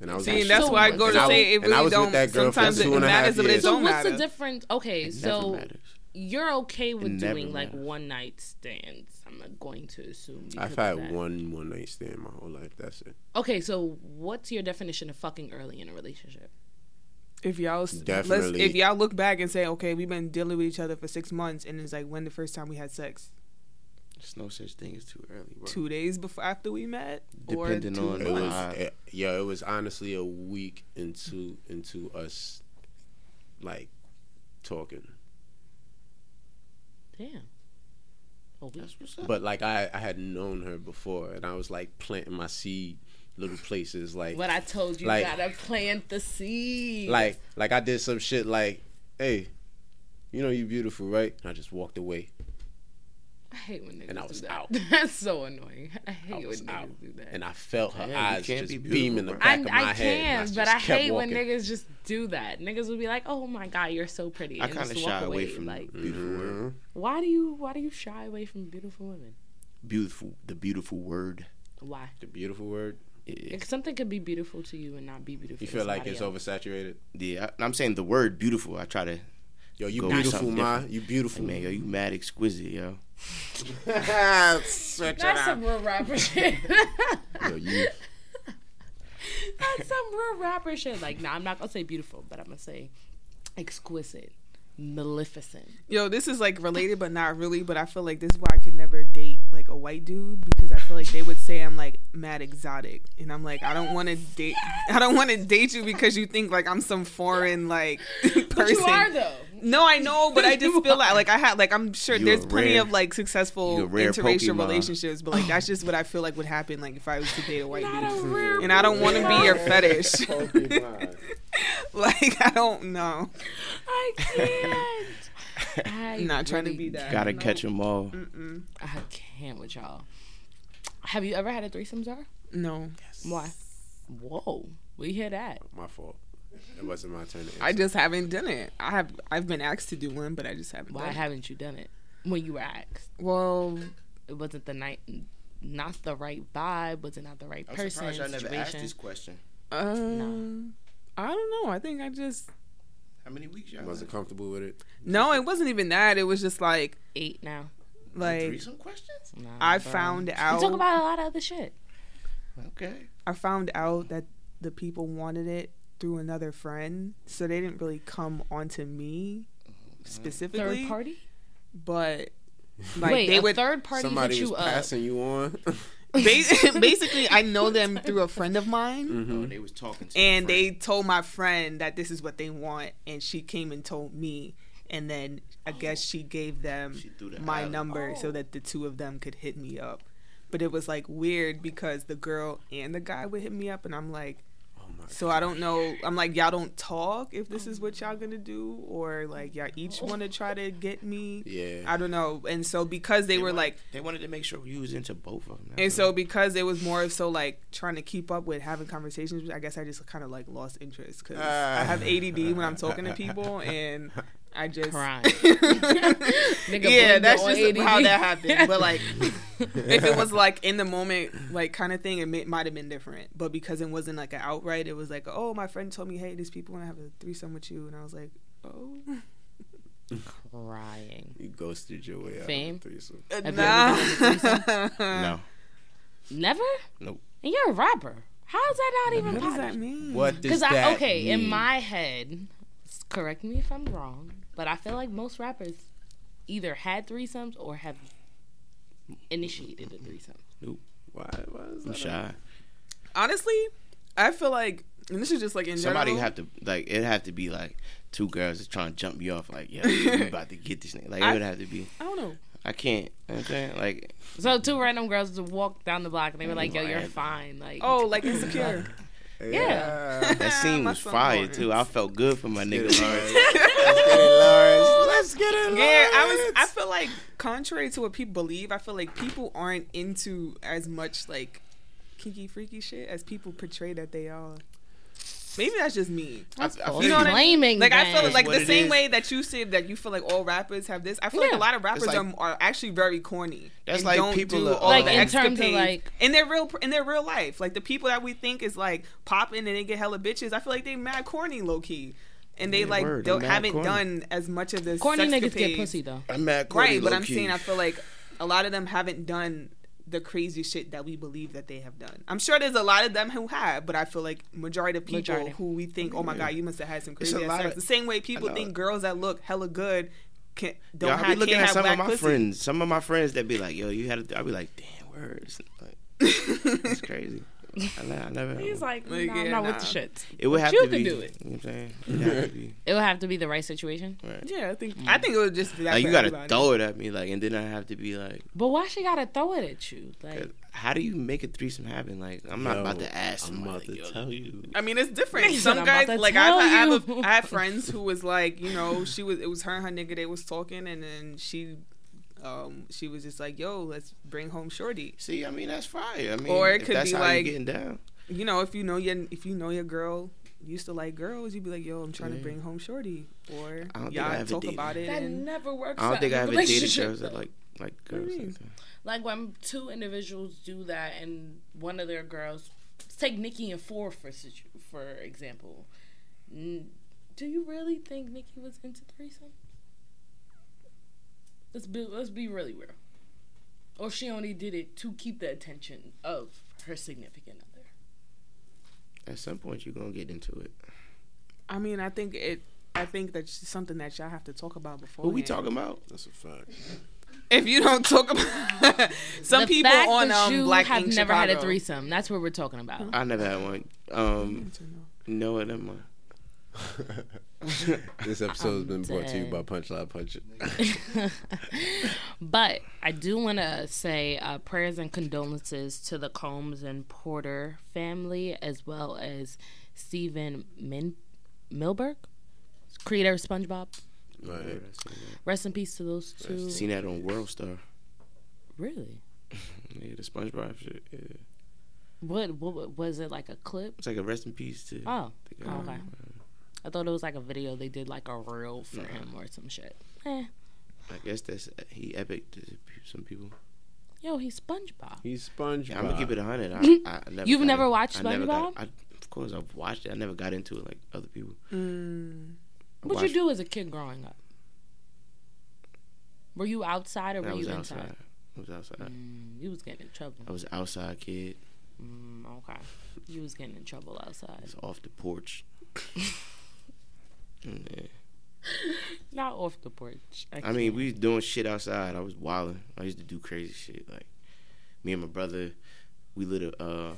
S1: And I was
S3: See,
S1: with-
S3: and that's why I go
S1: and
S3: to
S1: I-
S3: say it
S1: and I
S3: really
S1: was with
S3: don't.
S1: that girl for
S3: Sometimes it
S1: two and a half
S3: matters, but it
S1: years.
S2: So
S3: don't
S2: what's
S3: matter.
S2: the difference? Okay,
S4: It
S2: so
S4: never matters.
S2: you're okay with
S4: never
S2: doing like
S4: matters.
S2: one night stands. I'm not going to assume. because
S1: I've
S2: of
S1: had
S2: that.
S1: one one night stand my whole life. That's it.
S2: Okay, so what's your definition of fucking early in a relationship?
S3: If y'all s- let's,
S1: Definitely.
S3: if y'all look back and say, okay, we've been dealing with each other for six months, and it's like when the first time we had sex,
S4: There's no such thing as too early, bro.
S3: two days before after we met,
S4: Depending
S3: or two
S4: on-
S1: It was
S3: months.
S4: I-
S1: it, yeah, it was honestly a week into into us like talking.
S2: Damn. Oh, A week.
S4: That's what's up.
S1: But like I, I had known her before and I was like planting my seed little places like
S2: What I told you,
S1: Like-
S2: gotta plant the seed.
S1: like like I did some shit like, hey, you know you beautiful, right? And I just walked away.
S2: I hate when niggas
S1: And I was
S2: do that.
S1: out.
S2: That's so annoying. I hate
S1: I
S2: when
S1: was
S2: niggas
S1: out.
S2: do that.
S1: And I felt her
S4: Damn, you
S1: eyes
S4: can't
S1: just
S4: be beautiful,
S1: beam in the
S4: bro.
S1: back
S2: I,
S1: of my
S2: I
S1: head. and
S2: can,
S1: just
S2: but I
S1: kept
S2: hate
S1: walking.
S2: when niggas just do that. Niggas would be like, "Oh my god, you're so pretty,"
S4: I
S2: and
S4: kind of
S2: just walk
S4: shy
S2: away.
S4: away from
S2: like,
S4: the beautiful word.
S2: why do you why do you shy away from beautiful women?
S4: Beautiful, the beautiful word.
S2: Why?
S1: The beautiful word.
S4: Yeah,
S2: If something could be beautiful to you and not be beautiful,
S1: You
S2: to
S1: feel like
S2: somebody
S1: it's
S2: else.
S1: oversaturated.
S4: yeah. I, am saying the word beautiful. I try to.
S1: Yo, you
S4: Go with
S1: beautiful,
S4: something
S1: ma.
S4: different.
S1: You beautiful.
S4: Man, yo, you mad exquisite, yo.
S1: Switch it
S2: That's
S1: up.
S2: some real rapper shit.
S4: Yo, you
S2: That's some real rapper shit. Like, nah, I'm not gonna say beautiful, but I'm gonna say exquisite, maleficent.
S3: Yo, this is like related, but not really. But I feel like this is why I could never date like a white dude because I feel like they would say I'm like mad exotic, and I'm like I don't want to date. I don't want to date you because you think like I'm some foreign like person.
S2: But you are though.
S3: No, I know, but I
S2: You
S3: just feel like like I had like I'm sure
S4: You
S3: there's
S4: a
S3: plenty
S4: rare-
S3: of like successful
S4: you a rare
S3: interracial
S4: Pokemon.
S3: relationships, but like that's just what I feel like would happen like if I was to date a white
S2: Not
S3: dude.
S2: a rare
S3: And I don't want to be your
S2: Pokemon.
S3: fetish. like I don't know.
S2: I can't. I
S3: I'm not trying to
S2: really
S3: be that.
S4: gotta catch 'em all.
S2: I can't with y'all. Have you ever had a threesome, Zara?
S3: No,
S2: Why? Whoa, we hear that.
S1: My fault. It wasn't my turn. To answer.
S3: I just haven't done it. I have I've been asked to do one, but I just haven't.
S2: Why
S3: done it.
S2: haven't you done it when you were asked?
S3: Well,
S2: It wasn't the night, not the right vibe. Was it not the right person? situation?
S4: question.
S3: uh, I don't know. I think I just
S4: How many weeks y'all?
S1: wasn't comfortable with it.
S3: no. It wasn't even that. It was just like
S2: Eight now.
S3: like
S4: questions?
S2: Nah,
S3: I
S2: bro.
S3: found
S2: We
S3: out.
S2: talk about a lot of other shit.
S4: Okay.
S3: I found out that the people wanted it through another friend, so they didn't really come onto me specifically.
S2: Third party.
S3: but like
S2: Wait,
S3: they
S2: a
S3: would
S2: third party
S1: Somebody
S2: hit
S1: was
S2: you up.
S1: passing you on.
S3: ba- basically I know them through a friend of mine,
S4: Oh, they was talking to
S3: and they told my friend that this is what they want, and she came and told me, and then I guess she gave them
S4: She threw the
S3: my
S4: alley.
S3: number so that the two of them could hit me up. But it was like weird because the girl and the guy would hit me up, and I'm like.
S1: Oh my
S3: So I don't know. I'm like, y'all don't talk if this is what y'all gonna do, or like y'all each want to try to get me.
S1: Yeah.
S3: I don't know. And so because they, were
S4: wanted-
S3: like,
S4: they wanted to make sure you was into both of them.
S3: and so because it was more of so like trying to keep up with having conversations. I guess I just kind of like lost interest because I have
S4: Ah.
S3: ADD when I'm talking to people, and I just
S2: Crying. Nigga
S3: yeah,
S2: blamed
S3: that's
S2: it on
S3: just how
S2: ADD.
S3: that happened. But like, if it was like in the moment, like kind of thing, it may, might have been different. But because it wasn't like an outright, it was like, oh, my friend told me, hey, these people want to have a threesome with you, and I was like, oh,
S2: Crying.
S1: You ghosted your way out.
S2: Fame.
S1: Of a threesome.
S3: nah.
S4: no,
S2: Never?
S4: Nope.
S2: And you're a rapper. How is that not even
S3: what does
S2: possible?
S3: that mean?
S1: What does
S2: Because
S1: that
S2: I okay, in
S1: mean?
S2: my head, s- correct me if I'm wrong, but I feel like most rappers either had threesomes or have initiated a threesome.
S1: Why? Why is
S4: I'm
S1: that?
S4: shy.
S3: Honestly, I feel like, and this is just like in
S4: Somebody
S3: general.
S4: have to like it have to be like two girls that's trying to jump you off like yeah you about to get this nigga like it
S3: I-
S4: would have to be
S3: I don't know.
S4: I can't you know what I'm saying like
S2: So two random girls just walked down the block and they were like, "Yo, you're
S4: Right.
S2: fine." Like,
S3: Oh, like insecure.
S1: Yeah.
S4: that scene
S3: My
S4: was
S3: son
S4: fire
S3: Lawrence.
S4: too I felt good for my nigga
S1: Get it,
S4: Lawrence.
S1: Lawrence. Let's get it, Lawrence.
S3: Yeah, I was. I feel like, contrary to what people believe, I feel like people aren't into as much like kinky freaky shit as people portray that they are. Maybe that's just me.
S2: That's
S4: I- I feel
S2: false
S4: you.
S2: claiming.
S3: Like I
S2: then.
S3: feel like
S4: what
S3: the
S4: it
S3: same
S4: is.
S3: way that you said that you feel like all rappers have this. I feel like
S2: Yeah.
S3: a lot of rappers
S4: like-
S3: are, are actually very corny.
S4: That's
S3: and
S4: like
S3: don't
S4: people
S3: do
S4: are-
S3: all
S4: Like,
S3: the
S4: in
S2: terms of,
S3: escapades.
S2: like-
S3: in their real in their real life. Like the people that we think is like popping and they get hella bitches. I feel like they mad corny low key, and they
S4: Yeah,
S3: like
S4: word,
S3: don't,
S4: they mad
S3: haven't
S4: corny.
S3: done as much of this.
S2: corny niggas
S3: sexcapades.
S2: get pussy though.
S4: I'm mad corny,
S3: Right, but I'm
S4: low-key.
S3: saying I feel like a lot of them haven't done the crazy shit that we believe that they have done. I'm sure there's a lot of them who have, but I feel like majority of people
S2: Majority.
S3: who we think, oh my god, you must have had some
S4: It's a
S3: crazy ass
S4: lot
S3: sex.
S4: of-
S3: the same way people
S4: know.
S3: think girls that look hella good can don't
S4: Yo, I
S3: have
S4: be looking
S3: can't
S4: at
S3: have
S4: some of
S3: black
S4: my
S3: pussy.
S4: friends, some of my friends that be like, "Yo, you had," a I be like, "Damn, words, like, it's crazy." I, ne- I never.
S2: He's like,
S3: Like,
S2: nah,
S3: yeah,
S2: I'm not
S3: nah.
S2: with the shits.
S4: it would have
S2: you
S4: to
S2: can
S4: be.
S2: do it.
S4: You know what I'm saying? It have to be.
S2: It would have to be the right situation.
S3: Yeah, I think I think it was just that
S4: Like
S3: for
S4: you gotta
S3: everybody.
S4: throw it at me, like, and then I have to be like,
S2: But why she gotta throw it at you? Like,
S4: "How do you make a threesome happen?" Like, I'm not
S1: Yo,
S4: about to ask.
S1: I'm about
S4: somebody,
S1: to
S4: yo.
S1: tell you.
S3: I mean, it's different.
S2: Niggas
S3: Some
S2: not
S3: guys,
S2: about to
S3: like I've,
S2: tell
S3: I have,
S2: you.
S3: a, I have friends who was like, you know, she was it was her and her nigga. They was talking, and then she, um, she was just like, yo, let's bring home shorty.
S4: See, I mean, that's fire. I mean,
S3: Or it
S4: if
S3: could
S4: that's
S3: be
S4: how
S3: like-
S4: you getting down.
S3: you know, if you know your if you know your girl used to like girls, you'd be like, "Yo, I'm trying to
S4: Yeah.
S3: bring home shorty," or
S4: I don't think I
S3: y'all
S4: ever
S3: talk
S4: dated.
S3: about it.
S2: that
S3: And,
S2: never works.
S4: I
S2: out
S4: don't think
S2: in
S4: I
S2: a
S4: ever dated
S2: relationship,
S4: girls that
S2: though.
S4: like like girls.
S3: mean?
S4: Like that.
S2: Like when two individuals do that, and one of their girls, let's take Nikki and Four for situ- for example. N- Do you really think Nikki was into threesome? Let's be let's be really real. Or she only did it to keep the attention of her significant other.
S4: At some point, you're gonna get into it.
S3: I mean, I think it. I think that's just something that y'all have to talk about before.
S4: Who we talking about?
S1: That's a fact.
S3: If you don't talk about some
S2: The
S3: people
S2: fact
S3: on
S2: that
S3: um
S2: you
S3: Black
S2: have
S3: Ink
S2: never
S3: Chicago.
S2: had a threesome. That's what we're talking about.
S4: I never had one. Um, no, never mind.
S1: this episode's been brought to you
S2: dead.
S1: by Punchline Punch.
S2: But I do want to say uh, prayers and condolences to the Combs and Porter family, as well as Stephen Min- Milberg, creator of SpongeBob.
S1: Right.
S2: Rest in peace to those two.
S4: Seen that on World Star.
S2: Really?
S4: Yeah, the SpongeBob shit. Yeah.
S2: What, what, what- was it like a clip?
S4: It's like a rest in peace to.
S2: Oh,
S4: the
S2: oh,
S4: guy.
S2: okay. I thought it was like a video they did like a reel for him or some shit. Eh,
S4: I guess that's he epic to some people.
S2: yo, he's SpongeBob.
S1: He's SpongeBob.
S4: Yeah, I'm gonna keep it a hundred. I, I never
S2: You've
S4: got
S2: never
S4: in-
S2: watched
S4: I never got-
S2: SpongeBob?
S4: I, of course, I've watched it. I never got into it like other people.
S3: Mm,
S4: I
S2: What you
S4: watched-
S2: do as a kid growing up? Were you outside or
S4: I
S2: were
S4: was
S2: you
S4: outside.
S2: inside?
S4: I was outside.
S2: Mm, you was getting in trouble.
S4: I was an outside kid.
S2: Mm, okay. You was getting in trouble outside.
S4: It's off the porch. Mm, yeah.
S2: Not off the porch.
S4: I mean, we was doing shit outside. I was wilding. I used to do crazy shit. Like me and my brother, we lit a uh,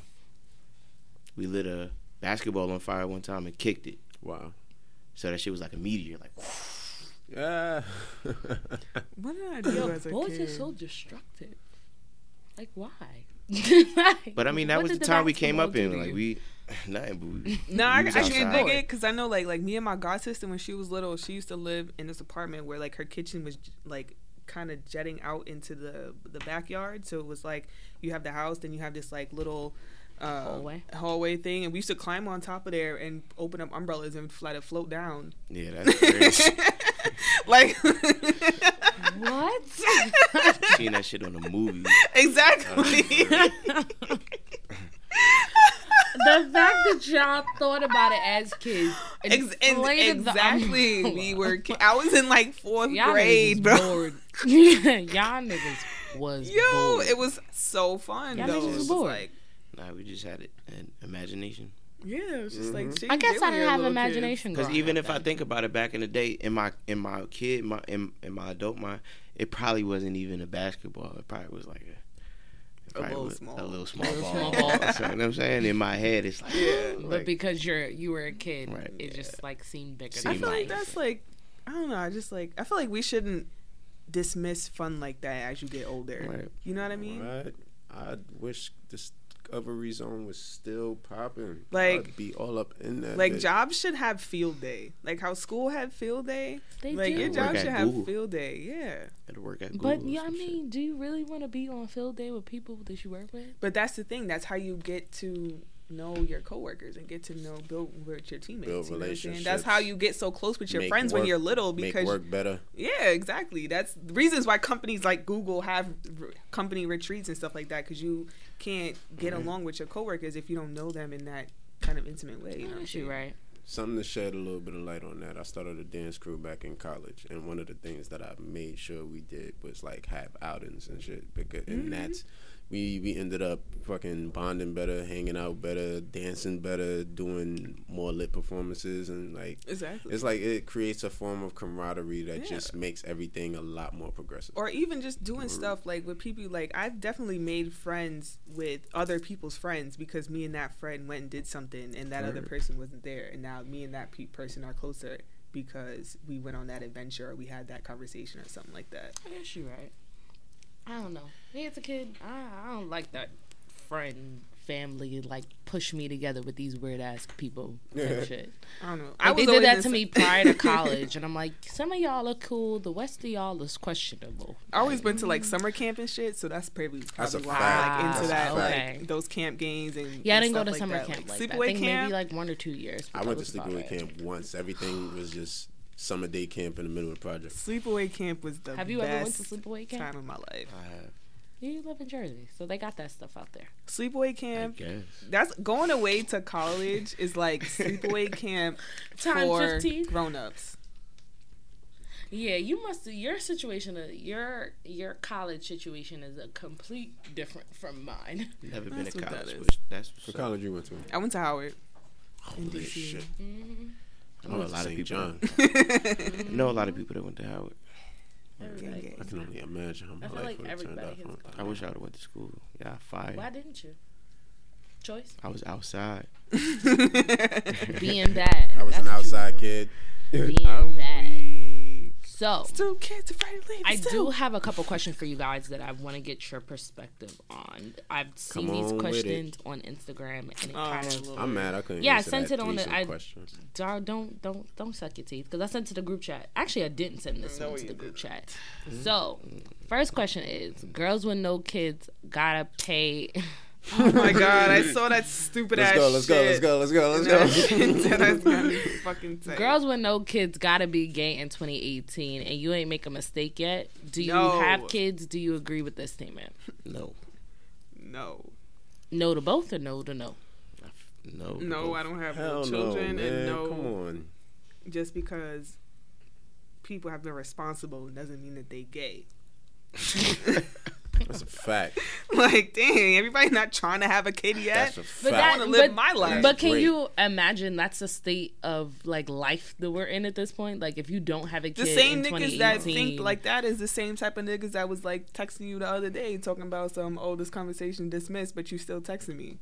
S4: we lit a basketball on fire one time and kicked it.
S1: Wow.
S4: So that shit was like a meteor. Like
S1: Yeah.
S3: What did I do
S2: Yo,
S3: as a
S2: boys are
S3: kid?
S2: so destructive. Like, why?
S4: But I mean, that
S2: What
S4: was the
S2: did
S4: time we came
S2: basketball
S4: up
S2: do
S4: in.
S2: to
S4: Like
S2: you?
S4: we, nothing. But we,
S3: No, I, I
S4: we was
S3: can
S4: outside.
S3: dig it because I know, like, like me and my god sister when she was little, she used to live in this apartment where like her kitchen was like kind of jetting out into the the backyard. So it was like you have the house, then you have this like little uh,
S2: Hallway.
S3: hallway thing, and we used to climb on top of there and open up umbrellas and let it float down.
S4: Yeah, that's crazy.
S3: Like
S2: What?
S4: Seen that shit on a movie.
S3: exactly.
S2: the fact that y'all thought about it as kids.
S3: Ex- and-
S2: inflated the
S3: exactly. We
S2: umbrella.
S3: were. ki- I was in like 4th
S2: Y'all
S3: grade,
S2: niggas
S3: bro.
S2: was bored. Y'all niggas was
S3: Yo,
S2: bored.
S3: it was so fun
S2: Y'all
S3: though.
S2: niggas was
S3: It was
S2: bored.
S3: like
S4: Nah, we just had it, an imagination.
S3: Yeah, it's just like shit
S2: I
S3: you
S2: guess
S3: did
S2: I
S3: when you
S2: didn't
S3: were a
S2: have
S3: little
S2: imagination.
S4: Because
S2: growing
S4: even
S2: up
S4: if I
S2: then.
S4: think about it back in the day, in my in my kid, my in, in my adult mind, it probably wasn't even a basketball. It probably was like a. it probably
S3: little
S4: was
S3: small-
S4: a little small
S2: little
S4: ball.
S2: small ball.
S4: so, you know what I'm saying? In my head, it's like, yeah,
S2: but because you're you were a kid,
S4: Right.
S2: it just like seemed bigger.
S4: Seemed
S2: Than
S3: I feel
S2: life.
S3: like that's like I don't know. I just like I feel like we shouldn't dismiss fun like that as you get older.
S4: Right.
S3: You know what I mean?
S1: Right. I wish Discovery Zone was still popping.
S3: Like-
S1: I'd be all up in that.
S3: Like
S1: bitch.
S3: jobs should have field day. Like how school had field day.
S2: They
S3: like
S2: do.
S3: your
S4: Work
S3: job
S4: at
S3: should have
S4: Google.
S3: field day. Yeah.
S4: gotta work at Google.
S2: But
S4: or
S2: yeah, I
S4: some shit.
S2: mean, do you really want to be on field day with people that you work with?
S3: But that's the thing. That's how you get to know your coworkers and get to know build with your
S1: Build
S3: teammates. you know what I'm saying?
S1: relationships.
S3: That's how you get so close with your
S1: Make
S3: friends when
S1: work-
S3: you're little
S1: make
S3: because
S1: work better.
S3: yeah, exactly. That's the reasons why companies like Google have r- company retreats and stuff like that because you can't get
S1: Mm-hmm.
S3: along with your coworkers if you don't know them in that kind of intimate way. You know what I'm
S2: That's you
S3: saying?
S2: right.
S1: Something to shed a little bit of light on that. I started a dance crew back in college, and one of the things that I made sure we did was like have outings and shit. Because and that's we we ended up fucking bonding better, hanging out better, dancing better, doing more lit performances, and like
S3: Exactly.
S1: it's like it creates a form of camaraderie that
S3: Yeah.
S1: just makes everything a lot more progressive.
S3: or even just
S1: Mm-hmm.
S3: doing stuff like with people like I've definitely made friends with other people's friends because me and that friend went and did something and that other
S1: Word.
S3: person wasn't there and now me and that pe- person are closer because we went on that adventure or we had that conversation or something like that.
S2: That's you right. I don't know. Me as a kid, I, I don't like that friend family like push me together with these weird ass people and shit.
S3: I don't know. I
S2: Like, they
S3: always
S2: did that
S3: in
S2: to
S3: s-
S2: me prior to college, and I'm like, some of y'all are cool. The rest of y'all is questionable.
S3: I always went to like summer camp and shit, so that's probably,
S1: That's a
S3: probably why
S1: fact.
S3: I'm like into
S1: That's
S3: that
S1: a
S2: fact.
S3: like those camp games and
S2: Yeah, I
S3: and
S2: didn't go
S3: stuff
S2: to
S3: like
S2: summer
S3: that.
S2: camp like, that. I
S3: sleepaway
S2: think
S3: camp.
S2: maybe like one or two years. but
S1: I
S2: that
S1: went to
S2: was about
S1: sleepaway
S2: it.
S1: camp once. Everything was just summer day camp in the middle of the project.
S3: sleepaway camp was the
S2: Have you
S3: best
S2: ever went to sleepaway camp?
S3: time of my life.
S4: I have,
S2: You live in Jersey, so they got that stuff out there.
S3: Sleepaway
S4: I
S3: camp
S4: guess.
S3: That's going away to college is like sleepaway camp
S2: Time
S3: for
S2: 15?
S3: grown-ups.
S2: Yeah, you must. Your situation, uh, your your college situation is a complete different from mine.
S4: Never been
S3: That's
S4: to
S3: what that
S4: college.
S3: is.
S4: which- that's
S1: What
S4: what's up.
S1: college you went to?
S3: I went to Howard. in
S1: Holy
S3: DC.
S1: shit!
S2: Mm-hmm.
S1: Oh, I
S4: I know a
S1: went to
S4: lot of
S1: St.
S4: people.
S1: John.
S4: I know a lot of people that went to Howard.
S3: Gang,
S1: I
S3: gang.
S1: can only imagine how my
S2: I feel
S1: life
S2: like
S1: would have turned out.
S2: everybody has
S1: from-
S4: I wish I would have went to school. Yeah, I fired.
S2: Why didn't you? Choice
S4: I was outside.
S2: being bad.
S1: I was an
S2: That's what you
S1: outside
S2: was
S1: kid.
S2: doing.
S3: Um,
S2: Being bad.
S3: we-
S2: So
S3: Still kids are right late.
S2: I do have a couple questions for you guys that I want to get your perspective on. I've seen
S1: Come
S2: these
S1: on with it.
S2: questions on Instagram, and it kind of
S1: I'm mad. I couldn't.
S2: Yeah, I
S1: answer
S2: sent
S1: that
S2: it on the-
S1: threesome
S2: I-
S1: question.
S2: Dar, don't don't don't suck your teeth because I sent to the group chat. Actually, I didn't send this
S3: No,
S2: one to
S3: you
S2: the group chat. So, first question is: Girls with no kids gotta pay.
S3: Oh my god, I saw that stupid
S1: Let's
S3: ass
S1: go. Let's go. Let's go. Let's go. Let's go.
S3: That's gonna be fucking tight.
S2: Girls with no kids gotta be gay in 2018, and you ain't make a mistake yet. Do you
S3: No.
S2: have kids? Do you agree with this statement?
S4: No,
S3: no.
S2: No to both, or no to no?
S4: no,
S3: No, I don't have
S1: Hell no,
S3: no children
S1: man.
S3: and no
S1: Come on.
S3: just because people have been responsible doesn't mean that they gay.
S1: That's a fact.
S3: Like, dang, everybody not trying to have a kid yet.
S1: That's a fact.
S2: But
S3: I
S2: that-
S3: want to live my life.
S2: But can
S1: Great.
S2: you imagine that's the state of like life that we're in at this point? Like, if you don't have a
S3: the
S2: kid,
S3: same
S2: in
S3: niggas
S2: 2018,
S3: that think like that is the same type of niggas that was like texting you the other day talking about some oh this conversation dismissed but you still texting me.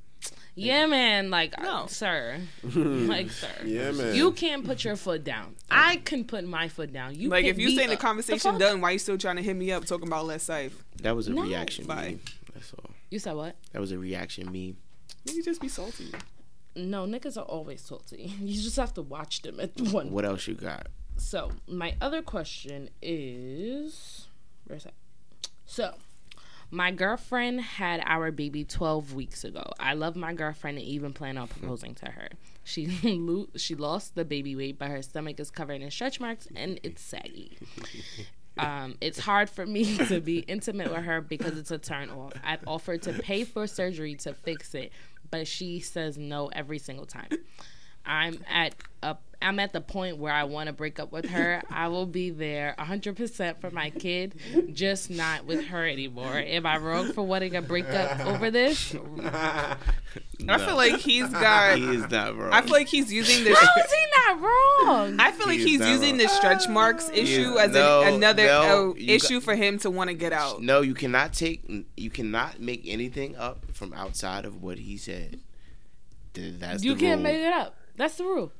S2: Yeah, man. Like,
S3: No.
S2: uh, sir. like, sir.
S1: yeah, man.
S2: You can put your foot down. I can put my foot down. You
S3: like
S2: pick
S3: if you
S2: me
S3: saying the
S2: up.
S3: conversation
S2: fuck?
S3: done, why you still trying to hit me up talking about less safe?
S4: That was a
S2: No.
S4: reaction
S3: Bye.
S4: meme. That's all.
S2: You said what?
S4: That was a reaction meme.
S3: You just be salty.
S2: No, niggas are always salty. You just have to watch them at one.
S4: What else you got?
S2: So my other question is, where's that? So. My girlfriend had our baby 12 weeks ago. I love my girlfriend and even plan on proposing to her. She lo- she lost the baby weight, but her stomach is covered in stretch marks and it's saggy. Um, it's hard for me to be intimate with her because it's a turn off. I've offered to pay for surgery to fix it, but she says no every single time. I'm at a I'm at the point where I want to break up with her. I will be there 100% for my kid, just not with her anymore. Am I wrong for wanting a breakup over this?
S3: I feel like he's got.
S4: he is not wrong.
S3: I feel like he's using this.
S2: How is he not wrong?
S3: I feel like
S4: He is
S3: he's
S4: not
S3: using
S4: wrong.
S3: the stretch marks issue as
S4: No,
S3: an, another
S4: no,
S3: uh,
S4: you
S3: issue
S4: got-
S3: for him to want to get out.
S4: no, you cannot take. You cannot make anything up from outside of what he said. Th- That's
S2: you
S4: the
S2: can't
S4: rule.
S2: make it up. That's the rule.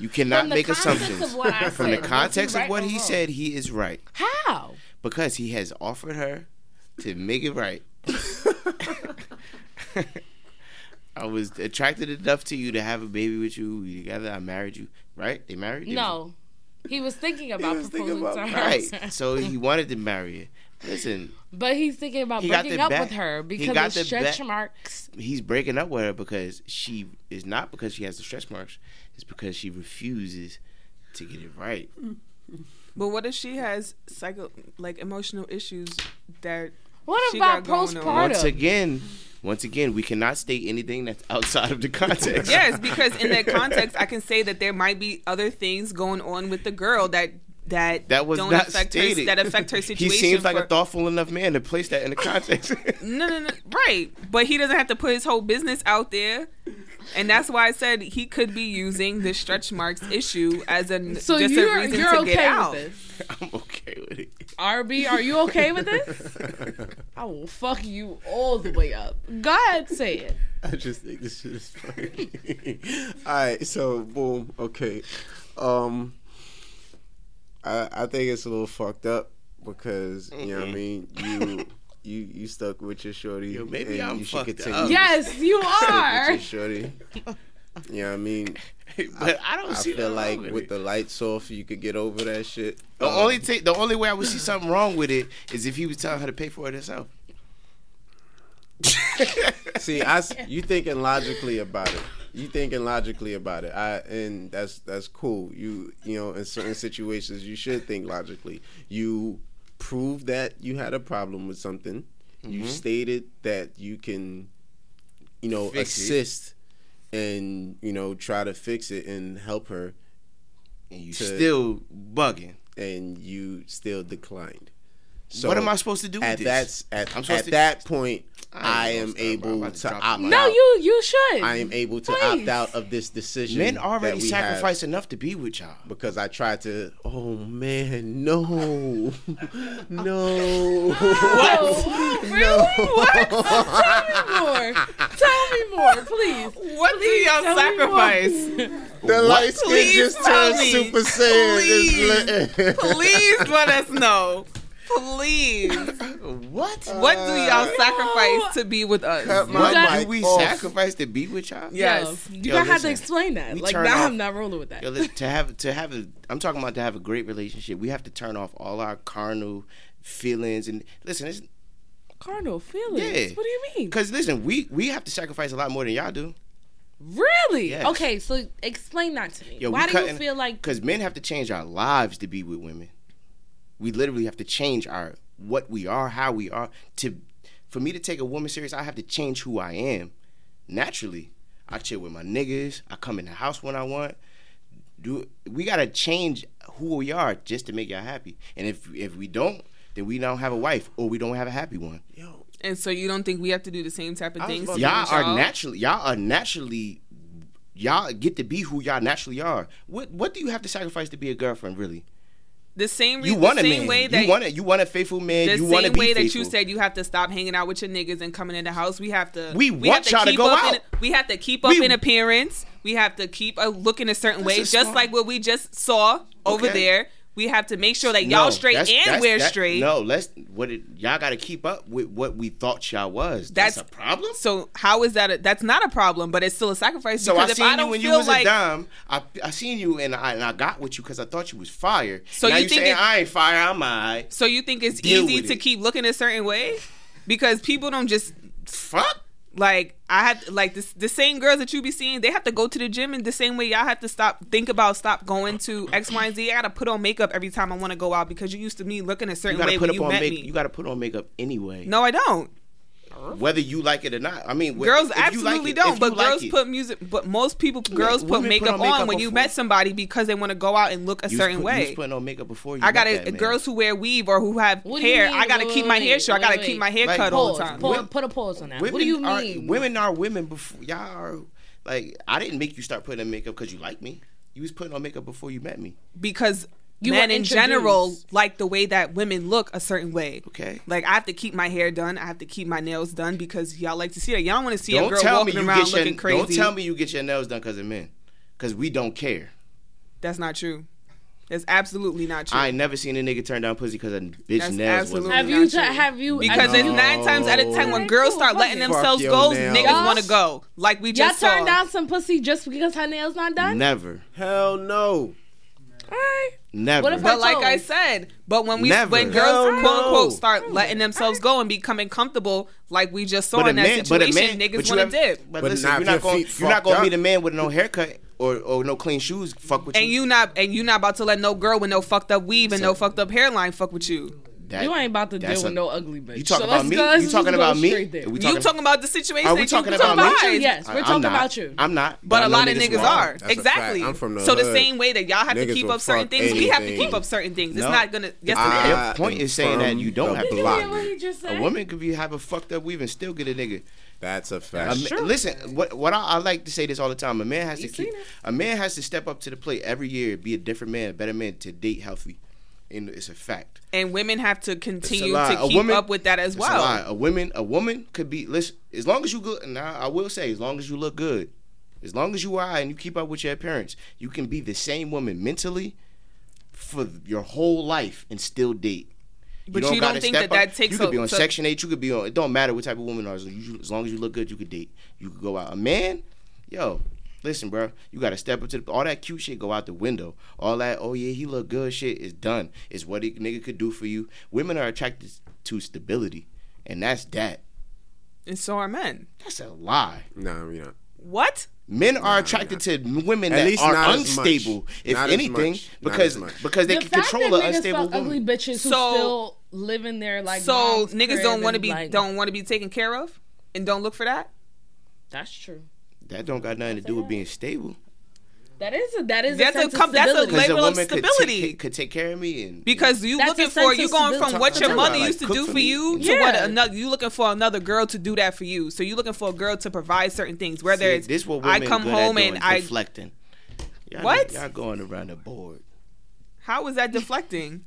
S4: You cannot
S2: From the
S4: make
S2: context
S4: assumptions.
S2: of what I
S4: From the
S2: said, was
S4: context
S2: he
S4: of
S2: right
S4: what
S2: or
S4: he
S2: wrong?
S4: said, he is right
S2: How?
S4: because he has offered her to make it right. I was attracted enough to you to have a baby with you. We together, I married you, right? They married. They was-
S2: No. He was thinking about
S1: was
S2: proposing
S1: thinking
S2: to
S1: about-
S2: her.
S4: right. So he wanted to marry her. Listen,
S2: But he's thinking about
S4: He got
S2: breaking
S4: the
S2: up
S4: back-
S2: with her
S4: he got
S2: because
S4: the
S2: of stretch
S4: back-
S2: marks
S4: he's breaking up with her because she is not because she has the stretch marks. It's because she refuses to get it right.
S3: But what if she has psycho like emotional issues that
S2: What
S3: She
S2: about
S3: got going on.
S4: Once
S2: postpartum?
S4: again, once again, we cannot state anything that's outside of the context.
S3: Yes, because in that context, I can say that there might be other things going on with the girl that that
S4: That was not
S3: affect
S4: stated.
S3: her that affect her situation.
S4: He seems like
S3: for-
S4: a thoughtful enough man to place that in the context.
S3: No, no, no, right. But he doesn't have to put his whole business out there, and that's why I said he could be using the stretch marks issue as an
S2: So
S3: just
S2: you're
S3: a reason
S2: you're
S3: to get
S2: okay
S3: out.
S2: with this?
S4: I'm okay with it.
S2: RB, are you okay with this? I will fuck you all the way up. God say it.
S1: I just think this shit is funny. All right, so boom, okay. Um, I I think it's a little fucked up because you know what I mean. You you you stuck with your shorty.
S4: Mm-hmm. Yo, maybe I'm
S1: you should
S4: fucked
S1: continue
S4: up.
S1: to
S2: Yes, you
S1: Stick with
S2: are.
S1: your shorty. You know what I mean?
S4: But I, don't
S1: I
S4: see
S1: feel
S4: nothing
S1: like
S4: wrong with,
S1: with
S4: it.
S1: the lights off, you could get over that shit.
S4: the
S1: Um,
S4: only ta- the only way I would see something wrong with it is if he was telling her to pay for it herself.
S1: See, I s- you thinking logically about it. You thinking logically about it. I and that's that's cool. You you know, in certain situations, you should think logically. You prove that you had a problem with something. You
S4: Mm-hmm.
S1: stated that you can, you know,
S4: Fix it.
S1: assist and you know try to fix it and help her,
S4: and you
S1: To-
S4: still bugging.
S1: and you still declined.
S4: what am I supposed to do
S1: at
S4: with this?
S1: that at,
S4: I'm supposed
S1: at
S4: to-
S1: that point? I,
S4: I ain't
S1: am
S4: gonna stop, bro. I'm
S1: able
S4: about to
S1: to
S4: drop
S1: opt
S4: the mic.
S2: No,
S1: out.
S2: you you should.
S1: I am able to opt
S2: Please.
S1: out of this decision.
S4: Men
S1: that
S4: already
S1: we
S4: sacrificed enough to be with y'all.
S1: have because I tried to. Oh man, no, no.
S2: What? Really? What? Tell me more. Tell me more, please.
S3: What
S2: Please
S3: do y'all
S2: tell me more.
S3: sacrifice?
S1: The light skin
S3: Please
S1: just
S3: tell
S1: turned
S3: me.
S1: Super Saiyan. It's lit.
S3: Please let us know. Please,
S4: What?
S3: Uh, what do y'all
S4: Uh,
S3: sacrifice to be with us?
S1: Cut my
S2: got-
S1: mic
S4: do we
S1: off.
S4: sacrifice to be with y'all?
S3: Yeah. Yes.
S2: Yo, you
S4: Yo,
S2: gotta have to
S4: listen.
S2: explain that.
S4: We
S2: Like
S4: turn
S2: now,
S4: off-
S2: I'm not rolling with that.
S4: Yo, listen, to have to have a, I'm talking about to have a great relationship. We have to turn off all our carnal feelings and listen. It's,
S2: Carnal feelings.
S4: Yeah.
S2: What do you mean?
S4: Cause listen, we we have to sacrifice a lot more than y'all do.
S2: Really?
S4: Yes.
S2: Okay, so explain that to me.
S4: Yo, we
S2: Why do you
S4: cutting-
S2: feel like
S4: Cause men have to change our lives to be with women. We literally have to change our what we are, how we are. To for me to take a woman serious, I have to change who I am. Naturally, I chill with my niggas. I come in the house when I want. Do we gotta change who we are just to make y'all happy? And if if we don't, then we don't have a wife or we don't have a happy one.
S1: Yo,
S3: And so you don't think we have to do the same type of
S1: was
S3: things?
S1: about
S3: to
S1: to-
S3: be
S4: y'all
S3: with
S4: are naturally y'all are naturally y'all get to be who y'all naturally are. What what do you have to sacrifice to be a girlfriend really?
S3: the same. Re-
S4: You want
S3: the
S4: a
S3: same
S4: man.
S3: way
S4: you
S3: that
S4: want a, you want a faithful man.
S3: the
S4: You want to
S3: same
S4: be
S3: way that
S4: faithful.
S3: you said you have to stop hanging out with your niggas and coming in the house. We have to.
S4: We
S3: have
S4: want y'all to
S3: keep
S4: go
S3: up
S4: out.
S3: In, we have to keep up
S4: We-
S3: in appearance. We have to keep uh, looking a certain way,
S4: a
S3: just
S4: smart-
S3: like what we just saw over
S4: Okay.
S3: there. We have to make sure that
S4: No,
S3: y'all straight
S4: that's-
S3: and
S4: that's-
S3: we're
S4: that-
S3: straight.
S4: No, let's what it, y'all got to keep up with what we thought y'all was. That's,
S3: That's-
S4: a problem.
S3: So how is that? A, that's not a problem, but it's still a sacrifice.
S4: So I
S3: because if
S4: seen
S3: I
S4: you
S3: don't
S4: when you
S3: feel
S4: was
S3: like,
S4: a dime. I, I seen you and I and I got with you because I thought you was fire.
S3: So
S4: So now
S3: you
S4: you,
S3: think
S4: saying
S3: it-
S4: I ain't fire? I'm alright.
S3: so you think it's
S4: Deal
S3: easy
S4: with
S3: to
S4: it.
S3: keep looking a certain way because people don't just
S4: Fuck.
S3: Like I had like this the same girls that you be seeing, they have to go to the gym and the same way y'all have to stop think about stop going to X, Y, and Z. I gotta put on makeup every time I wanna go out because you used to me looking a
S4: You
S3: certain
S4: gotta
S3: way
S4: put
S3: when
S4: up
S3: you
S4: on
S3: met
S4: make.
S3: me.
S4: You gotta put on makeup anyway.
S3: no, I don't.
S4: whether you like it or not. I mean, wh-
S3: girls
S4: if you like
S3: absolutely
S4: it-
S3: don't,
S4: if
S3: but
S4: you like
S3: girls
S4: it,
S3: put music but most people girls put
S4: women put
S3: makeup,
S4: on makeup
S3: on when you
S4: before.
S3: met somebody because they wanna go out and look a
S4: You was
S3: certain
S4: put- You was
S3: way.
S4: putting on makeup before you.
S3: I
S4: met
S3: gotta
S4: that man.
S3: girls who wear weave or who have
S2: What do you
S3: hair,
S2: mean?
S3: I gotta
S2: Wait,
S3: keep
S2: wait,
S3: my
S2: wait,
S3: hair short. I
S2: wait,
S3: gotta
S2: wait.
S3: keep my hair
S4: Like,
S3: cut all
S2: pause?
S3: the time.
S2: pause
S4: Women-
S2: put a pause on that.
S4: Women
S2: What do you
S4: are,
S2: mean?
S4: Women are women before y'all are. Like I didn't make you start putting on makeup because you like me. You was putting on makeup before you met me.
S3: because
S2: You
S3: men
S2: were
S3: in general
S2: introduced.
S3: like the way that women look a certain way.
S4: Okay.
S3: Like I have to keep my hair done. I have to keep my nails done because y'all like to see that. Y'all want to see a
S4: Don't
S3: girl
S4: tell me
S3: walking
S4: you
S3: around
S4: get your.
S3: looking crazy.
S4: Don't tell me you get your nails done because of men, because we don't care.
S3: That's not true. That's absolutely not true.
S4: I ain't never seen a nigga turn down pussy because a bitch
S3: That's
S4: nails was.
S3: absolutely-
S2: have
S3: not
S2: you
S3: true.
S2: just have you
S3: because
S2: have
S3: it's
S2: you-
S3: nine times out of ten when girls start letting
S2: Fuck
S3: themselves
S1: your
S3: go,
S1: nails.
S3: niggas want to
S2: Y'all-
S3: go. Like we
S2: y'all
S3: just saw.
S2: turned down some pussy just because her nails not done.
S4: Never.
S1: hell no.
S2: right.
S4: Never.
S2: What if I-
S3: But like I said, but when we
S4: Never.
S3: when girls
S4: No,
S3: quote unquote
S4: no.
S3: start letting themselves go and becoming comfortable, like we just saw in that situation, niggas
S4: you
S3: want
S4: have-
S3: to dip.
S4: But,
S1: But
S4: listen,
S1: not
S4: you're
S1: if
S4: not
S1: your
S4: going.
S1: feet
S4: You're not
S1: fucked
S4: going to be
S1: up.
S4: the man with no haircut or or no clean shoes. Fuck with
S3: And you not and you not about to let no girl with no fucked up weave and no fucked up hairline fuck with you.
S4: That-
S2: you ain't about to deal
S4: that's
S2: with
S4: a-
S2: no ugly bitch.
S4: You
S2: So
S4: talking about
S2: let's
S4: me?
S2: go- let's
S4: You
S2: just
S4: talking
S2: go
S4: about me?
S2: straight there.
S4: We
S3: you talking about the situation?
S4: Are we
S3: that
S4: talking
S3: you
S4: about
S3: provide.
S4: me?
S2: Yes, we're
S4: I- I'm
S2: talking
S4: not.
S2: about you.
S4: I'm not.
S3: But
S4: I
S3: a
S4: know
S3: lot of niggas
S4: wild.
S3: are
S1: That's a
S3: exactly.
S1: fact. I'm from the
S3: so the
S1: hood.
S3: same way that y'all have to
S1: Niggas
S3: keep
S1: will
S3: up certain
S1: fuck
S3: things, we have to
S1: anything.
S3: keep up certain things.
S4: No.
S3: It's not gonna. Yes,
S1: I
S3: it is.
S4: Their point
S1: am
S4: is saying that
S1: from
S4: you don't
S1: the
S4: have to
S2: You
S4: block.
S2: hear what he just said?
S4: A woman could be have a fucked up weave and still get a nigga.
S1: That's a
S4: A
S1: fact.
S4: ma- Listen, what what I, I like to say this all the time. A man has
S2: You
S4: to keep
S2: seen it.
S4: a man has to step up to the plate every year, be a different man, a better man to date healthy, and it's a fact.
S3: and women have to continue
S4: lie.
S3: to
S4: A
S3: keep
S4: woman-
S3: up with that as
S4: It's a lie.
S3: well.
S4: A woman, a woman could be listen. As long as you good, and I, I will say, as long as you look good, as long as you are and you keep up with your appearance, you can be the same woman mentally for your whole life and still date.
S3: But you don't
S4: gotta
S3: think
S4: step
S3: that
S4: up.
S3: that takes
S4: You could
S3: a-
S4: be on
S3: so-
S4: Section Eight. You could be on. It don't matter what type of woman you are. As long as you- as long as you look good, you could date. You could go out. A man, yo. Listen, bro, you gotta step up to the, all that cute shit. Go out the window. All that, oh yeah, he look good. Shit is done. Is what a nigga could do for you. Women are attracted to stability, and that's that.
S3: And so are men.
S4: That's a lie.
S1: Nah, you know.
S3: What?
S4: Men are attracted to women
S1: At
S4: that
S1: least
S4: are
S1: not as much.
S4: unstable, if
S1: Not as
S4: anything,
S1: much. Not
S4: because
S1: as much.
S4: because they
S2: the
S4: can
S2: fact
S4: control
S2: that
S4: an
S2: niggas
S4: unstable
S2: fuck ugly
S4: woman.
S2: bitches who
S3: So-
S2: still live in their like
S3: so
S2: mom's
S3: niggas
S2: crib
S3: don't want to
S2: and,
S3: be
S2: like,
S3: don't want to be taken care of, and don't look for that.
S2: That's true.
S4: That don't got nothing to do with being stable.
S2: That is a, that is
S3: That's
S2: a,
S3: a
S2: sense of
S3: com- that's a
S2: stability.
S4: Because a
S3: Label of
S4: woman could
S3: stability.
S4: take, could take care of me and
S3: Because you
S2: That's
S3: looking
S2: a
S3: for
S2: sense
S3: you
S2: of
S3: going
S2: stability.
S3: from what your
S4: Talk
S3: mother
S4: about,
S3: used to
S4: like, cook
S3: do
S4: for
S3: for
S4: me.
S3: you
S2: Yeah.
S3: to what another you looking for another girl to do that for you. So you looking for a girl to provide certain things. Whether
S4: See,
S3: it's
S4: this what
S3: I
S4: women
S3: come
S4: good
S3: home
S4: at
S3: and
S4: doing,
S3: I
S4: deflecting. Y'all,
S3: What?
S4: Y'all going around the board.
S3: how is that deflecting?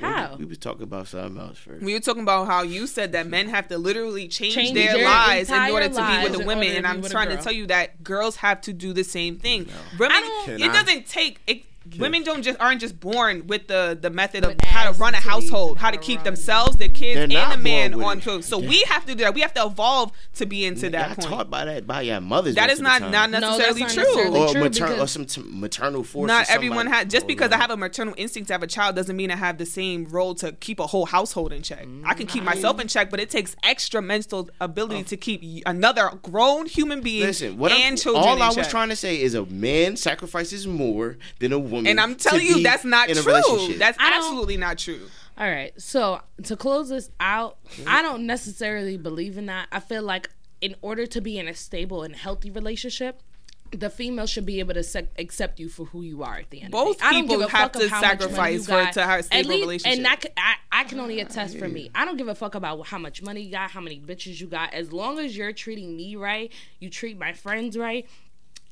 S2: How?
S4: We was talking about something else first.
S3: We were talking about how you said that men have to literally change,
S2: Change
S3: their,
S2: their
S3: lives in
S2: entire
S3: order to be
S2: lives
S3: with the
S2: in
S3: women,
S2: order to
S3: and
S2: be
S3: I'm
S2: with a
S3: tell- trying to
S2: girl.
S3: tell you that girls have to do the same thing.
S2: I
S3: Women,
S2: don't-
S1: Can
S3: it
S1: I-
S3: doesn't take. It, women don't just aren't just born with the the method of
S2: With
S3: how
S2: ass
S3: to run a
S2: and titties
S3: household,
S2: and
S3: how
S2: how
S3: to
S2: to
S3: keep
S2: run.
S3: themselves, their kids,
S4: They're
S3: and
S4: not
S3: the man
S4: born with
S3: on to.
S4: it.
S3: So we have to do that. We have to evolve to be into
S4: Y'all
S3: that point.
S4: taught by that by your mothers.
S3: That
S4: most
S3: is
S4: of the
S3: not
S4: time.
S3: not
S2: No, that's
S3: necessarily
S2: not
S3: true.
S2: necessarily
S4: or
S2: true
S4: maternal or
S2: because-
S4: some t- maternal force.
S3: Not
S4: or somebody-
S3: everyone has. Just
S1: Oh,
S3: because I
S1: no.
S3: have a maternal instinct to have a child doesn't mean I have the same role to keep a whole household in check. I can keep myself in check, but it takes extra mental ability to keep y- another grown human being
S4: Oh. Listen, what
S3: and
S4: I'm,
S3: children.
S4: all
S3: in
S4: I was
S3: check.
S4: trying to say is a man sacrifices more than a woman.
S3: and I'm
S4: to
S3: telling you,
S4: be
S3: that's not
S4: in a
S3: true.
S4: relationship.
S3: That's
S2: I don't-
S3: absolutely not true.
S2: All right. So to close this out, I don't necessarily believe in that. I feel like in order to be in a stable and healthy relationship, the female should be able to sec- accept you for who you are at the end.
S3: Both
S2: of the day. I don't
S3: people
S2: give a
S3: have
S2: fuck of
S3: to
S2: how much money
S3: sacrifice
S2: you
S3: for-
S2: got.
S3: to have a stable relationship.
S2: And that c- I, I can only attest for me. I don't give a fuck about how much money you got, how many bitches you got. As long as you're treating me right, you treat my friends right.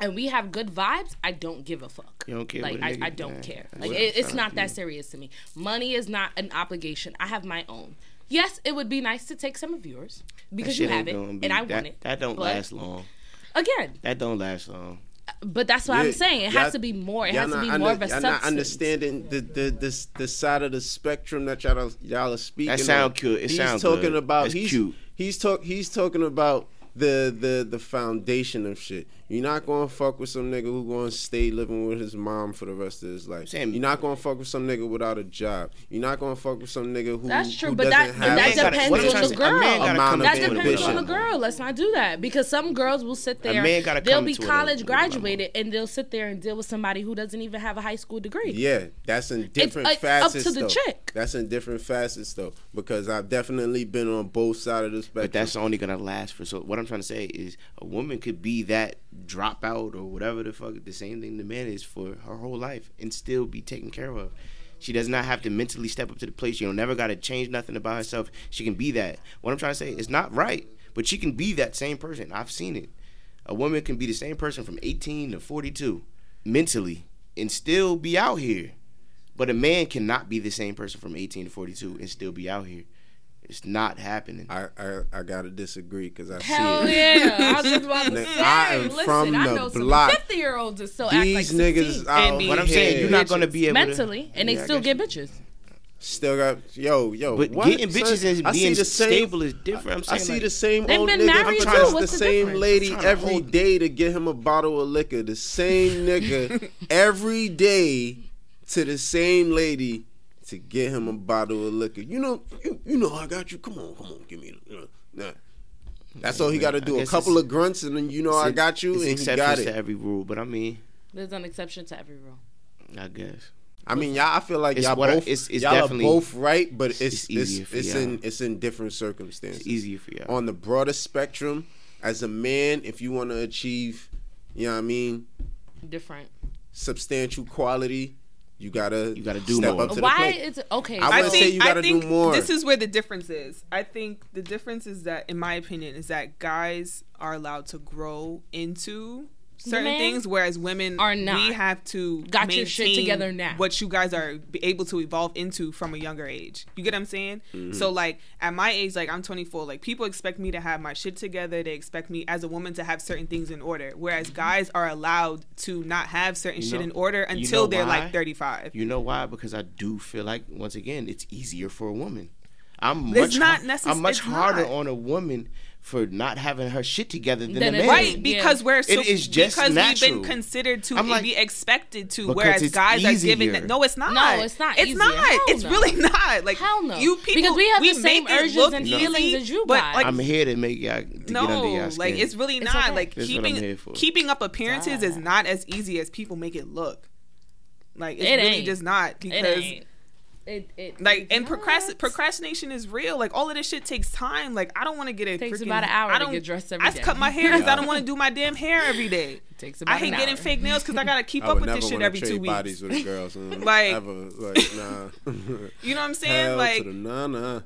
S2: And we have good vibes. I don't give a fuck.
S4: You don't care
S2: Like
S4: what a
S2: I,
S4: nigga
S2: I
S4: do,
S2: don't
S4: man.
S2: care.
S4: That's
S2: Like
S4: what
S2: it,
S4: I'm
S2: it's
S4: trying
S2: not
S4: to
S2: that serious to me. Money is not an obligation. I have my own. Yes, it would be nice to take some of yours because you
S4: Shit ain't
S2: have it,
S4: gonna
S2: and
S4: be-
S2: I want
S4: that-
S2: it.
S4: That don't
S2: But
S4: last long.
S2: again.
S4: That don't last long.
S2: But that's what
S1: Yeah,
S2: I'm saying. It
S1: y'all-
S2: has to be more. It
S1: y'all
S2: has to
S1: not
S2: be
S1: under-
S2: more of a
S1: y'all
S2: substance.
S1: not understanding the the this the side of the spectrum that y'all are- y'all are speaking.
S4: That sound
S1: of.
S4: cute. It
S1: he's
S4: sound
S1: talking
S4: good.
S1: about
S4: That's
S1: he's
S4: cute.
S1: he's talk he's talking about the the the foundation of shit. You're not gonna fuck with some nigga who gonna stay living with his mom for the rest of his life.
S4: Sam-
S1: You're not gonna fuck with some nigga without a job. You're not gonna fuck with some nigga who
S2: That's true,
S1: who
S2: but
S1: doesn't
S2: that-
S1: have
S2: that
S1: a-
S2: depends
S4: what I'm
S2: on
S4: trying
S2: the
S4: to say, A man
S2: girl.
S4: gotta
S1: Amount
S4: come
S1: of
S4: to
S2: That
S4: it with a
S1: Wait,
S2: depends
S1: wait,
S2: on
S4: vision.
S2: the
S1: wait.
S2: girl. Let's not do that because some girls will sit there.
S4: man gotta
S2: they'll
S4: come
S2: be
S4: to it
S2: college
S4: with a- with a memo.
S2: graduated and they'll sit there and deal with somebody who doesn't even have a high school degree.
S1: Yeah, that's in different
S2: like, uh, up
S1: facets.
S2: to the
S1: though.
S2: chick.
S1: That's in different facets though, because I've definitely been on both sides of the spectrum.
S4: But that's only gonna last for so. What I'm trying to say is, a woman could be that dropout or whatever the fuck, the same thing the man is for her whole life, and still be taken care of. She does not have to mentally step up to the plate. She don't never gotta change nothing about herself. She can be that. What I'm trying to say is not right, but she can be that same person. I've seen it. A woman can be the same person from 18 to 42, mentally, and still be out here. But a man cannot be the same person from 18 to 42 and still be out here. It's not happening.
S1: I, I I gotta disagree because I
S2: Hell
S1: see it.
S2: yeah! I was just about to
S1: Look,
S2: say.
S1: I am
S2: listen,
S1: from
S2: I
S1: the
S2: know
S1: block.
S2: some fifty-year-olds that still
S1: These
S2: act like
S1: niggas
S2: 16
S1: out
S3: And be
S4: What I'm saying,
S1: here
S4: you're not gonna be able
S2: mentally,
S4: to
S2: and they
S4: Yeah, I
S2: still
S4: got
S2: get
S4: you.
S2: bitches.
S1: still got yo yo.
S4: But
S1: what,
S4: getting
S1: son?
S4: bitches and
S1: I see
S4: being
S1: the same-
S4: stable is different. I'm
S1: I
S4: saying
S1: see
S4: like,
S1: the same
S2: They've
S1: old
S2: been
S1: nigga.
S2: married
S1: I'm
S2: too.
S1: trying to
S2: What's
S1: the
S2: the
S1: same
S2: difference?
S1: lady
S4: I'm trying to
S1: every
S4: hold-
S1: day to get him a bottle of liquor. The same nigga every day to the same lady to get him a bottle of liquor. You know, you, you know, I got you. Come on, come on, give me. The, uh, nah. That's all he got to
S4: I
S1: do. A
S4: guess
S1: couple
S4: it's-
S1: of grunts, and then you know I
S4: It's-
S1: got you,
S4: it's
S1: and he
S4: exceptions
S1: got it.
S4: to every rule, but I mean,
S2: There's an exception to every rule.
S4: I guess.
S1: I mean, y'all. I feel like
S4: It's
S1: y'all
S4: what I-
S1: both.
S4: it's- it's
S1: y'all are
S4: definitely-
S1: both right, but it's
S4: it's
S1: it's
S4: easier
S1: it's,
S4: for y'all.
S1: in it's in different circumstances.
S4: It's easier for y'all.
S1: on the broader spectrum as a man if you want to achieve you know what i mean
S2: Different.
S1: substantial quality you gotta
S4: You gotta do
S1: step
S4: more.
S1: up to the
S2: Why
S1: plate
S2: it's okay?
S1: I
S3: I
S1: wouldn't
S3: think,
S1: say you gotta
S3: I
S1: do
S3: think
S1: more.
S3: This is where the difference is. I think the difference is that, in my opinion, is that guys are allowed to grow into certain
S2: Women
S3: things, whereas women
S2: are not.
S3: We have to
S2: Got your shit
S3: maintain
S2: together now.
S3: What you guys are be- able to evolve into from a younger age. You get what I'm saying?
S1: Mm-hmm.
S3: So, like at my age, like I'm 24, like people expect me to have my shit together. They expect me as a woman to have certain things in order, whereas
S1: Mm-hmm.
S3: guys are allowed to not have certain
S4: You
S3: shit
S4: know-
S3: in order
S4: you
S3: until
S4: know
S3: they're
S4: why?
S3: like 35.
S4: You know why? Because I do feel like once again, it's easier for a woman. I'm much
S3: It's not
S4: har-
S3: necess-
S4: I'm much
S3: it's
S4: harder
S3: not.
S4: on a woman for not having her shit together than,
S2: Than
S4: a
S2: a
S4: man.
S2: Yeah.
S3: Right, because we're so,
S4: It is just
S3: because
S4: natural.
S3: we've been considered to
S4: I'm like-
S3: be expected to,
S4: Because
S3: whereas
S4: it's
S3: guys are given
S4: easier.
S3: that. No, it's not.
S2: No, it's not
S3: It's
S2: easier.
S3: not.
S2: Hell
S3: it's
S2: no.
S3: really not. Like
S2: Hell no.
S3: you people,
S2: Because we have the same
S3: make it
S2: urges
S3: look
S2: and
S3: easy,
S2: feelings as you
S3: but
S2: guys.
S3: like
S4: I'm here to make y'all to get under
S3: no,
S4: y'all skin.
S3: like it's really
S2: It's
S3: not.
S2: okay.
S3: Like
S4: That's what I'm here
S3: keeping
S4: for.
S3: keeping up appearances is
S2: Die.
S3: not as easy as people make it look. Like it's
S2: It
S3: really
S2: ain't.
S3: just not
S2: it
S3: because
S2: ain't. It, it,
S3: like
S2: it's
S3: and procrast-
S2: not.
S3: procrastination is real. Like all of this shit takes time. Like I don't want to get it.
S2: Takes about an hour to get dressed every
S3: I
S2: day.
S3: cut my hair because I don't want to do my damn hair every day.
S2: Takes
S3: I
S2: about
S3: hate
S2: an
S3: getting
S2: hour.
S3: fake nails because I gotta keep
S1: I
S3: up
S1: would
S3: with
S1: never
S3: this
S1: want
S3: shit
S1: to
S3: every
S1: trade
S3: two weeks.
S1: bodies with a girl. So
S3: Like-
S1: ever, like nah.
S3: You know what I'm saying?
S1: Hell
S3: like,
S1: to the nah, nah.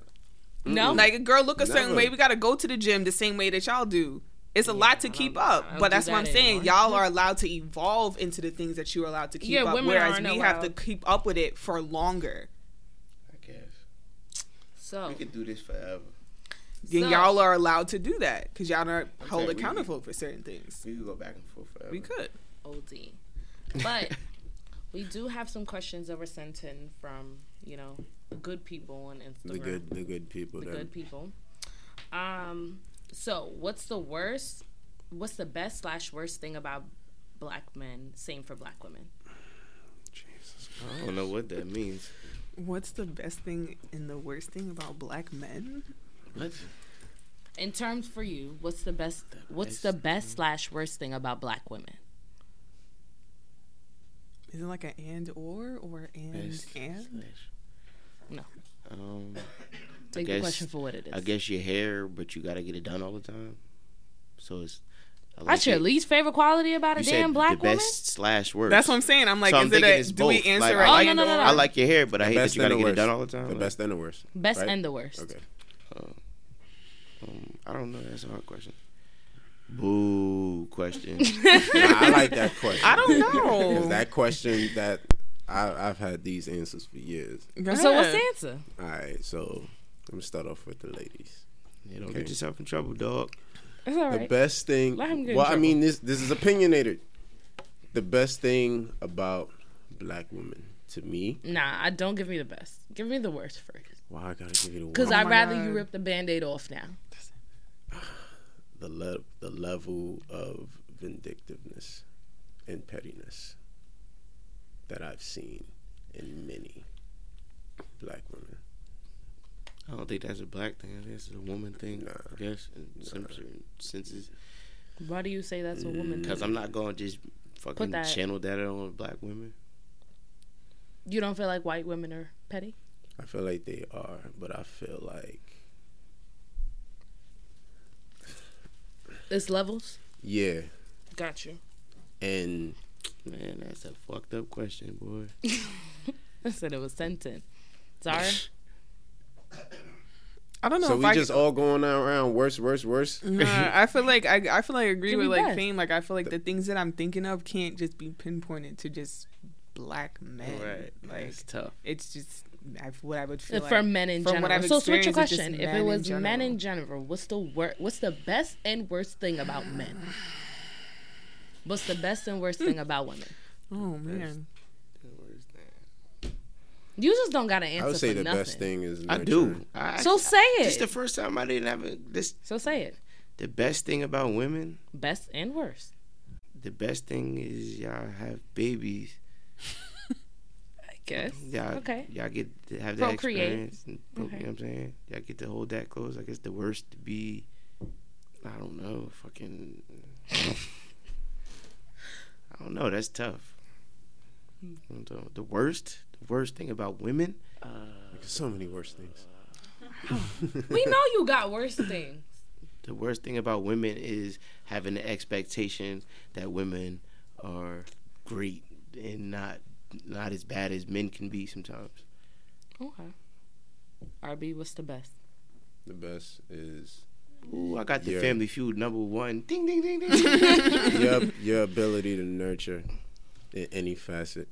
S2: No,
S3: like a girl look a certain
S1: Never.
S3: way. We gotta go to the gym the same way that y'all do. It's a lot to keep up,
S2: I don't
S3: but
S2: do
S3: that's what I'm
S2: that
S3: saying.
S2: anymore.
S3: Y'all are allowed to evolve into the things that you are allowed to keep
S2: Yeah,
S3: up,
S2: women
S3: whereas
S2: aren't
S3: we have to
S2: allowed.
S3: keep up with it for longer.
S4: I guess
S2: so
S4: we could do this forever.
S3: Then
S2: So-
S3: y'all are allowed to do that because y'all are held
S4: saying we-
S3: accountable for certain things.
S4: We could go back and forth forever.
S3: We could.
S2: OD. But we do have some questions that were sent in from you know good people on Instagram.
S1: The good, the good people.
S2: the
S1: then.
S2: good people. Um, so what's the worst? What's the best slash worst thing about black men? Same for black women.
S4: I don't know what that means.
S3: What's the best thing and the worst thing about black men?
S4: What?
S2: In terms for you, what's the best? What's the best slash worst thing about black women?
S3: Is it like an and or or and
S4: Best
S3: and?
S4: slash-
S2: No.
S4: Um,
S2: Take the
S4: guess-
S2: question for what it is.
S4: I guess your hair, but you gotta get it done all the time. So it's. I like
S2: That's your
S4: it.
S2: least favorite quality about a
S4: You
S2: damn
S4: said
S2: black
S4: the
S2: woman.
S4: best slash worst.
S3: That's what I'm saying. I'm like,
S4: So
S3: is
S4: I'm
S3: it
S4: thinking
S3: a,
S4: it's
S3: do we
S4: both.
S3: answer
S4: Like,
S3: a
S4: I like-
S2: Oh, no, no, no, no.
S4: I like your hair, but I hate that
S1: best
S4: you gotta
S1: and the
S4: get it done
S1: worst.
S4: all the time.
S1: The
S4: Like,
S1: best and the worst.
S2: Best
S1: right?
S2: and the worst.
S1: Okay.
S4: um, I don't know. That's a hard question. Boo question.
S1: Nah, I like that question.
S3: I don't
S1: 'Cause
S3: know.
S1: that question that I, I've had these answers for years.
S3: Go
S2: So what's
S3: ahead.
S2: the answer?
S1: All right, so let me start off with the ladies.
S4: you don't
S1: Okay.
S4: get yourself in trouble, dog.
S2: It's all
S1: the
S2: right.
S1: best thing.
S2: Let him get in
S1: well, I
S2: trouble.
S1: mean, this this is opinionated. The best thing about black women to me.
S2: Nah, I don't give me the best. Give me the worst first.
S4: Oh
S1: Why I gotta give you the
S2: Because
S1: word?
S2: I'd
S3: my
S2: rather you
S3: God.
S2: rip the band aid off now.
S1: the le- the level of vindictiveness and pettiness that I've seen in many black women.
S4: I don't think that's a black thing. I think it's a woman thing.
S1: Nah.
S4: I guess in some certain senses.
S2: Why do you say that's a woman?
S4: Because I'm not gonna just fucking
S2: that-
S4: channel that on black women.
S2: You don't feel like white women are petty?
S1: I feel like they are, but I feel like
S2: It's levels.
S1: yeah,
S2: Got you.
S1: and
S4: Man, that's a fucked up question, boy.
S2: I said it was sent in. Sorry.
S3: I don't know
S1: so
S3: if
S1: we
S3: I
S1: just all going around worse, worse, worse.
S2: Mm.
S3: Nah, I feel like I, I feel like I agree
S2: Could
S3: with
S2: be
S3: like
S2: best.
S3: Fame. Like I feel like the things that I'm thinking of can't just be pinpointed to just black men.
S4: Right.
S3: Like
S4: That's tough.
S3: it's just I, what I would feel
S2: for
S3: like
S2: men in
S3: from
S2: general.
S3: what I've
S2: so, what's your
S3: experienced, it's just
S2: question? If
S3: men
S2: it
S3: in
S2: was men
S3: general.
S2: in general, what's the wor- What's the best and worst thing about men? What's the best and worst thing about women?
S3: Oh man,
S2: You just don't got to answer.
S1: I would say
S2: for
S1: the
S2: nothing.
S1: best thing is
S4: I
S1: nurturing.
S4: do. I,
S2: So say
S4: This the
S2: it.
S4: first time I didn't have a, this.
S2: So say it.
S4: The best thing about women,
S2: Best and worst.
S4: the best thing is y'all have babies.
S2: guess.
S4: Yeah.
S2: Okay.
S4: Y'all get to have that
S2: Procreate.
S4: experience. And pro-
S2: Okay.
S4: You know what I'm saying? Y'all get to hold that close. I guess the worst to be, I don't know, fucking. I don't know. That's tough.
S2: Hmm.
S4: I don't know. The worst, the worst thing about women.
S1: So many worse things.
S2: We know you got worse things.
S4: The worst thing about women is having the expectation that women are great and not not as bad as men can be sometimes.
S2: Okay. RB, what's the best?
S1: The best is
S4: Ooh, I got the
S1: Yeah.
S4: Family Feud number one. Ding ding ding ding.
S1: your your ability to nurture in any facet.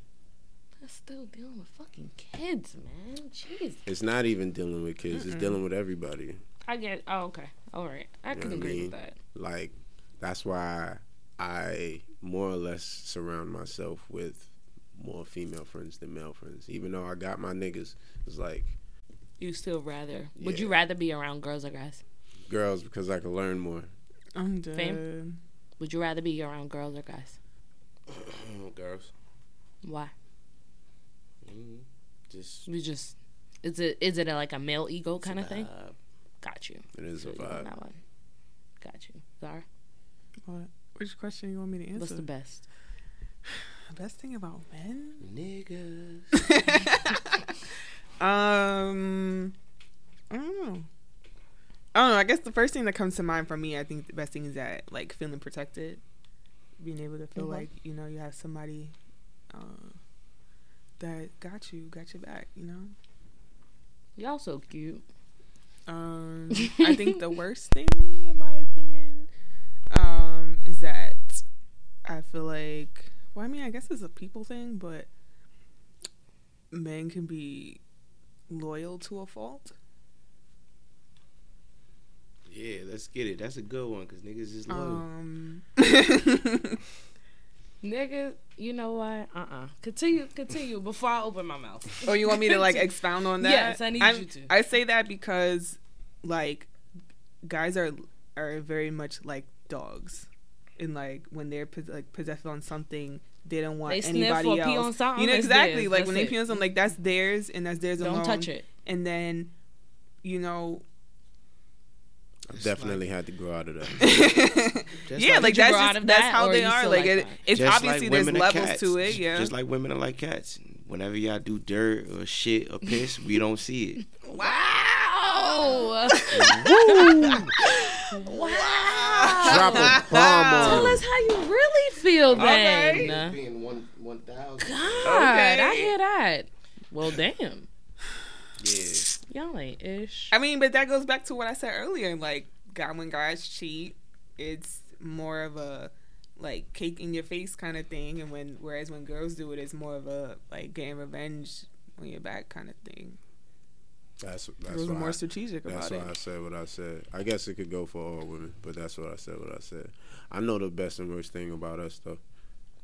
S2: That's still dealing with fucking kids, man. Jeez.
S1: It's not even dealing with kids. It's dealing with everybody.
S2: I get. Oh, okay. All right. I
S1: what
S2: can
S1: I
S2: agree
S1: mean?
S2: with that.
S1: Like that's why I more or less surround myself with more female friends than male friends. Even though I got my niggas, it's like
S2: You still rather? Would you
S1: Yeah.
S2: rather be around girls or guys?
S1: girls because I can learn more.
S3: I'm
S2: Fame? Would you rather be around girls or guys?
S4: Girls,
S2: Why?
S4: just
S2: You just. Is it is it a, like a male ego kind of thing?
S4: uh,
S2: Got you.
S1: It is a
S2: So you on
S1: vibe.
S2: that one. Got you. Zara,
S3: What? Which question you want me to answer?
S2: what's the best?
S3: best thing about men?
S4: niggas.
S3: Um, I don't know. I don't know. I guess the first thing that comes to mind for me, I think the best thing is that like feeling protected, being able to feel
S2: Mhm.
S3: like you know you have somebody uh, that got you, got your back. You know.
S2: Y'all so cute.
S3: Um, I think the worst thing, in my opinion, um, is that I feel like, well, I mean, I guess it's a people thing, but men can be loyal to a fault.
S4: Yeah, let's get it. That's a good one because niggas is low.
S3: Um,
S2: Nigga, you know what? Uh uh Continue, continue before I open my mouth.
S3: oh, you want me to like expound on that?
S2: Yes, I need
S3: I'm-
S2: you to.
S3: I say that because, like, guys are are very much like dogs, and like when they're pos- like possessed on something, they don't want
S2: They sniff
S3: anybody
S2: or
S3: else.
S2: pee on something,
S3: you know
S2: it's
S3: exactly.
S2: theirs.
S3: Like
S2: That's
S3: when they
S2: it.
S3: pee on something, like that's theirs and that's theirs alone.
S2: Don't touch it.
S3: And then, you know,
S1: I definitely had to grow out of that.
S4: Just
S3: yeah, like
S2: Did you
S3: that's
S2: grow
S3: just,
S2: out of
S3: that's
S2: that,
S3: how
S2: or
S3: they
S2: you
S3: are.
S2: still
S3: Like,
S2: like
S3: it,
S2: that?
S3: it's
S4: just
S3: obviously there's
S4: women are
S3: levels
S4: cats.
S3: to it.
S4: Just-
S3: Yeah.
S4: Just like women are like cats. Whenever y'all do dirt or shit or piss, we don't see it.
S2: Wow! wow!
S1: Drop a bomb
S2: Tell
S1: on.
S2: us how you really feel then.
S4: Being one one thousand.
S2: God,
S3: Okay.
S2: I hear that. Well, damn.
S4: Yeah.
S2: Y'all ain't ish.
S3: I mean, but that goes back to what I said earlier. Like, God, when guys cheat, it's more of a like cake in your face kind of thing, and when whereas when girls do it, it's more of a like getting revenge on your back kind of thing.
S1: That's that's
S3: Girls are
S1: why
S3: more
S1: I-
S3: strategic
S1: That's
S3: about
S1: why
S3: it.
S1: I said what I said. I guess it could go for all women, but that's what I said. What I said. I know the best and worst thing about us, though.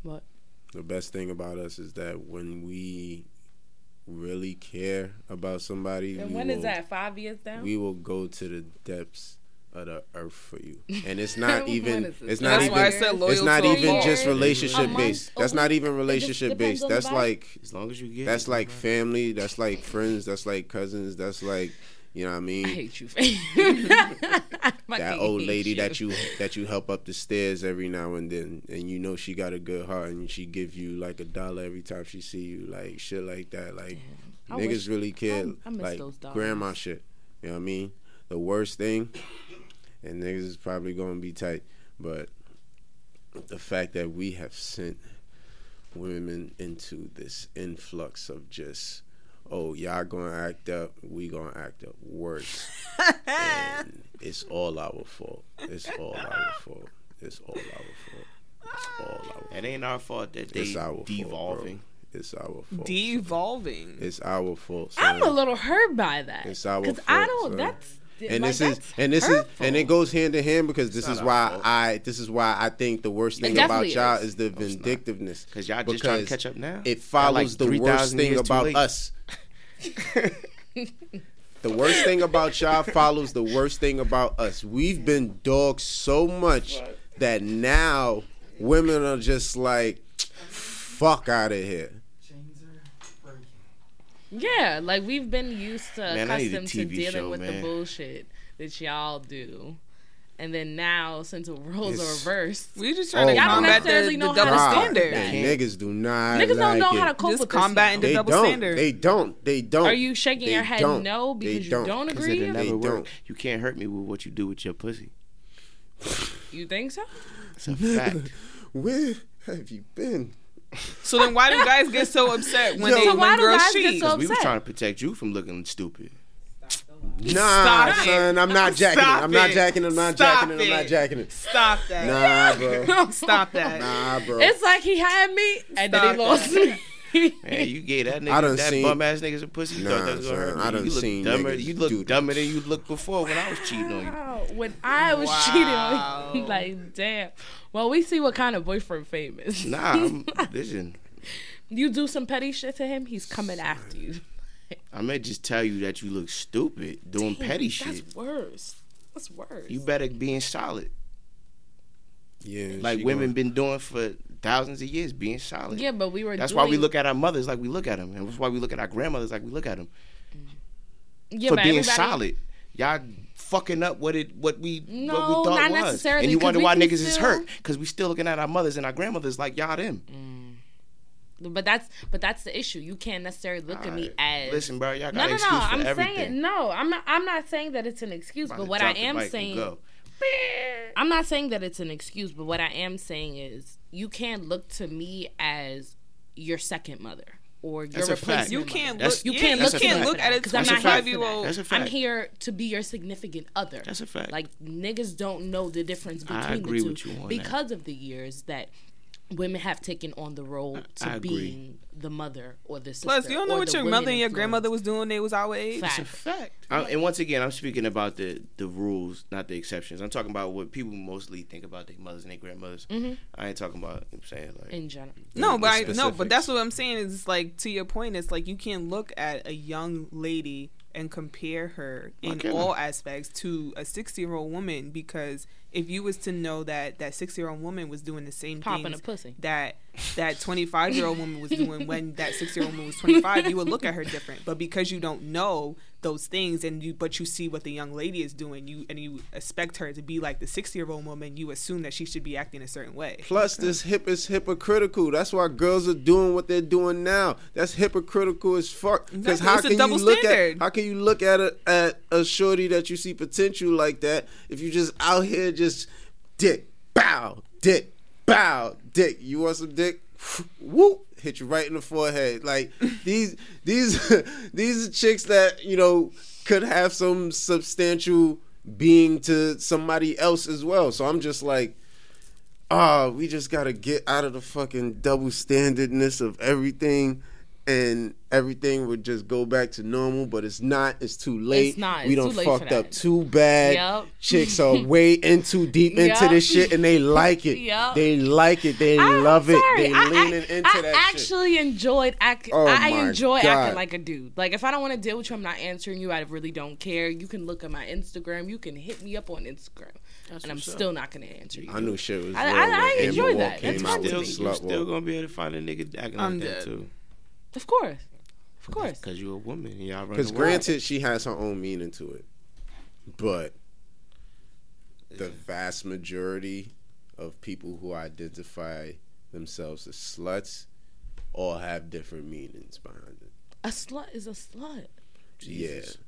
S2: What?
S1: The best thing about us is that when we really care about somebody,
S2: And
S1: we
S2: when is
S1: will-
S2: that? Five years down?
S1: We will go to the depths of the earth for you, and it's not
S2: When
S1: even.
S2: is this?
S1: It's not
S3: That's
S1: even.
S3: why I said loyal
S1: It's not
S3: to a
S1: even
S3: fault.
S1: just
S4: A month,
S1: relationship
S4: a
S1: based. That's
S2: week.
S1: not even
S2: depends
S1: relationship
S2: on
S1: based.
S2: the
S1: That's
S2: vibe.
S1: like
S4: As long as you get.
S1: that's
S4: it,
S1: like
S4: bro.
S1: family. That's like friends. That's like cousins. That's like you know what I mean.
S2: I hate you, fam.
S1: that old lady that you that you help up the stairs every now and then, and you know she got a good heart, and she give you like a dollar every time she see you, like shit like that. Like
S2: I
S1: niggas
S2: wish-
S1: really care,
S2: I- I miss
S1: like
S2: those dollars.
S1: grandma shit. You know what I mean? The worst thing, and niggas is probably gonna be tight, but the fact that we have sent women into this influx of just. Oh, y'all gonna act up. We gonna act up worse and it's all our fault. It's all our fault. It's all our fault. It's all our fault.
S4: It ain't our fault that they
S1: It's our fault,
S4: devolving.
S1: It's our fault.
S3: Devolving.
S1: it's our fault.
S2: I'm
S1: son.
S2: a little hurt by that.
S1: It's our
S2: Because
S1: fault,
S2: I don't.
S1: son.
S2: That's.
S1: and
S2: like,
S1: this is
S2: that's
S1: and this
S2: hurtful.
S1: is and it goes hand in hand because this
S4: not
S1: is
S4: our
S1: why
S4: fault.
S1: I this is why I think the worst thing about
S2: definitely
S1: y'all
S2: is.
S1: is, the
S4: it's not.
S1: vindictiveness
S4: 'Cause y'all just trying to catch up now. Y'all
S1: It follows
S4: like
S1: the
S4: 3,000
S1: worst thing
S4: years too
S1: about
S4: late.
S1: us. The worst thing about y'all follows the worst thing about us. We've been dogs so much that now women are just like, fuck out of here.
S5: Chains are breaking.
S2: Yeah, like we've been used to
S4: Man, I need a
S2: accustomed to
S4: TV
S2: dealing
S4: show,
S2: with the
S4: man.
S2: bullshit that y'all do. And then now, since the roles are
S1: It's-
S2: reversed,
S3: We just trying
S1: Oh,
S3: to
S1: Y'all don't
S3: combat
S2: necessarily
S3: the,
S2: know how
S3: the
S2: to
S3: double
S2: stop
S3: standard.
S2: that.
S1: Yeah, niggas do not.
S2: niggas
S1: like
S2: don't know
S1: it.
S2: how to cope
S3: Just
S2: with this
S3: combating
S2: now.
S3: the
S1: They
S3: double
S1: don't.
S3: standard.
S1: They don't. They don't.
S2: Are you shaking
S1: They
S2: your head
S1: don't.
S2: no
S1: They
S2: because you don't,
S4: Because it
S2: agree?
S1: They
S4: never
S1: don't.
S4: work. You can't hurt me with what you do with your pussy.
S2: You think so?
S4: That's a fact.
S1: Where have you been?
S3: So then, why do guys get so upset when
S1: Yo.
S3: they
S1: So
S2: why
S3: when
S2: do
S3: girls
S2: guys get
S3: cheat?
S2: so-
S4: we was
S2: Upset.
S4: trying to protect you from looking stupid.
S1: Nah,
S3: Stop it.
S1: son. I'm not jacking
S3: Stop
S1: it. I'm not
S3: it.
S1: jacking it. I'm not
S3: Stop
S1: jacking it. I'm not
S3: it.
S1: jacking it.
S3: Stop that!
S1: Nah, bro.
S3: Stop that!
S1: Nah, bro.
S2: It's like he had me and then
S3: Stop
S2: he lost
S3: that.
S2: me.
S4: Man, you gave that
S1: I
S4: nigga
S1: done
S4: that
S1: seen-
S4: bum ass nigga some pussy. You
S1: Nah,
S4: thought that was gonna
S1: son,
S4: hurt me.
S1: I done
S4: you look
S1: seen
S4: dumber.
S1: niggas
S4: You
S1: do
S4: look
S1: that.
S4: dumber than you looked before when I was cheating on you.
S2: Wow, when I was cheating on you,
S3: Wow.
S2: like damn. Well, we see what kind of boyfriend famous.
S4: Nah, I'm, listen.
S2: you do some petty shit to him, he's coming after you.
S4: I may just tell you that you look stupid doing petty shit.
S2: That's worse. That's worse.
S4: You better being solid,
S1: yeah,
S4: like
S1: she
S4: women
S1: gonna-
S4: been doing for thousands of years, being solid.
S2: yeah, but we were.
S4: That's
S2: doing,
S4: why we look at our mothers like we look at them, and that's why we look at our grandmothers like we look at them
S2: yeah,
S4: for
S2: but
S4: being
S2: everybody-
S4: solid. Y'all fucking up what it what we
S2: No,
S4: what we thought
S2: not
S4: was,
S2: necessarily,
S4: and you
S2: 'cause
S4: wonder
S2: we
S4: why
S2: can
S4: niggas is
S2: still-
S4: hurt because we still looking at our mothers and our grandmothers like y'all them.
S2: But that's but that's the issue. You can't necessarily look at me
S4: Alright.
S2: as
S4: Listen, bro, y'all got
S2: no,
S4: an
S2: no, no.
S4: excuse for
S2: I'm
S4: everything.
S2: saying no. I'm not. I'm not saying that it's an excuse.
S4: About
S2: But
S4: to
S2: what I
S4: drop the mic
S2: am
S4: and
S2: saying,
S4: go.
S2: I'm not saying that it's an excuse, but what I am saying is you can't look to me as your second mother or your
S4: That's a fact.
S2: replacement.
S3: You
S2: mother.
S3: can't look.
S4: That's-
S3: You
S4: yeah,
S3: can't
S4: that's
S3: look.
S4: a
S3: Can't
S4: fact.
S3: look at a
S2: because I'm
S4: That's
S2: not
S4: a
S2: here
S4: fact.
S2: for that.
S3: 25-year-old.
S4: That's a
S2: I'm
S4: fact.
S2: here to be your significant other.
S4: That's a fact.
S2: Like niggas don't know the difference between
S4: I agree
S2: the two
S4: with you on that.
S2: because of the years that women have taken on the role to
S4: I agree.
S2: being the mother or the sister.
S3: Plus, you don't know
S2: or
S3: what
S2: the
S3: your
S2: women
S3: mother and your
S2: influence.
S3: grandmother was doing. when They was our age.
S2: Fact.
S4: fact. i and once again, I'm speaking about the the rules, not the exceptions. I'm talking about what people mostly think about their mothers and their grandmothers.
S2: Mm-hmm.
S4: I ain't talking about. I'm saying like
S2: in general.
S3: No, but I,
S1: the
S3: no, but
S1: specifics.
S3: that's what I'm saying. Is it's like to your point, it's like you can look at a young lady and compare her in
S4: can't I?
S3: all aspects to a 60 year old woman because if you was to know that that 60 year old woman was doing the same
S2: Popping
S3: things
S2: a pussy.
S3: that that 25 year old woman was doing when that 60 year old woman was 25, you would look at her different. But because you don't know those things and you but you see what the young lady is doing, you and you expect her to be like the 60 year old woman, you assume that she should be acting a certain way.
S1: Plus, this hip is hypocritical. That's why girls are doing what they're doing now. That's hypocritical as fuck. Because
S3: Exactly.
S1: how
S3: It's a
S1: can you
S3: double
S1: look
S3: standard.
S1: at how can you look at a at a shorty that you see potential like that if you just out here just dick bow dick bow dick. You want some dick? Whoop! Hit you right in the forehead. Like these these these are chicks that you know could have some substantial being to somebody else as well. So I'm just like. Ah, we just gotta get out of the fucking double standardness of everything, and everything would just go back to normal. But it's not. It's too late.
S2: It's not.
S1: We
S2: It's
S1: don't
S2: too late for
S1: fucked up
S2: that.
S1: too bad.
S2: Yup.
S1: Chicks are way in too deep into
S2: Yup.
S1: this shit, and they like it.
S2: Yup.
S1: They like it. They
S2: I- I'm
S1: love it.
S2: sorry.
S1: They
S2: I-
S1: leaning
S2: I,
S1: into that
S2: I
S1: shit.
S2: actually enjoyed acting.
S1: Oh
S2: I
S1: my
S2: enjoy
S1: God.
S2: acting like a dude. Like if I don't want to deal with you, I'm not answering you. I really don't care. You can look at my Instagram. You can hit me up on Instagram, and I'm still not gonna answer you.
S1: I knew shit was.
S2: I-
S1: real
S2: I-
S1: when
S2: I
S1: Amber
S2: enjoy
S1: Walk
S2: that.
S1: Came
S2: That's
S1: out with
S4: still,
S1: the
S4: you
S1: slut
S4: still
S1: walk.
S4: gonna be able to find a nigga acting
S3: I'm
S4: like
S3: dead.
S4: that too.
S2: Of course, of course.
S4: Cause you a woman, and y'all run.
S1: Because
S4: the world.
S1: granted, she has her own meaning to it, but the vast majority of people who identify themselves as sluts all have different meanings behind it.
S2: A slut is a slut.
S4: Jesus.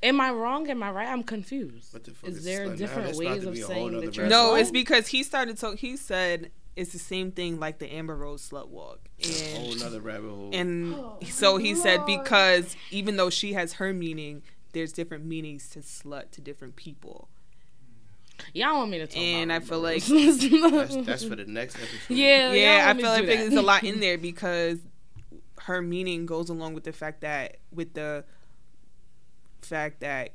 S2: Am I wrong? Am I right? I'm confused.
S4: What the fuck
S2: is
S4: is
S2: there
S4: slut? Now
S2: different
S4: that's about
S2: ways
S4: to
S2: of
S4: be a whole
S2: saying
S4: nother
S2: that you're
S3: No,
S2: a
S3: it's
S2: slut?
S3: because he started to. He said it's the same thing like the Amber Rose slut walk,
S4: Yeah.
S3: and
S4: Whole another rabbit hole.
S3: and so he said because even though she has her meaning, there's different meanings to slut to different people.
S2: y'all want me to talk
S3: And I
S2: about
S3: feel like
S4: that's, that's for the next episode.
S2: yeah,
S3: yeah,
S2: y'all
S3: I
S2: want me
S3: feel
S2: to
S3: like
S2: do that.
S3: there's a lot in there because her meaning goes along with the fact that with the fact that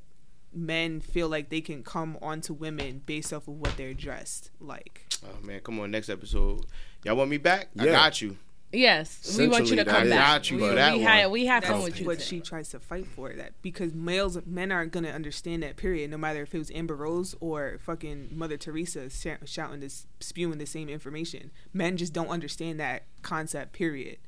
S3: men feel like they can come onto women based off of what they're dressed like.
S4: Oh man, come on, next episode. Y'all want me back? I
S1: Yeah.
S4: got you.
S2: Yes, we want you to
S1: Essentially, that
S2: come back.
S4: is- I got you
S2: we,
S4: for that
S2: we
S4: one.
S2: had we had fun
S3: That's
S2: with you.
S3: what
S2: today.
S3: she tries to fight for that because males men aren't gonna understand that period no matter if it was Amber Rose or fucking Mother Teresa sh- shouting this spewing the same information men just don't understand that concept period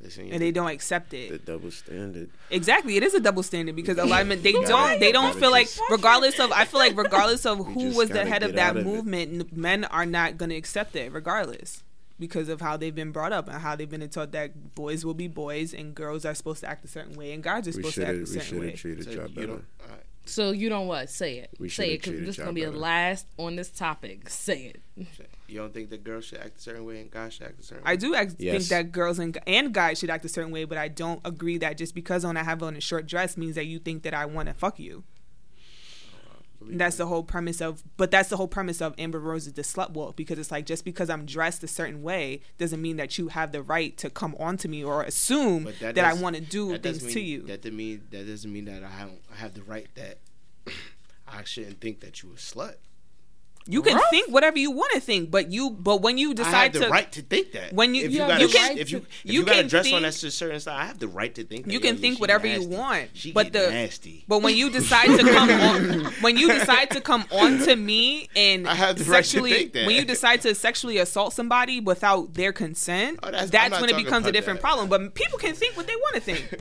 S4: Listen,
S3: and they don't accept it.
S1: The double standard.
S3: Exactly, it is a double standard because alignment they
S1: You
S3: don't
S1: gotta-
S3: they
S1: you
S3: don't
S1: gotta
S3: feel like
S1: just-
S3: regardless of I feel like regardless of who
S1: just
S3: was the
S1: gotta
S3: head of
S1: get
S3: that
S1: out of it.
S3: movement, n- men are not going to accept it regardless because of how they've been brought up and how they've been taught that boys will be boys and girls are supposed to act a certain way and guys are
S1: We
S3: supposed
S1: should
S3: to act
S1: have
S3: a
S1: we
S3: certain
S1: should
S3: way.
S1: have treated
S4: So
S1: y'all
S4: you
S1: better.
S4: don't. all right.
S2: So you don't what? Say it.
S1: We
S2: say
S1: shoulda
S2: it because
S1: treated
S2: this is
S1: y'all
S2: gonna be the
S1: better.
S2: last on this topic. Say it.
S4: So You don't think that girls should act a certain way and guys should act a certain way?
S3: I do ex- think
S1: Yes.
S3: that girls and and guys should act a certain way, but I don't agree that just because on I have on a short dress means that you think that I want to fuck you. That's the whole premise of, but that's the whole premise of Amber Rose's the slut walk because it's like just because I'm dressed a certain way doesn't mean that you have the right to come on to me or assume
S4: But
S3: that,
S4: that
S3: I
S4: does-
S3: want to do
S4: that doesn't
S3: things
S4: mean,
S3: to you.
S4: That doesn't mean that doesn't mean that I have, I have the right that I shouldn't think that you a slut.
S3: you can
S2: Rough.
S3: think whatever you want to think, but you, but when you
S4: I
S3: decide
S4: have the
S3: to,
S4: right to think that.
S3: when you-
S4: if
S2: you
S4: you,
S2: have
S4: got
S2: the
S4: a,
S2: right
S4: if
S2: to-
S4: you if
S3: you
S4: you, got
S3: can
S4: a dress
S3: think-
S4: on that's a certain style, I have the right to think. That,
S3: You can
S4: yo,
S3: think
S4: she
S3: whatever you
S4: nasty.
S3: want,
S4: She
S3: but
S4: get
S3: the-
S4: nasty.
S3: But when you decide to come on, when you decide to come on to me and
S4: I have the right to
S3: sexually,
S4: think that.
S3: when you decide to sexually assault somebody without their consent,
S4: Oh, that's-
S3: that's,
S4: I'm not
S3: when it
S4: talking
S3: becomes a
S4: about
S3: different
S4: that.
S3: problem. But people can think what they want to think.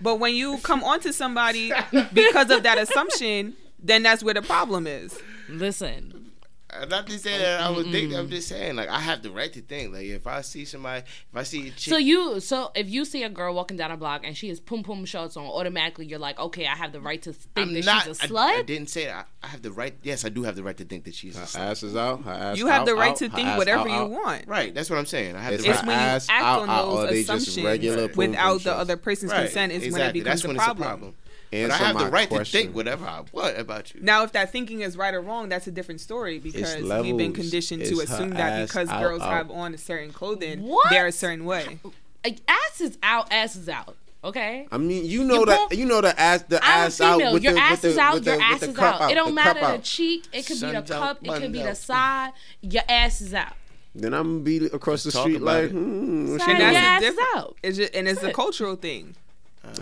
S3: But when you come on to somebody because of that assumption, then that's where the problem is.
S2: Listen,
S4: I'm not just
S2: Oh,
S4: saying that I would think. I'm just saying like I have the right to think. Like if I see somebody, if I see a chick,
S2: So you, so if you see a girl walking down a block and she has pum pum shorts on, automatically you're like, okay, I have the right to think
S4: I'm
S2: that
S4: not.
S2: she's a
S4: I,
S2: slut.
S4: I didn't say that. I, I have the right. Yes, I do have the right to think that she's a
S1: Her
S4: slut.
S1: ass is out. Her ass
S3: You have
S1: out,
S3: the right
S1: out,
S3: to
S1: her
S3: think
S1: ass
S3: whatever
S1: out,
S3: you
S1: out.
S3: want.
S4: Right. That's what I'm saying. I have
S1: It's
S4: the
S1: her
S4: right.
S3: It's when you
S1: ass
S3: act
S1: out,
S3: on
S1: out,
S3: those
S1: or they just
S3: assumptions
S1: regular pum-pum
S3: without the
S1: shots.
S3: other person's
S4: Right,
S3: consent is when it
S4: exactly.
S3: becomes
S4: That's when
S3: a
S4: it's
S3: problem.
S4: But I
S1: Answer
S4: have
S1: my
S4: the right
S1: question.
S4: to think whatever I want about you.
S3: Now, if that thinking is right or wrong, that's a different story because we've been
S1: levels.
S3: conditioned to
S1: It's her
S3: assume that
S1: ass
S3: because
S1: out,
S3: girls
S1: out.
S3: have on a certain clothing,
S2: What?
S3: they're a certain way.
S2: Like, ass is out, ass is out. Okay.
S1: I mean, you know
S2: You
S1: that
S2: both-
S1: you know the ass the
S2: I'm a
S1: ass out
S2: female.
S1: with
S2: your
S1: the
S2: ass
S1: with the
S2: is out.
S1: with the,
S2: your ass
S1: with the
S2: is
S1: cup
S2: out. It don't
S1: the
S2: matter
S1: cup
S2: the
S1: out.
S2: cheek. It could be the
S4: Sun's out,
S2: cup. It could be
S4: buns
S2: the
S4: out.
S2: side. Your ass is out.
S1: Then I'm gonna be across the
S4: Talk
S1: street
S4: about
S1: like,
S4: it.
S1: hmm, what's
S2: Sorry,
S1: she doing?
S3: And
S2: your
S3: that's
S2: ass
S3: a
S2: is
S3: different.
S2: out.
S3: It's just, and it's a cultural thing.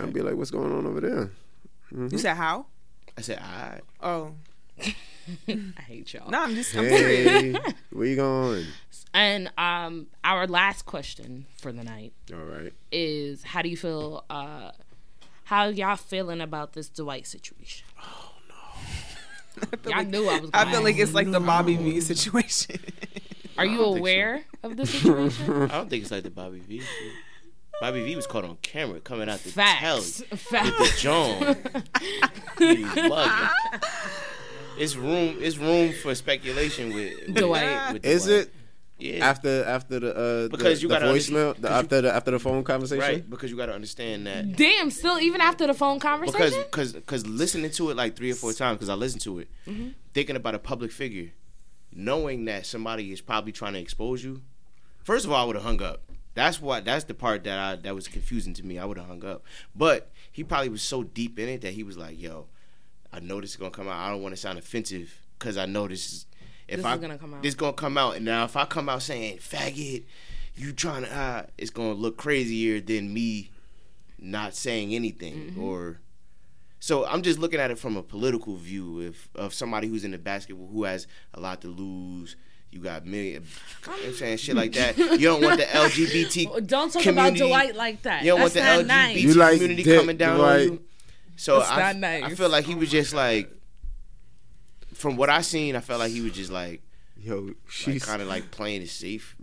S1: I'll be like, what's going on over there?
S3: You said how?
S4: I said, all right.
S3: Oh,
S2: I hate y'all.
S3: no, I'm just. I'm serious.
S1: Hey, where you going?
S2: And um, our last question for the night
S1: All right.
S2: is, how do you feel? Uh, how y'all feeling about this Dwight situation? Y'all knew I was. Gonna
S3: I feel like it's like the Bobby V situation.
S2: Are you
S4: think so.
S2: aware of the situation?
S4: I don't think it's like the Bobby V. shit. Bobby V was caught on camera coming out to tell
S2: Facts.
S4: you.
S2: Facts.
S4: John. He's bugging. It's room. It's room for speculation with with-
S2: Dwight.
S4: with
S1: Is
S4: Dwight.
S1: it
S4: Yeah.
S1: after after the uh
S4: Because
S1: the,
S4: you
S1: the
S4: gotta
S1: voicemail
S4: understand-
S1: the,
S4: 'cause you-
S1: after the after the phone conversation?
S4: right? Because you got to understand that
S2: Damn, still even after the phone
S4: because
S2: conversation?
S4: because because listening to it like three or four times because I listened to it,
S2: Mm-hmm.
S4: thinking about a public figure, knowing that somebody is probably trying to expose you. First of all, I would have hung up. That's what that's the part that I that was confusing to me. I would have hung up, but he probably was so deep in it that he was like, "Yo, I know this is gonna come out. I don't want to sound offensive because I know this is if
S2: This
S4: I
S2: is gonna come out.
S4: this gonna come out. And now if I come out saying faggot, you trying to uh, it's gonna look crazier than me not saying anything
S2: Mm-hmm.
S4: or so I'm just looking at it from a political view if of somebody who's in the basketball who has a lot to lose. You got million, you know what I'm saying shit like that. You don't want the LGBT.
S2: Oh, Don't talk
S4: community.
S2: about Dwight like that.
S4: You don't
S2: That's
S4: want the
S2: not
S4: LGBT
S2: nice.
S1: You like
S4: community
S1: dick,
S4: coming down
S1: Dwight.
S4: on you. So
S2: That's
S4: I,
S2: not nice. Oh
S4: I feel like he was just like, from what I seen, I felt like he was just like,
S1: Yo,
S4: like
S1: she's
S4: kind of like playing it safe.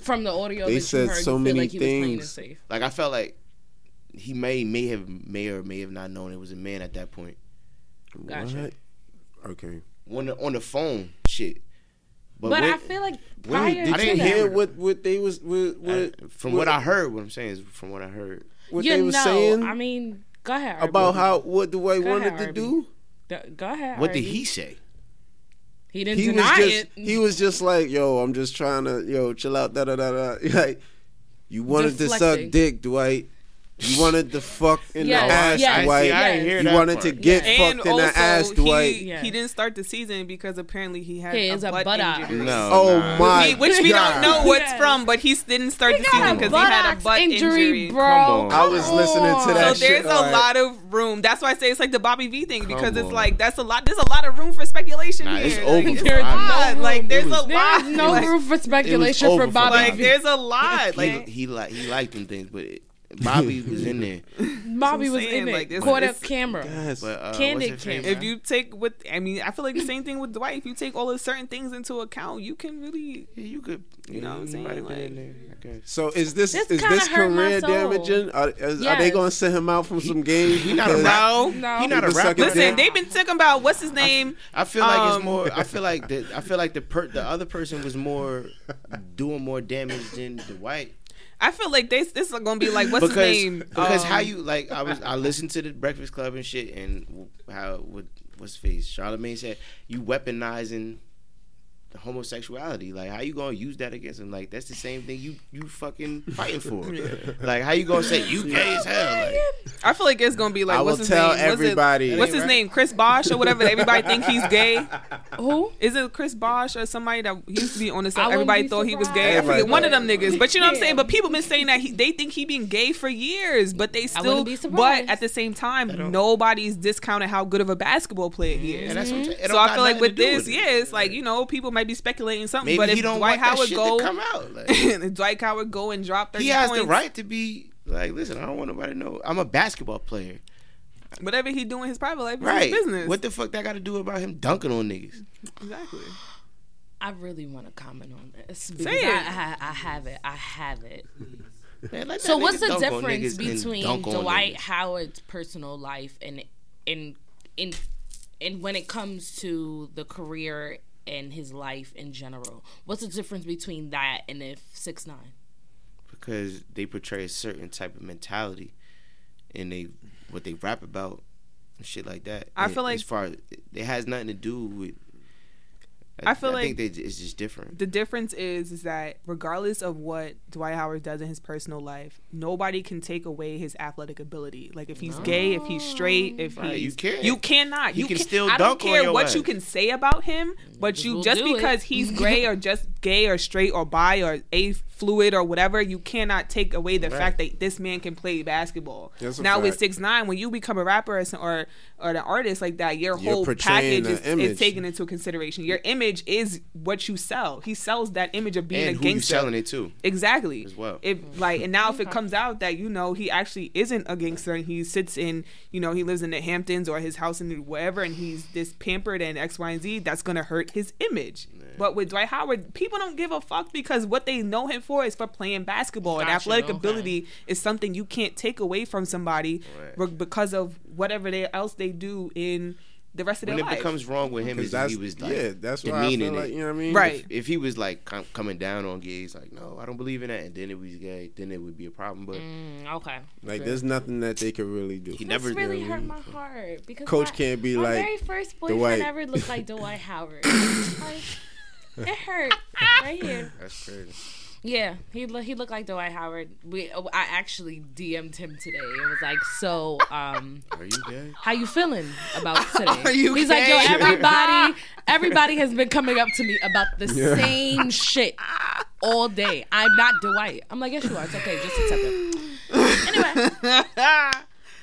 S2: From the audio
S1: They
S2: that you
S1: said
S2: heard,
S1: so
S2: you feel
S1: many
S2: like he was playing it
S1: things.
S2: safe.
S4: Like I felt like he may may have may or may have not known it was a man at that point.
S2: Gotcha.
S1: What? Okay.
S4: On the on the phone shit.
S2: But
S4: when-
S2: I feel like
S4: when-
S2: prior
S4: did
S2: to
S4: you
S2: that,
S1: Hear what what they was what
S4: I-
S1: what
S4: Uh, from what I heard, what I'm saying is from what I heard.
S1: what
S2: you
S1: they
S2: know,
S1: was saying
S2: I mean, go ahead. Arby.
S1: about how what Dwight
S2: Go ahead,
S1: wanted to
S2: Arby.
S1: do.
S2: Th- go ahead.
S4: What did
S2: Arby.
S4: he say?
S2: He didn't
S1: He was
S2: deny
S1: just
S2: it.
S1: he was just like, yo, I'm just trying to yo chill out, da da da da. Like you wanted to suck
S2: Deflecting.
S1: dick, Dwight. You wanted the fuck in
S2: Yes,
S1: the ass,
S2: yes,
S4: I,
S1: Dwight.
S4: see, I
S2: yes.
S4: ain't hear
S1: You
S4: that
S1: wanted to
S4: part.
S1: get
S2: Yes.
S3: And
S1: fucked in the ass,
S3: also,
S1: Dwight.
S3: he,
S2: Yeah.
S3: he didn't start the season because apparently he had
S2: He
S3: a,
S2: is a
S3: butt,
S2: butt eye.
S3: injury.
S4: No.
S1: oh
S4: nah.
S1: my
S3: We- which we don't
S1: God.
S3: know
S2: what-
S3: what's
S2: Yes.
S3: from, but he didn't start
S2: He
S3: the season
S2: got a
S3: because he had a
S2: buttocks
S3: butt
S2: injury,
S3: injury.
S2: bro.
S4: Come on.
S1: I was
S2: Come
S1: listening
S2: on.
S1: to
S3: So
S1: that shit.
S3: there's a
S1: like,
S3: lot of room. That's why I say it's like the Bobby V thing because
S4: Come
S3: it's
S4: on.
S3: like that's a lot. There's a lot of room for speculation
S4: Nah,
S3: here.
S4: it's
S3: Like,
S4: over
S3: it's
S4: for
S3: a
S4: Bobby.
S3: lot.
S2: There's
S3: Like there's a
S4: no
S3: lot.
S2: There's no
S3: like,
S2: room for speculation
S4: over
S2: for
S4: for
S2: Bobby.
S4: Bobby.
S3: like, there's a lot.
S4: He,
S3: Like
S4: he like he liked them things, but it, Bobby was in there.
S2: Bobby
S3: I'm
S2: was
S3: saying,
S2: in it,
S3: like, this-
S2: caught
S3: this-
S2: up camera.
S1: Yes.
S4: But uh,
S2: Candid
S4: what's her face,
S2: camera.
S3: if you take what I mean, I feel like the same thing with Dwight. If you take all of certain things into account, you can really
S4: Yeah, you could, you
S3: know what I'm
S4: you
S3: saying,
S4: might have been
S3: like-
S4: in there, I guess.
S1: So is this,
S2: This
S1: is
S2: kinda
S1: this
S2: hurt my
S1: career
S2: soul.
S1: damaging? Are, is, are they
S2: Yes.
S1: gonna send him out from some games? He not
S3: no.
S2: No,
S4: He not
S1: He
S4: a
S1: was
S4: rapper.
S1: sucking
S3: Listen,
S1: Damn.
S3: they've been talking about what's his name.
S4: I feel like
S3: Um,
S4: it's more. I feel like the. I feel like the per, the other person was more doing more damage than Dwight
S3: I feel like they, this is gonna be like what's
S4: because
S3: his name?
S4: because
S3: Um,
S4: how you like I was I listened to the Breakfast Club and shit and w- how what what's his face Charlamagne said you weaponizing the homosexuality like how you gonna use that against him like that's the same thing you you fucking fighting for like how you gonna say you gay as hell like,
S3: I feel like it's gonna be like
S1: I
S3: what's
S1: will
S3: his
S1: tell
S3: name? What's it-
S1: everybody.
S3: What's, his
S4: Right.
S3: name? Chris Bosch or whatever. Everybody think he's gay.
S2: Who?
S3: Is it Chris Bosch or somebody that he used to be on the
S2: I
S3: show?
S2: wouldn't
S3: Everybody
S2: be
S3: thought he was gay. I
S1: surprised.
S3: forget one of them
S2: Everybody.
S3: niggas. But you know what I'm saying?
S2: Yeah.
S3: But people been saying that he, they think he been gay for years, but they still
S2: wouldn't be
S3: but
S2: surprised.
S3: at the same time,
S4: don't-
S3: nobody's discounting how good of a basketball player he is.
S4: and that's what I'm saying. It
S3: So
S4: don't
S3: I
S4: got
S3: feel like
S4: nothing
S3: with
S4: to do
S3: this,
S4: it.
S3: yeah, it's like, you know, people might be speculating something,
S4: maybe
S3: but
S4: he
S3: if
S4: don't
S3: Dwight
S4: want that
S3: Howard
S4: shit
S3: go
S4: to come out like,
S3: if Dwight Howard go and drop 30
S4: he has
S3: points,
S4: the right to be like listen I don't want nobody to know I'm a basketball player
S3: whatever he do in his private life is
S4: right
S3: his business.
S4: what the fuck that got to do about him dunking on niggas
S3: exactly.
S2: I really want to comment on this because
S3: it.
S2: I, I, I have it. I have it.
S4: Man, let
S2: So
S4: that
S2: what's
S4: nigga
S2: the
S4: dunk on
S2: difference
S4: niggas and
S2: between
S4: dunk on
S2: Dwight
S4: niggas.
S2: Howard's personal life and in in and when it comes to the career and his life in general? What's the difference between that and if six nine?
S4: because they portray a certain type of mentality and they what they rap about and shit like that.
S3: I
S4: And
S3: feel like-
S4: as far as it has nothing to do with.
S3: I feel
S4: think they, it's just different.
S3: The difference is, is that regardless of what Dwight Howard does in his personal life, nobody can take away his athletic ability. Like if he's gay, if he's straight, if
S4: Right,
S3: he's
S4: you can't.
S3: you cannot.
S4: He
S3: You
S4: can
S3: can't-
S4: still
S3: I don't
S4: dunk on
S3: care
S4: your
S3: what
S4: ass.
S3: you can say about him, but
S2: Niggas
S3: you
S2: will
S3: just
S2: do it.
S3: because he's gay or just gay or straight or bi or a fluid or whatever, you cannot take away the
S4: Right.
S3: fact that this man can play basketball.
S1: That's a
S3: now with
S1: fact.
S3: six nine, when you become a rapper or some- or, or an artist like that, your
S1: You're
S3: whole
S1: portraying an
S3: package is, is
S1: image.
S3: taken taken into consideration. Your image is what you sell. He sells that image of being
S4: And
S3: a
S4: who you
S3: gangster.
S4: selling it to?
S3: Exactly.
S4: as well.
S3: If like and now if it comes out that you know he actually isn't a gangster and he sits in you know he lives in the Hamptons or his house in wherever and he's this pampered and X Y and Z that's gonna hurt his image. But with Dwight Howard, people don't give a fuck because what they know him for is for playing basketball and
S2: Gotcha,
S3: athletic
S2: okay.
S3: ability is something you can't take away from somebody
S4: Right.
S3: reg- because of whatever they, else they do in the rest of
S4: When
S3: their
S4: it
S3: life.
S4: becomes wrong with him,
S1: Because
S4: is if
S1: that's
S4: he was like
S1: yeah, that's why I feel
S4: demeaning
S1: like
S4: it.
S1: you know what I mean.
S3: Right.
S4: If he was like com- coming down on gays, like no, I don't believe in that, and then it was gay, then it would be a problem. But
S2: Mm, okay,
S1: Like there's nothing that they could really do.
S4: he
S2: that's
S4: never
S2: really
S1: did.
S2: hurt my heart because
S1: Coach
S2: my-
S1: can't be
S2: my
S1: like
S2: very first boyfriend
S1: Dwight.
S2: ever looked like Dwight Howard. like, it hurt right here.
S4: That's crazy.
S2: Yeah, he lo- he looked like Dwight Howard. We I actually DM'd him today and was like, so um,
S4: Are you gay?
S2: how you feeling about today?
S3: Are you
S2: He's like, yo,
S3: gay?
S2: everybody, everybody has been coming up to me about the same shit all day. I'm not Dwight. I'm like, yes, you are. It's okay, just accept it. Anyway,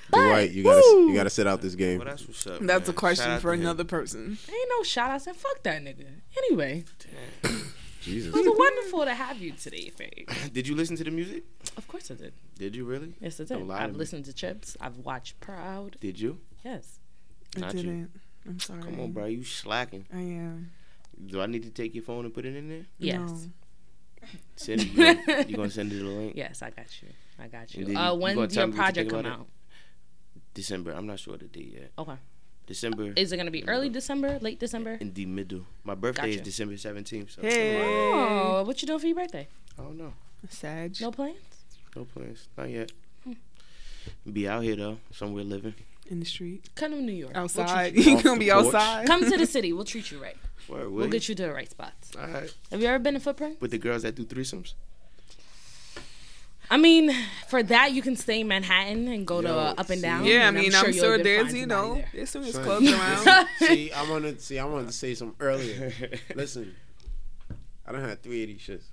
S1: Dwight, you gotta you gotta sit out this game.
S4: Well, that's what's up.
S3: That's
S4: man.
S3: a question
S4: Shout out
S3: for
S4: to him.
S3: another person.
S2: ain't no shot. I said, fuck that nigga. Anyway,
S1: Jesus.
S2: it was wonderful to have you today, Faye.
S4: Did you listen to the music?
S2: Of course I did.
S4: Did you really?
S2: Yes, I
S4: Don't
S2: did.
S4: lie to
S2: I've
S4: me.
S2: listened to Chips. I've watched Proud.
S4: Did you?
S2: Yes.
S4: Not you.
S3: I'm sorry.
S4: Come on, bro. You slacking.
S3: I am.
S4: Do I need to take your phone and put it in there?
S2: Yes.
S4: Send it. You gonna, you gonna send it the link?
S2: Yes, I got you. I got
S4: And then
S2: you. Uh,
S4: you- you
S2: when your
S4: gonna tell me what you
S2: project
S4: think
S2: come
S4: about
S2: out?
S4: December. I'm not sure the date yet.
S2: Okay. Uh,
S4: December
S2: Is it gonna be early December, late December?
S4: in the middle. My birthday is
S2: Gotcha.
S4: December 17th. So
S3: Hey.
S2: Oh, what you doing for your birthday?
S4: I don't know.
S3: Sag.
S2: No plans?
S4: No plans. Not yet. Be out here though. Somewhere living.
S3: In the street.
S2: Come to New York. We'll treat
S3: Outside.
S2: you.
S3: You
S4: Off
S3: gonna
S4: the
S3: be
S4: porch.
S3: outside?
S2: Come to the city. We'll treat you right.
S4: Where
S2: We'll get you to the right spots.
S4: All right.
S2: Have you ever been to Footprint?
S4: With the girls that do threesomes.
S2: I mean, for that you can stay in Manhattan and go to
S1: Yo,
S2: uh, up and
S1: see.
S2: down.
S3: Yeah, I
S2: and
S3: mean, I'm,
S2: you'll
S3: sure
S2: get-
S3: there's
S2: find
S3: you
S2: somebody
S3: know
S2: there.
S3: there's some
S1: Son,
S3: clubs around.
S1: see, I wanted see, I wanted to say something earlier. Listen, I don't have three of these shits.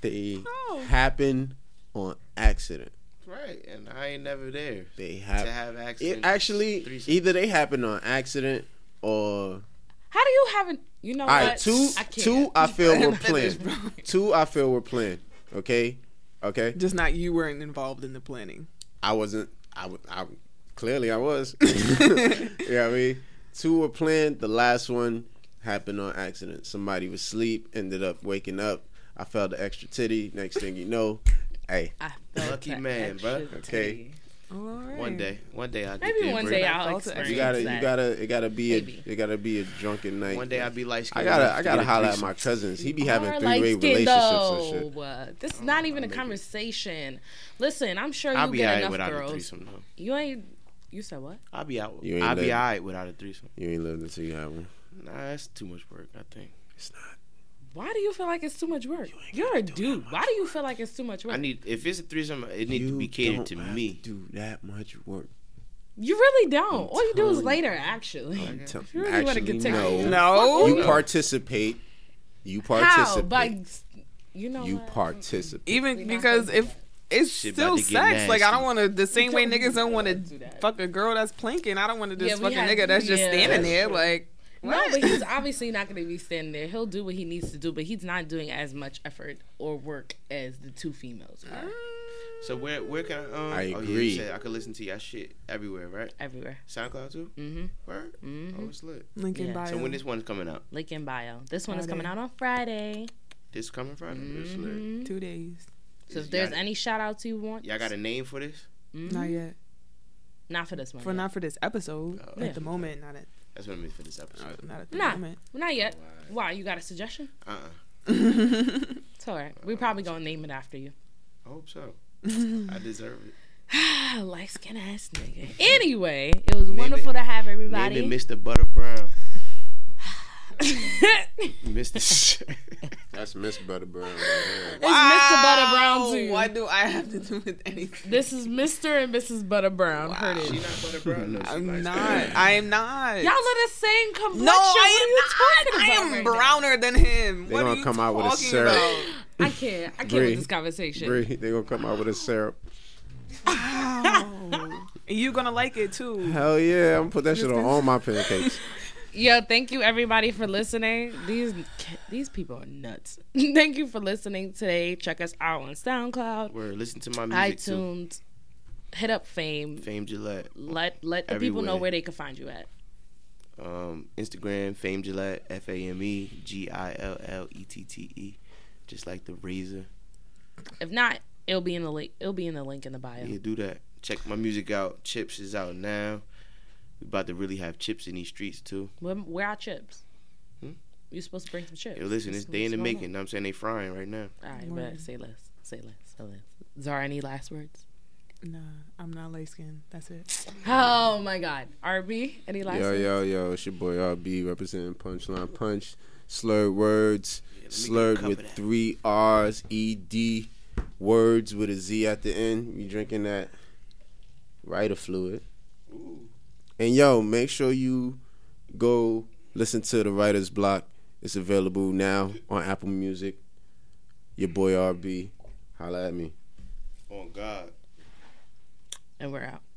S1: They
S3: Oh.
S1: happen on accident.
S4: right, and I ain't never there
S1: They
S4: to
S1: happen.
S4: have accidents.
S1: It actually
S4: threesomes.
S1: either they happen on accident or
S2: How do you have an? You know
S1: all
S2: what?
S1: right. Two,
S2: I can't.
S1: two. I feel we're
S3: Just
S1: planned. Two, I feel we're planned. Okay, okay.
S3: Just not you weren't involved in the planning.
S1: I wasn't. I, w- I w- clearly I was. you know what I mean? Two were planned. The last one happened on accident. Somebody was asleep, ended up waking up. I felt the extra titty. Next thing you know, hey,
S2: I felt
S4: Lucky
S2: that
S4: man,
S2: extra
S4: bruh.
S1: Okay.
S2: tea.
S4: One day, one day I'll get
S2: Maybe
S4: there,
S2: one
S4: bro.
S2: day
S3: I
S2: I'll
S3: felt it.
S2: experience
S1: you gotta,
S2: that.
S1: you gotta, it gotta be
S2: Maybe.
S1: a, it gotta be a drunken night.
S4: One day I'll be light skinned.
S1: I gotta, I gotta holler at my cousins. He be having
S2: Or
S1: three way
S2: light-skinned,
S1: relationships and shit. Oh,
S2: though. Uh, This is not even a conversation. Listen, I'm sure
S4: I'll
S2: you
S4: be
S2: get
S4: alright
S2: enough
S4: without a
S2: girls.
S4: threesome. Though.
S2: You ain't. You said what?
S4: I'll be out.
S1: You ain't
S4: I'll be
S1: living.
S4: alright without a threesome.
S1: You ain't lived until you have one.
S4: Nah, that's too much work. I think
S1: It's not.
S2: Why do you feel like it's too much work? You're a dude. Why do you feel like it's too much
S4: I
S2: work?
S4: need if it's a threesome, it needs to be
S1: You
S4: catered
S1: don't
S4: to
S1: have
S4: me.
S1: do that much work.
S2: You really don't. All you do
S1: telling
S2: is
S1: you.
S2: later, actually.
S1: I'm tell-
S2: You really wanna
S1: actually,
S2: get taken-
S1: no.
S3: No,
S1: You participate. You
S2: Oh, How?
S1: participate.
S2: By you know
S1: you
S2: what?
S1: participate.
S3: even because if it's
S4: Shit about
S3: still
S4: to get
S3: sex, like I
S4: nasty.
S3: don't want to. The same way niggas don't want
S2: do
S3: to
S2: that.
S3: fuck a girl that's planking. I don't want to just
S2: Yeah, we
S3: fuck a
S2: had-
S3: nigga that's just
S2: yeah.
S3: standing there. Like
S2: No,
S3: what?
S2: but he's obviously not going to be standing there. He'll do what he needs to do, but he's not doing as much effort or work as the two females are
S4: So where where can I? Um,
S1: I
S4: Oh, yeah, you
S1: agree.
S4: said I could listen to y'all shit everywhere, right?
S2: everywhere.
S4: SoundCloud too.
S2: Mm-hmm.
S4: Word. Oh, it's lit.
S3: Lincoln
S2: Yeah.
S3: bio.
S4: So when this one's coming out?
S2: Link in bio. This one is
S3: Friday.
S2: coming out on Friday.
S4: This coming Friday. It's lit.
S2: Mhm.
S3: two days,
S2: So
S4: Y'all-
S2: if there's any shout outs you want,
S4: Y'all got a name for this?
S2: Mhm.
S3: not yet.
S2: Not for this one.
S3: For
S2: yet.
S3: not for this episode
S4: Oh,
S2: Uh, Yeah.
S3: at the moment. Not at uh,
S4: That's what I mean for this episode.
S3: not at the
S2: Nah.
S3: moment.
S2: Not yet. Why? You got a suggestion?
S4: Uh uh
S2: It's all right. We're probably going to name it after you.
S4: I hope so. I deserve it.
S2: Light skin ass nigga. Anyway, it was wonderful to have
S4: Name it
S2: everybody.
S4: Mr. Butter Brown. Mr.
S1: That's Miss Butter Brown.
S2: It's Mr. Butter Brown, too.
S3: What do I have to do with anything?
S2: This is Mr. and Mrs. Butter Brown. Heard it.
S4: she not Butter Brown. No, she
S3: I'm
S4: light-skinned.
S3: not. I am not.
S2: Y'all are the same complexion.
S3: no,
S2: what
S3: I
S2: are you
S3: am
S2: talking
S3: not.
S2: about
S3: I am
S2: right now?
S3: browner than him.
S1: They
S3: what
S1: gonna
S3: are you
S1: come out with a
S3: talking
S1: syrup.
S3: about?
S2: I can't. I can't
S1: Bree.
S2: with this conversation.
S1: Bree, they gonna come out with a syrup.
S3: Wow. and you gonna like it too.
S1: Hell yeah, I'm gonna put that shit on all my pancakes.
S2: Yo, thank you everybody for listening. These these people are nuts. thank you for listening today. Check us out on SoundCloud,
S4: Word. Listen to my music too.
S2: iTunes. Hit up Fame.
S4: Fame Gillette.
S2: Let let the people know
S4: Everywhere.
S2: where they can find you at.
S4: Um, Instagram, Fame Gillette, F A M E G I L L E T T E. Just like the razor.
S2: If not, it'll be in the link. It'll be in the link in the bio.
S4: Yeah, do that. Check my music out. Chips is out now. We about to really have chips in these streets too.
S2: Where, where are chips?
S4: Hmm?
S2: You supposed to bring some chips.
S4: Yo, listen, it's
S2: That's
S4: day in the
S2: what's going
S4: making. I'm saying they frying right now.
S2: on. All right, but say less. Say less. Say less. Zara, any last words?
S3: Nah, I'm not light skinned. That's it.
S2: Oh my God, RB, any last
S1: yo,
S2: words?
S1: yo, yo, it's your boy RB representing Punchline Punch. Slurred words,
S4: let me get a
S1: slurred
S4: cup of
S1: with
S4: that.
S1: three R's, E D, words with a Z at the end. You drinking that writer fluid. And yo, make sure you go listen to the writer's block. It's available now on Apple Music. Your boy RB. Holla at me.
S4: Oh God.
S2: And we're out.